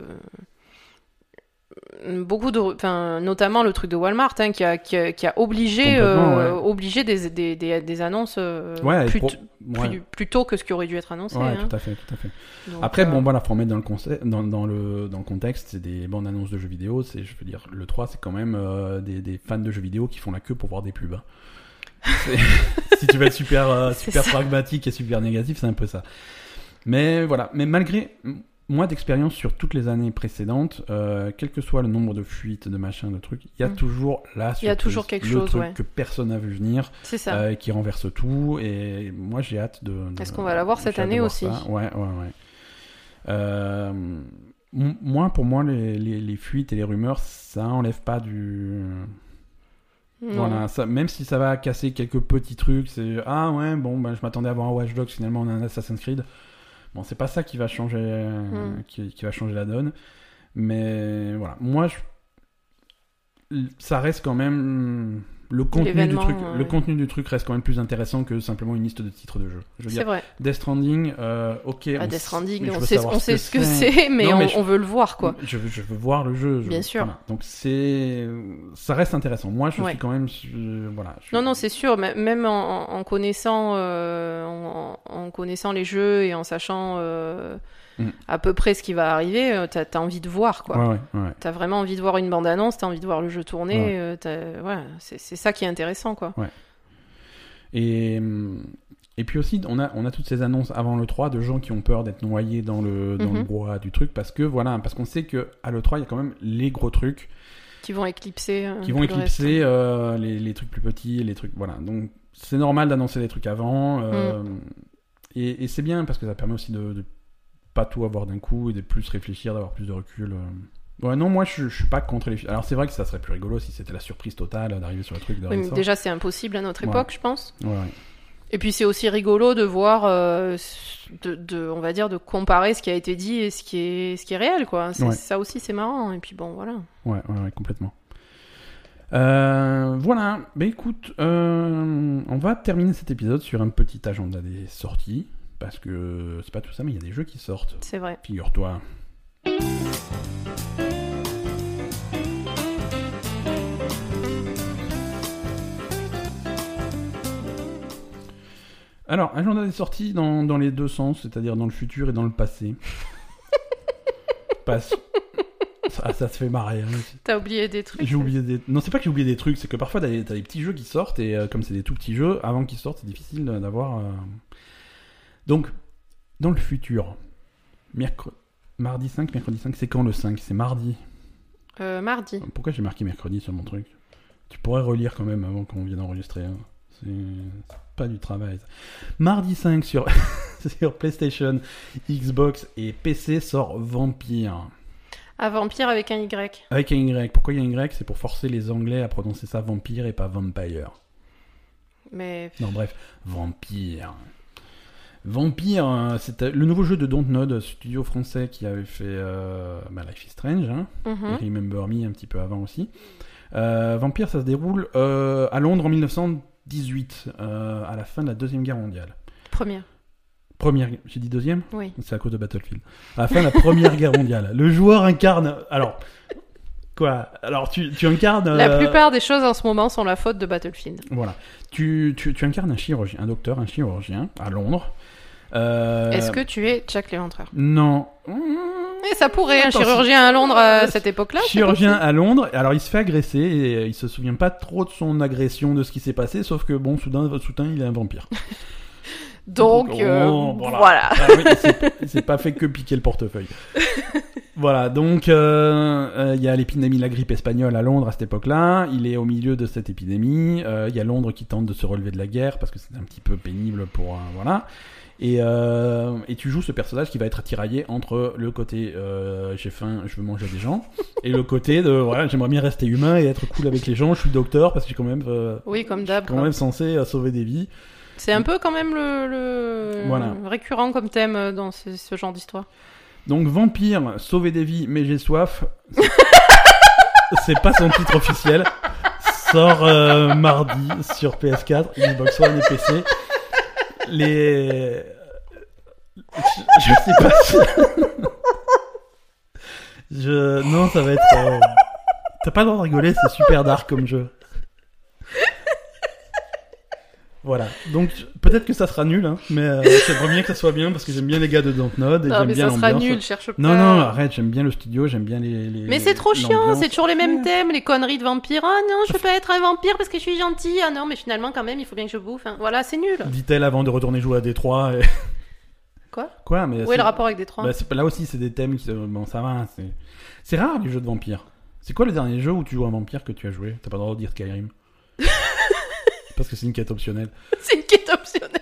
Speaker 2: Beaucoup de, enfin, notamment le truc de Walmart hein, qui, a, qui, a, qui a obligé,
Speaker 1: Complètement,
Speaker 2: euh, obligé des, des, des, des annonces euh,
Speaker 1: Ouais, et
Speaker 2: plus,
Speaker 1: pro-
Speaker 2: t-
Speaker 1: ouais.
Speaker 2: plus- plus tôt que ce qui aurait dû être annoncé.
Speaker 1: Ouais,
Speaker 2: hein.
Speaker 1: tout à fait, tout à fait.
Speaker 2: Donc,
Speaker 1: Après,
Speaker 2: euh,
Speaker 1: bon, voilà, faut remettre dans le, concept, dans, dans le, dans le contexte, c'est des bandes annonces de jeux vidéo, c'est, je veux dire, le 3, c'est quand même euh, des, des fans de jeux vidéo qui font la queue pour voir des pubs. hein. C'est- si tu veux être super, euh,
Speaker 2: C'est
Speaker 1: super
Speaker 2: ça.
Speaker 1: pragmatique et super négatif, c'est un peu ça. Mais voilà, mais malgré m- moi d'expérience sur toutes les années précédentes, euh, quel que soit le nombre de fuites, de machins, de trucs, il y a
Speaker 2: Mm.
Speaker 1: toujours la surprise,
Speaker 2: Il y a toujours quelque
Speaker 1: le
Speaker 2: chose,
Speaker 1: truc
Speaker 2: ouais.
Speaker 1: que personne n'a vu venir,
Speaker 2: c'est ça.
Speaker 1: euh, qui renverse tout. Et moi, j'ai hâte de. de-
Speaker 2: Est-ce qu'on va l'avoir
Speaker 1: j'ai
Speaker 2: cette
Speaker 1: hâte de
Speaker 2: année
Speaker 1: voir
Speaker 2: aussi
Speaker 1: ça. Ouais, ouais, ouais. Euh, m- moi, pour moi, les, les- les fuites et les rumeurs, ça enlève pas du.
Speaker 2: Non.
Speaker 1: Voilà, ça, même si ça va casser quelques petits trucs, c'est ah ouais, bon, ben, je m'attendais à voir un Watch Dogs, finalement on a un Assassin's Creed. Bon, c'est pas ça qui va changer, euh,
Speaker 2: Mm.
Speaker 1: qui, qui va changer la donne. Mais voilà, moi, je- ça reste quand même le contenu du
Speaker 2: L'événement,
Speaker 1: truc.
Speaker 2: euh,
Speaker 1: Le
Speaker 2: ouais.
Speaker 1: contenu du truc reste quand même plus intéressant que simplement une liste de titres de jeu. Je veux
Speaker 2: C'est
Speaker 1: dire,
Speaker 2: vrai.
Speaker 1: Death Stranding, euh, ok.
Speaker 2: Ah,
Speaker 1: on
Speaker 2: Death
Speaker 1: s-
Speaker 2: Stranding,
Speaker 1: mais je
Speaker 2: on
Speaker 1: veux
Speaker 2: sait,
Speaker 1: savoir
Speaker 2: on sait ce que c'est, mais,
Speaker 1: Non,
Speaker 2: on,
Speaker 1: mais je-
Speaker 2: on veut le voir, quoi.
Speaker 1: je, veux- je veux voir le jeu. je
Speaker 2: Bien
Speaker 1: veux-
Speaker 2: sûr.
Speaker 1: voilà. Donc c'est, ça reste intéressant. Moi, je
Speaker 2: Ouais.
Speaker 1: suis quand même, je- voilà. je-
Speaker 2: Non, non, c'est sûr. mais Même en, en- en connaissant, euh, en, en connaissant les jeux et en sachant euh,
Speaker 1: Mm.
Speaker 2: à peu près ce qui va arriver, euh, t'as as envie de voir, quoi.
Speaker 1: Ouais, ouais, ouais.
Speaker 2: T'as vraiment envie de voir une bande-annonce, t'as envie de voir le jeu tourner.
Speaker 1: Ouais.
Speaker 2: euh, t'as- voilà, c'est c'est ça qui est intéressant, quoi.
Speaker 1: Et, hum, et puis aussi, on a, on a toutes ces annonces avant l'E3 de gens qui ont peur d'être noyés dans le, dans le
Speaker 2: Mhm.
Speaker 1: bois du truc parce que voilà, parce qu'on sait que à l'E3, il y a quand même les gros trucs
Speaker 2: Qui vont éclipser. euh,
Speaker 1: qui vont
Speaker 2: tout le reste.
Speaker 1: éclipser euh, les, les trucs plus petits, les trucs. Voilà. Donc c'est normal d'annoncer des trucs avant. euh,
Speaker 2: Mm.
Speaker 1: Et, et c'est bien parce que ça permet aussi de, de pas tout avoir d'un coup et de plus réfléchir, d'avoir plus de recul. euh. Ouais, non, moi je, je suis pas contre les. Alors c'est vrai que ça serait plus rigolo si c'était la surprise totale d'arriver sur le truc.
Speaker 2: Oui,
Speaker 1: d'avoir
Speaker 2: mais
Speaker 1: ça.
Speaker 2: déjà, c'est impossible à notre
Speaker 1: Ouais.
Speaker 2: époque, je pense.
Speaker 1: Ouais, ouais.
Speaker 2: Et puis c'est aussi rigolo de voir, euh, de, de- on va dire, de comparer ce qui a été dit et ce qui est, ce qui est réel, quoi. C'est-
Speaker 1: Ouais.
Speaker 2: Ça aussi, c'est marrant. Et puis bon, voilà.
Speaker 1: Ouais, ouais, ouais, complètement. Euh, voilà, bah écoute, euh, on va terminer cet épisode sur un petit agenda des sorties, parce que c'est pas tout ça, mais il y a des jeux qui sortent,
Speaker 2: C'est vrai.
Speaker 1: figure-toi. Alors, agenda des sorties dans, dans les deux sens, c'est-à-dire dans le futur et dans le passé. Parce... Ah, ça se fait marrer. hein.
Speaker 2: T'as oublié des trucs.
Speaker 1: J'ai oublié des. Non, c'est pas que j'ai oublié des trucs, c'est que parfois t'as des, t'as des petits jeux qui sortent et euh, comme c'est des tout petits jeux, avant qu'ils sortent, c'est difficile de- d'avoir. euh, Donc, dans le futur, mercredi. Mardi 5, mercredi 5, c'est quand le 5 C'est mardi.
Speaker 2: Euh, mardi.
Speaker 1: Pourquoi j'ai marqué mercredi sur mon truc Tu pourrais relire quand même avant qu'on vienne enregistrer. hein. C'est- pas du travail. Mardi 5 sur, sur PlayStation, Xbox et PC sort Vampire.
Speaker 2: Ah, Vampire avec un Y.
Speaker 1: Avec un Y. Pourquoi il y a un Y C'est pour forcer les Anglais à prononcer ça Vampire et pas Vampire.
Speaker 2: Mais
Speaker 1: Non, bref, Vampire. Vampire, euh, c'est euh, le nouveau jeu de Dontnod, studio français qui avait fait euh, bah, Life is Strange, hein,
Speaker 2: mhm.
Speaker 1: et Remember Me un petit peu avant aussi. Euh, Vampire, ça se déroule euh, à Londres en 1918, euh, à la fin de la Deuxième Guerre mondiale.
Speaker 2: première.
Speaker 1: Première, j'ai dit deuxième
Speaker 2: Oui.
Speaker 1: C'est à cause de Battlefield. À la fin de la Première Guerre mondiale, le joueur incarne... Alors, quoi Alors, tu, tu incarnes...
Speaker 2: La
Speaker 1: euh,
Speaker 2: plupart des choses en ce moment sont la faute de Battlefield.
Speaker 1: Voilà. Tu, tu, tu incarnes un chirurgien, un docteur, un chirurgien, à Londres. Euh,
Speaker 2: Est-ce que tu es Jack l'Éventreur
Speaker 1: Non.
Speaker 2: Et ça pourrait, un
Speaker 1: Attends,
Speaker 2: chirurgien à Londres à
Speaker 1: Euh,
Speaker 2: cette époque-là. c'est
Speaker 1: Chirurgien à Londres, alors il se fait agresser et euh, il se souvient pas trop de son agression, de ce qui s'est passé, sauf que bon, soudain, soudain il est un vampire.
Speaker 2: possible. Donc, euh,
Speaker 1: Oh,
Speaker 2: voilà.
Speaker 1: Ah oui, il s'est- il s'est pas fait que piquer le portefeuille. voilà, donc euh, euh, il y a l'épidémie de la grippe espagnole à Londres à cette époque-là. Il est au milieu de cette épidémie. Euh, Il y a Londres qui tente de se relever de la guerre parce que c'est un petit peu pénible pour un. Voilà. Et, euh, et tu joues ce personnage qui va être attiraillé entre le côté euh, j'ai faim, je veux manger des gens, et le côté de voilà, j'aimerais bien rester humain et être cool avec les gens, je suis docteur parce que j'ai quand même, euh,
Speaker 2: Oui, comme d'hab.
Speaker 1: quand
Speaker 2: quoi.
Speaker 1: même censé euh, sauver des vies.
Speaker 2: C'est un peu quand même le, le-
Speaker 1: Voilà.
Speaker 2: récurrent comme thème euh, dans ce, ce genre d'histoire.
Speaker 1: Donc Vampire, sauver des vies, mais j'ai soif. C'est pas son titre officiel. Sort euh, mardi sur PS4, Xbox One et PC. Les... euh, Je, je sais pas si... Je... Non, ça va être... euh, T'as pas le droit de rigoler, c'est super dark comme jeu. Voilà, donc je- peut-être que ça sera nul, hein, mais euh, j'aimerais bien que ça soit bien parce que j'aime bien les gars de Dontnod et
Speaker 2: Non,
Speaker 1: j'aime
Speaker 2: Ah, mais
Speaker 1: bien
Speaker 2: ça sera
Speaker 1: l'ambiance.
Speaker 2: nul, cherche pas.
Speaker 1: Non, non, arrête, j'aime bien le studio, j'aime bien les. les-
Speaker 2: Mais c'est trop chiant,
Speaker 1: l'ambiance.
Speaker 2: c'est toujours les mêmes
Speaker 1: Ouais.
Speaker 2: thèmes, les conneries de vampires. Ah non, je veux pas être un vampire parce que je suis gentil. Ah non, mais finalement, quand même, il faut bien que je bouffe. hein. Voilà, c'est nul.
Speaker 1: Dit-elle avant de retourner jouer à Détroit. et-
Speaker 2: Quoi
Speaker 1: Quoi mais
Speaker 2: Où est
Speaker 1: c'est-
Speaker 2: le rapport avec Détroit
Speaker 1: bah, c'est- Là aussi, c'est des thèmes qui. se- Bon, ça va, hein, c'est. C'est rare les jeux de vampires. C'est quoi le dernier jeu où tu joues un vampire que tu as joué T'as pas le droit de dire Skyrim. Parce que c'est une quête optionnelle.
Speaker 2: C'est une quête optionnelle.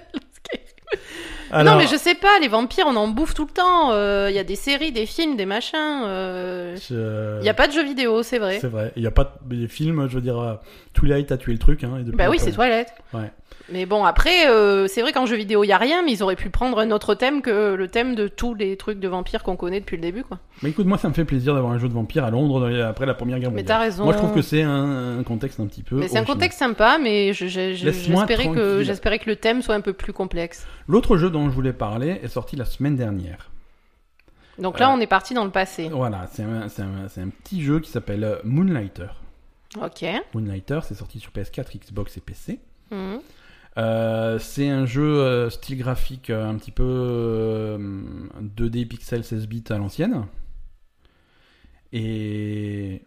Speaker 1: Alors,
Speaker 2: Non, mais je sais pas, les vampires, on en bouffe tout le temps. Euh, Il y a des séries, des films, des machins. Il
Speaker 1: je- euh,
Speaker 2: n'y a pas de jeux vidéo, c'est vrai.
Speaker 1: C'est vrai. Il y a pas de films, je veux dire. euh, Twilight a tué le truc. Hein, et depuis,
Speaker 2: Bah oui,
Speaker 1: après-
Speaker 2: c'est toilette.
Speaker 1: Ouais.
Speaker 2: Mais bon, après, euh, c'est vrai qu'en jeu vidéo, il y a rien, mais ils auraient pu prendre un autre thème que le thème de tous les trucs de vampires qu'on connaît depuis le début, quoi.
Speaker 1: Mais écoute, moi, ça me fait plaisir d'avoir un jeu de vampire à Londres dans les- après la première guerre
Speaker 2: Mais
Speaker 1: mondiale.
Speaker 2: t'as raison.
Speaker 1: Moi, je trouve que c'est un, un contexte un petit peu.
Speaker 2: Mais c'est un
Speaker 1: original.
Speaker 2: contexte sympa, mais je- je- je-
Speaker 1: Laisse-moi
Speaker 2: j'espérais que
Speaker 1: tranquille.
Speaker 2: j'espérais que le thème soit un peu plus complexe.
Speaker 1: L'autre jeu dont je voulais parler est sorti la semaine dernière.
Speaker 2: Donc là,
Speaker 1: Euh.
Speaker 2: on est parti dans le passé.
Speaker 1: Voilà, c'est un, c'est un- c'est un petit jeu qui s'appelle euh, Moonlighter.
Speaker 2: Ok.
Speaker 1: Moonlighter, c'est sorti sur PS4, Xbox et PC.
Speaker 2: Mhm.
Speaker 1: Euh, c'est un jeu euh, style graphique euh, un petit peu euh, 2D pixel 16 bits à l'ancienne. Et.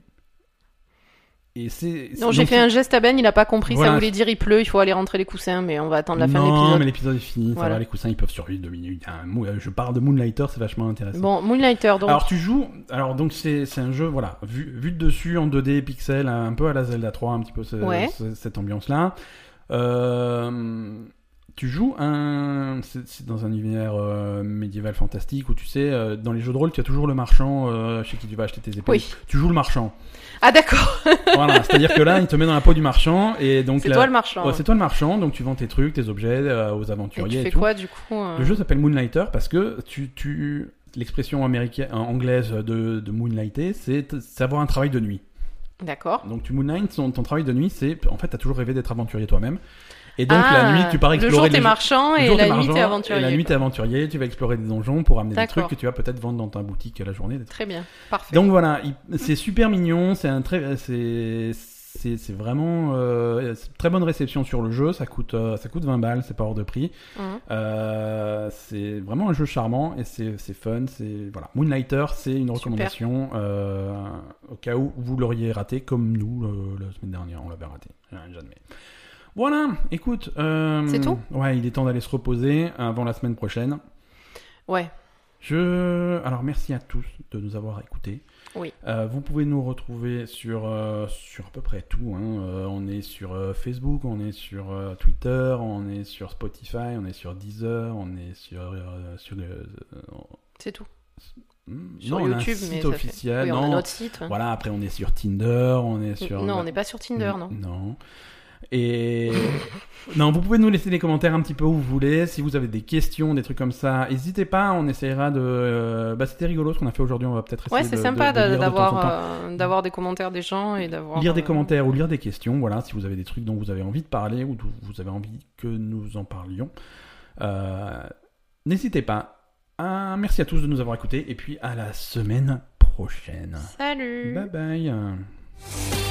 Speaker 1: Et c'est.
Speaker 2: Non, j'ai fait un geste à Ben, il a pas compris. Ça
Speaker 1: Voilà.
Speaker 2: voulait dire il pleut, il faut aller rentrer les coussins, mais on va attendre la fin
Speaker 1: non,
Speaker 2: de
Speaker 1: mais
Speaker 2: l'épisode.
Speaker 1: l'épisode est fini. Ça
Speaker 2: Voilà.
Speaker 1: va, les coussins ils peuvent survivre deux minutes. Il y a un mou- euh, Je parle de Moonlighter, c'est vachement intéressant.
Speaker 2: Bon, Moonlighter, donc.
Speaker 1: Alors tu joues, alors donc c'est c'est un jeu voilà vu, vu de dessus en 2D pixel un peu à la Zelda 3 un petit peu ce-
Speaker 2: Ouais.
Speaker 1: ce- cette ambiance là. tu joues un c'est c'est dans un univers euh, médiéval fantastique où tu sais euh, dans les jeux de rôle tu as toujours le marchand euh, chez qui tu vas acheter tes épées.
Speaker 2: Oui.
Speaker 1: Tu joues le marchand.
Speaker 2: Ah d'accord,
Speaker 1: voilà c'est à dire que là il te met dans la peau du marchand et donc
Speaker 2: c'est
Speaker 1: la-
Speaker 2: toi le marchand.
Speaker 1: Ouais, c'est toi le marchand donc tu vends tes trucs tes objets euh, aux
Speaker 2: Et
Speaker 1: aventuriers
Speaker 2: tu
Speaker 1: et
Speaker 2: fais
Speaker 1: tout.
Speaker 2: quoi du coup euh,
Speaker 1: Le jeu s'appelle Moonlighter parce que tu, tu l'expression américaine, euh, anglaise de, de moonlighter, c'est t- c'est avoir un travail de nuit.
Speaker 2: D'accord.
Speaker 1: Donc tu moonlight, ton, ton travail de nuit, c'est en fait t'as toujours rêvé d'être aventurier toi-même. Et donc la
Speaker 2: Ah,
Speaker 1: nuit, tu pars
Speaker 2: Le jour
Speaker 1: explorer.
Speaker 2: t'es
Speaker 1: les-
Speaker 2: marchand
Speaker 1: le
Speaker 2: et
Speaker 1: jour,
Speaker 2: la
Speaker 1: t'es
Speaker 2: nuit
Speaker 1: marchand,
Speaker 2: t'es
Speaker 1: et
Speaker 2: aventurier.
Speaker 1: la nuit t'es aventurier, tu vas explorer des donjons pour amener des
Speaker 2: D'accord.
Speaker 1: trucs que tu vas peut-être vendre dans ta boutique la journée. des trucs.
Speaker 2: Très bien, parfait.
Speaker 1: Donc voilà, il- c'est super mignon, c'est un très, c'est c'est c'est vraiment euh, c'est une très bonne réception sur le jeu. Ça coûte euh, ça coûte 20 balles, c'est pas hors de prix.
Speaker 2: Mhm.
Speaker 1: Euh, c'est vraiment un jeu charmant et c'est c'est fun. C'est voilà, Moonlighter, c'est une recommandation euh, au cas où vous l'auriez raté, comme nous le- la semaine dernière, on l'avait raté. Euh, J'admets. Voilà, écoute. euh,
Speaker 2: C'est tout
Speaker 1: Ouais, il est temps d'aller se reposer avant la semaine prochaine.
Speaker 2: Ouais.
Speaker 1: Je alors merci à tous de nous avoir écoutés.
Speaker 2: Oui.
Speaker 1: Euh, vous pouvez nous retrouver sur, euh, sur à peu près tout. hein. Euh, on est sur euh, Facebook, on est sur euh, Twitter, on est sur Spotify, on est sur Deezer, on est sur. euh, sur euh,
Speaker 2: C'est tout.
Speaker 1: hmm,
Speaker 2: Sur
Speaker 1: non,
Speaker 2: YouTube,
Speaker 1: on a un
Speaker 2: mais
Speaker 1: site
Speaker 2: ça fait-
Speaker 1: officiel.
Speaker 2: oui, on
Speaker 1: Euh, non,
Speaker 2: a notre site. hein. Euh,
Speaker 1: Voilà, après on est sur Tinder, on est sur.
Speaker 2: Non, on n'est pas sur Tinder, non.
Speaker 1: Mm, Non. Et. non, vous pouvez nous laisser des commentaires un petit peu où vous voulez. Si vous avez des questions, des trucs comme ça, n'hésitez pas, on essayera de. euh, Bah, c'était rigolo ce qu'on a fait aujourd'hui, on va peut-être essayer
Speaker 2: Ouais, c'est
Speaker 1: de-
Speaker 2: sympa
Speaker 1: de- de
Speaker 2: d'a-
Speaker 1: lire de temps en temps.
Speaker 2: d'avoir euh, d'avoir des commentaires des gens et d'avoir
Speaker 1: Lire
Speaker 2: euh,
Speaker 1: des commentaires ou lire des questions, voilà, si vous avez des trucs dont vous avez envie de parler ou dont vous avez envie que nous en parlions. Euh, N'hésitez pas. Ah, merci à tous de nous avoir écoutés et puis à la semaine prochaine.
Speaker 2: Salut.
Speaker 1: Bye bye.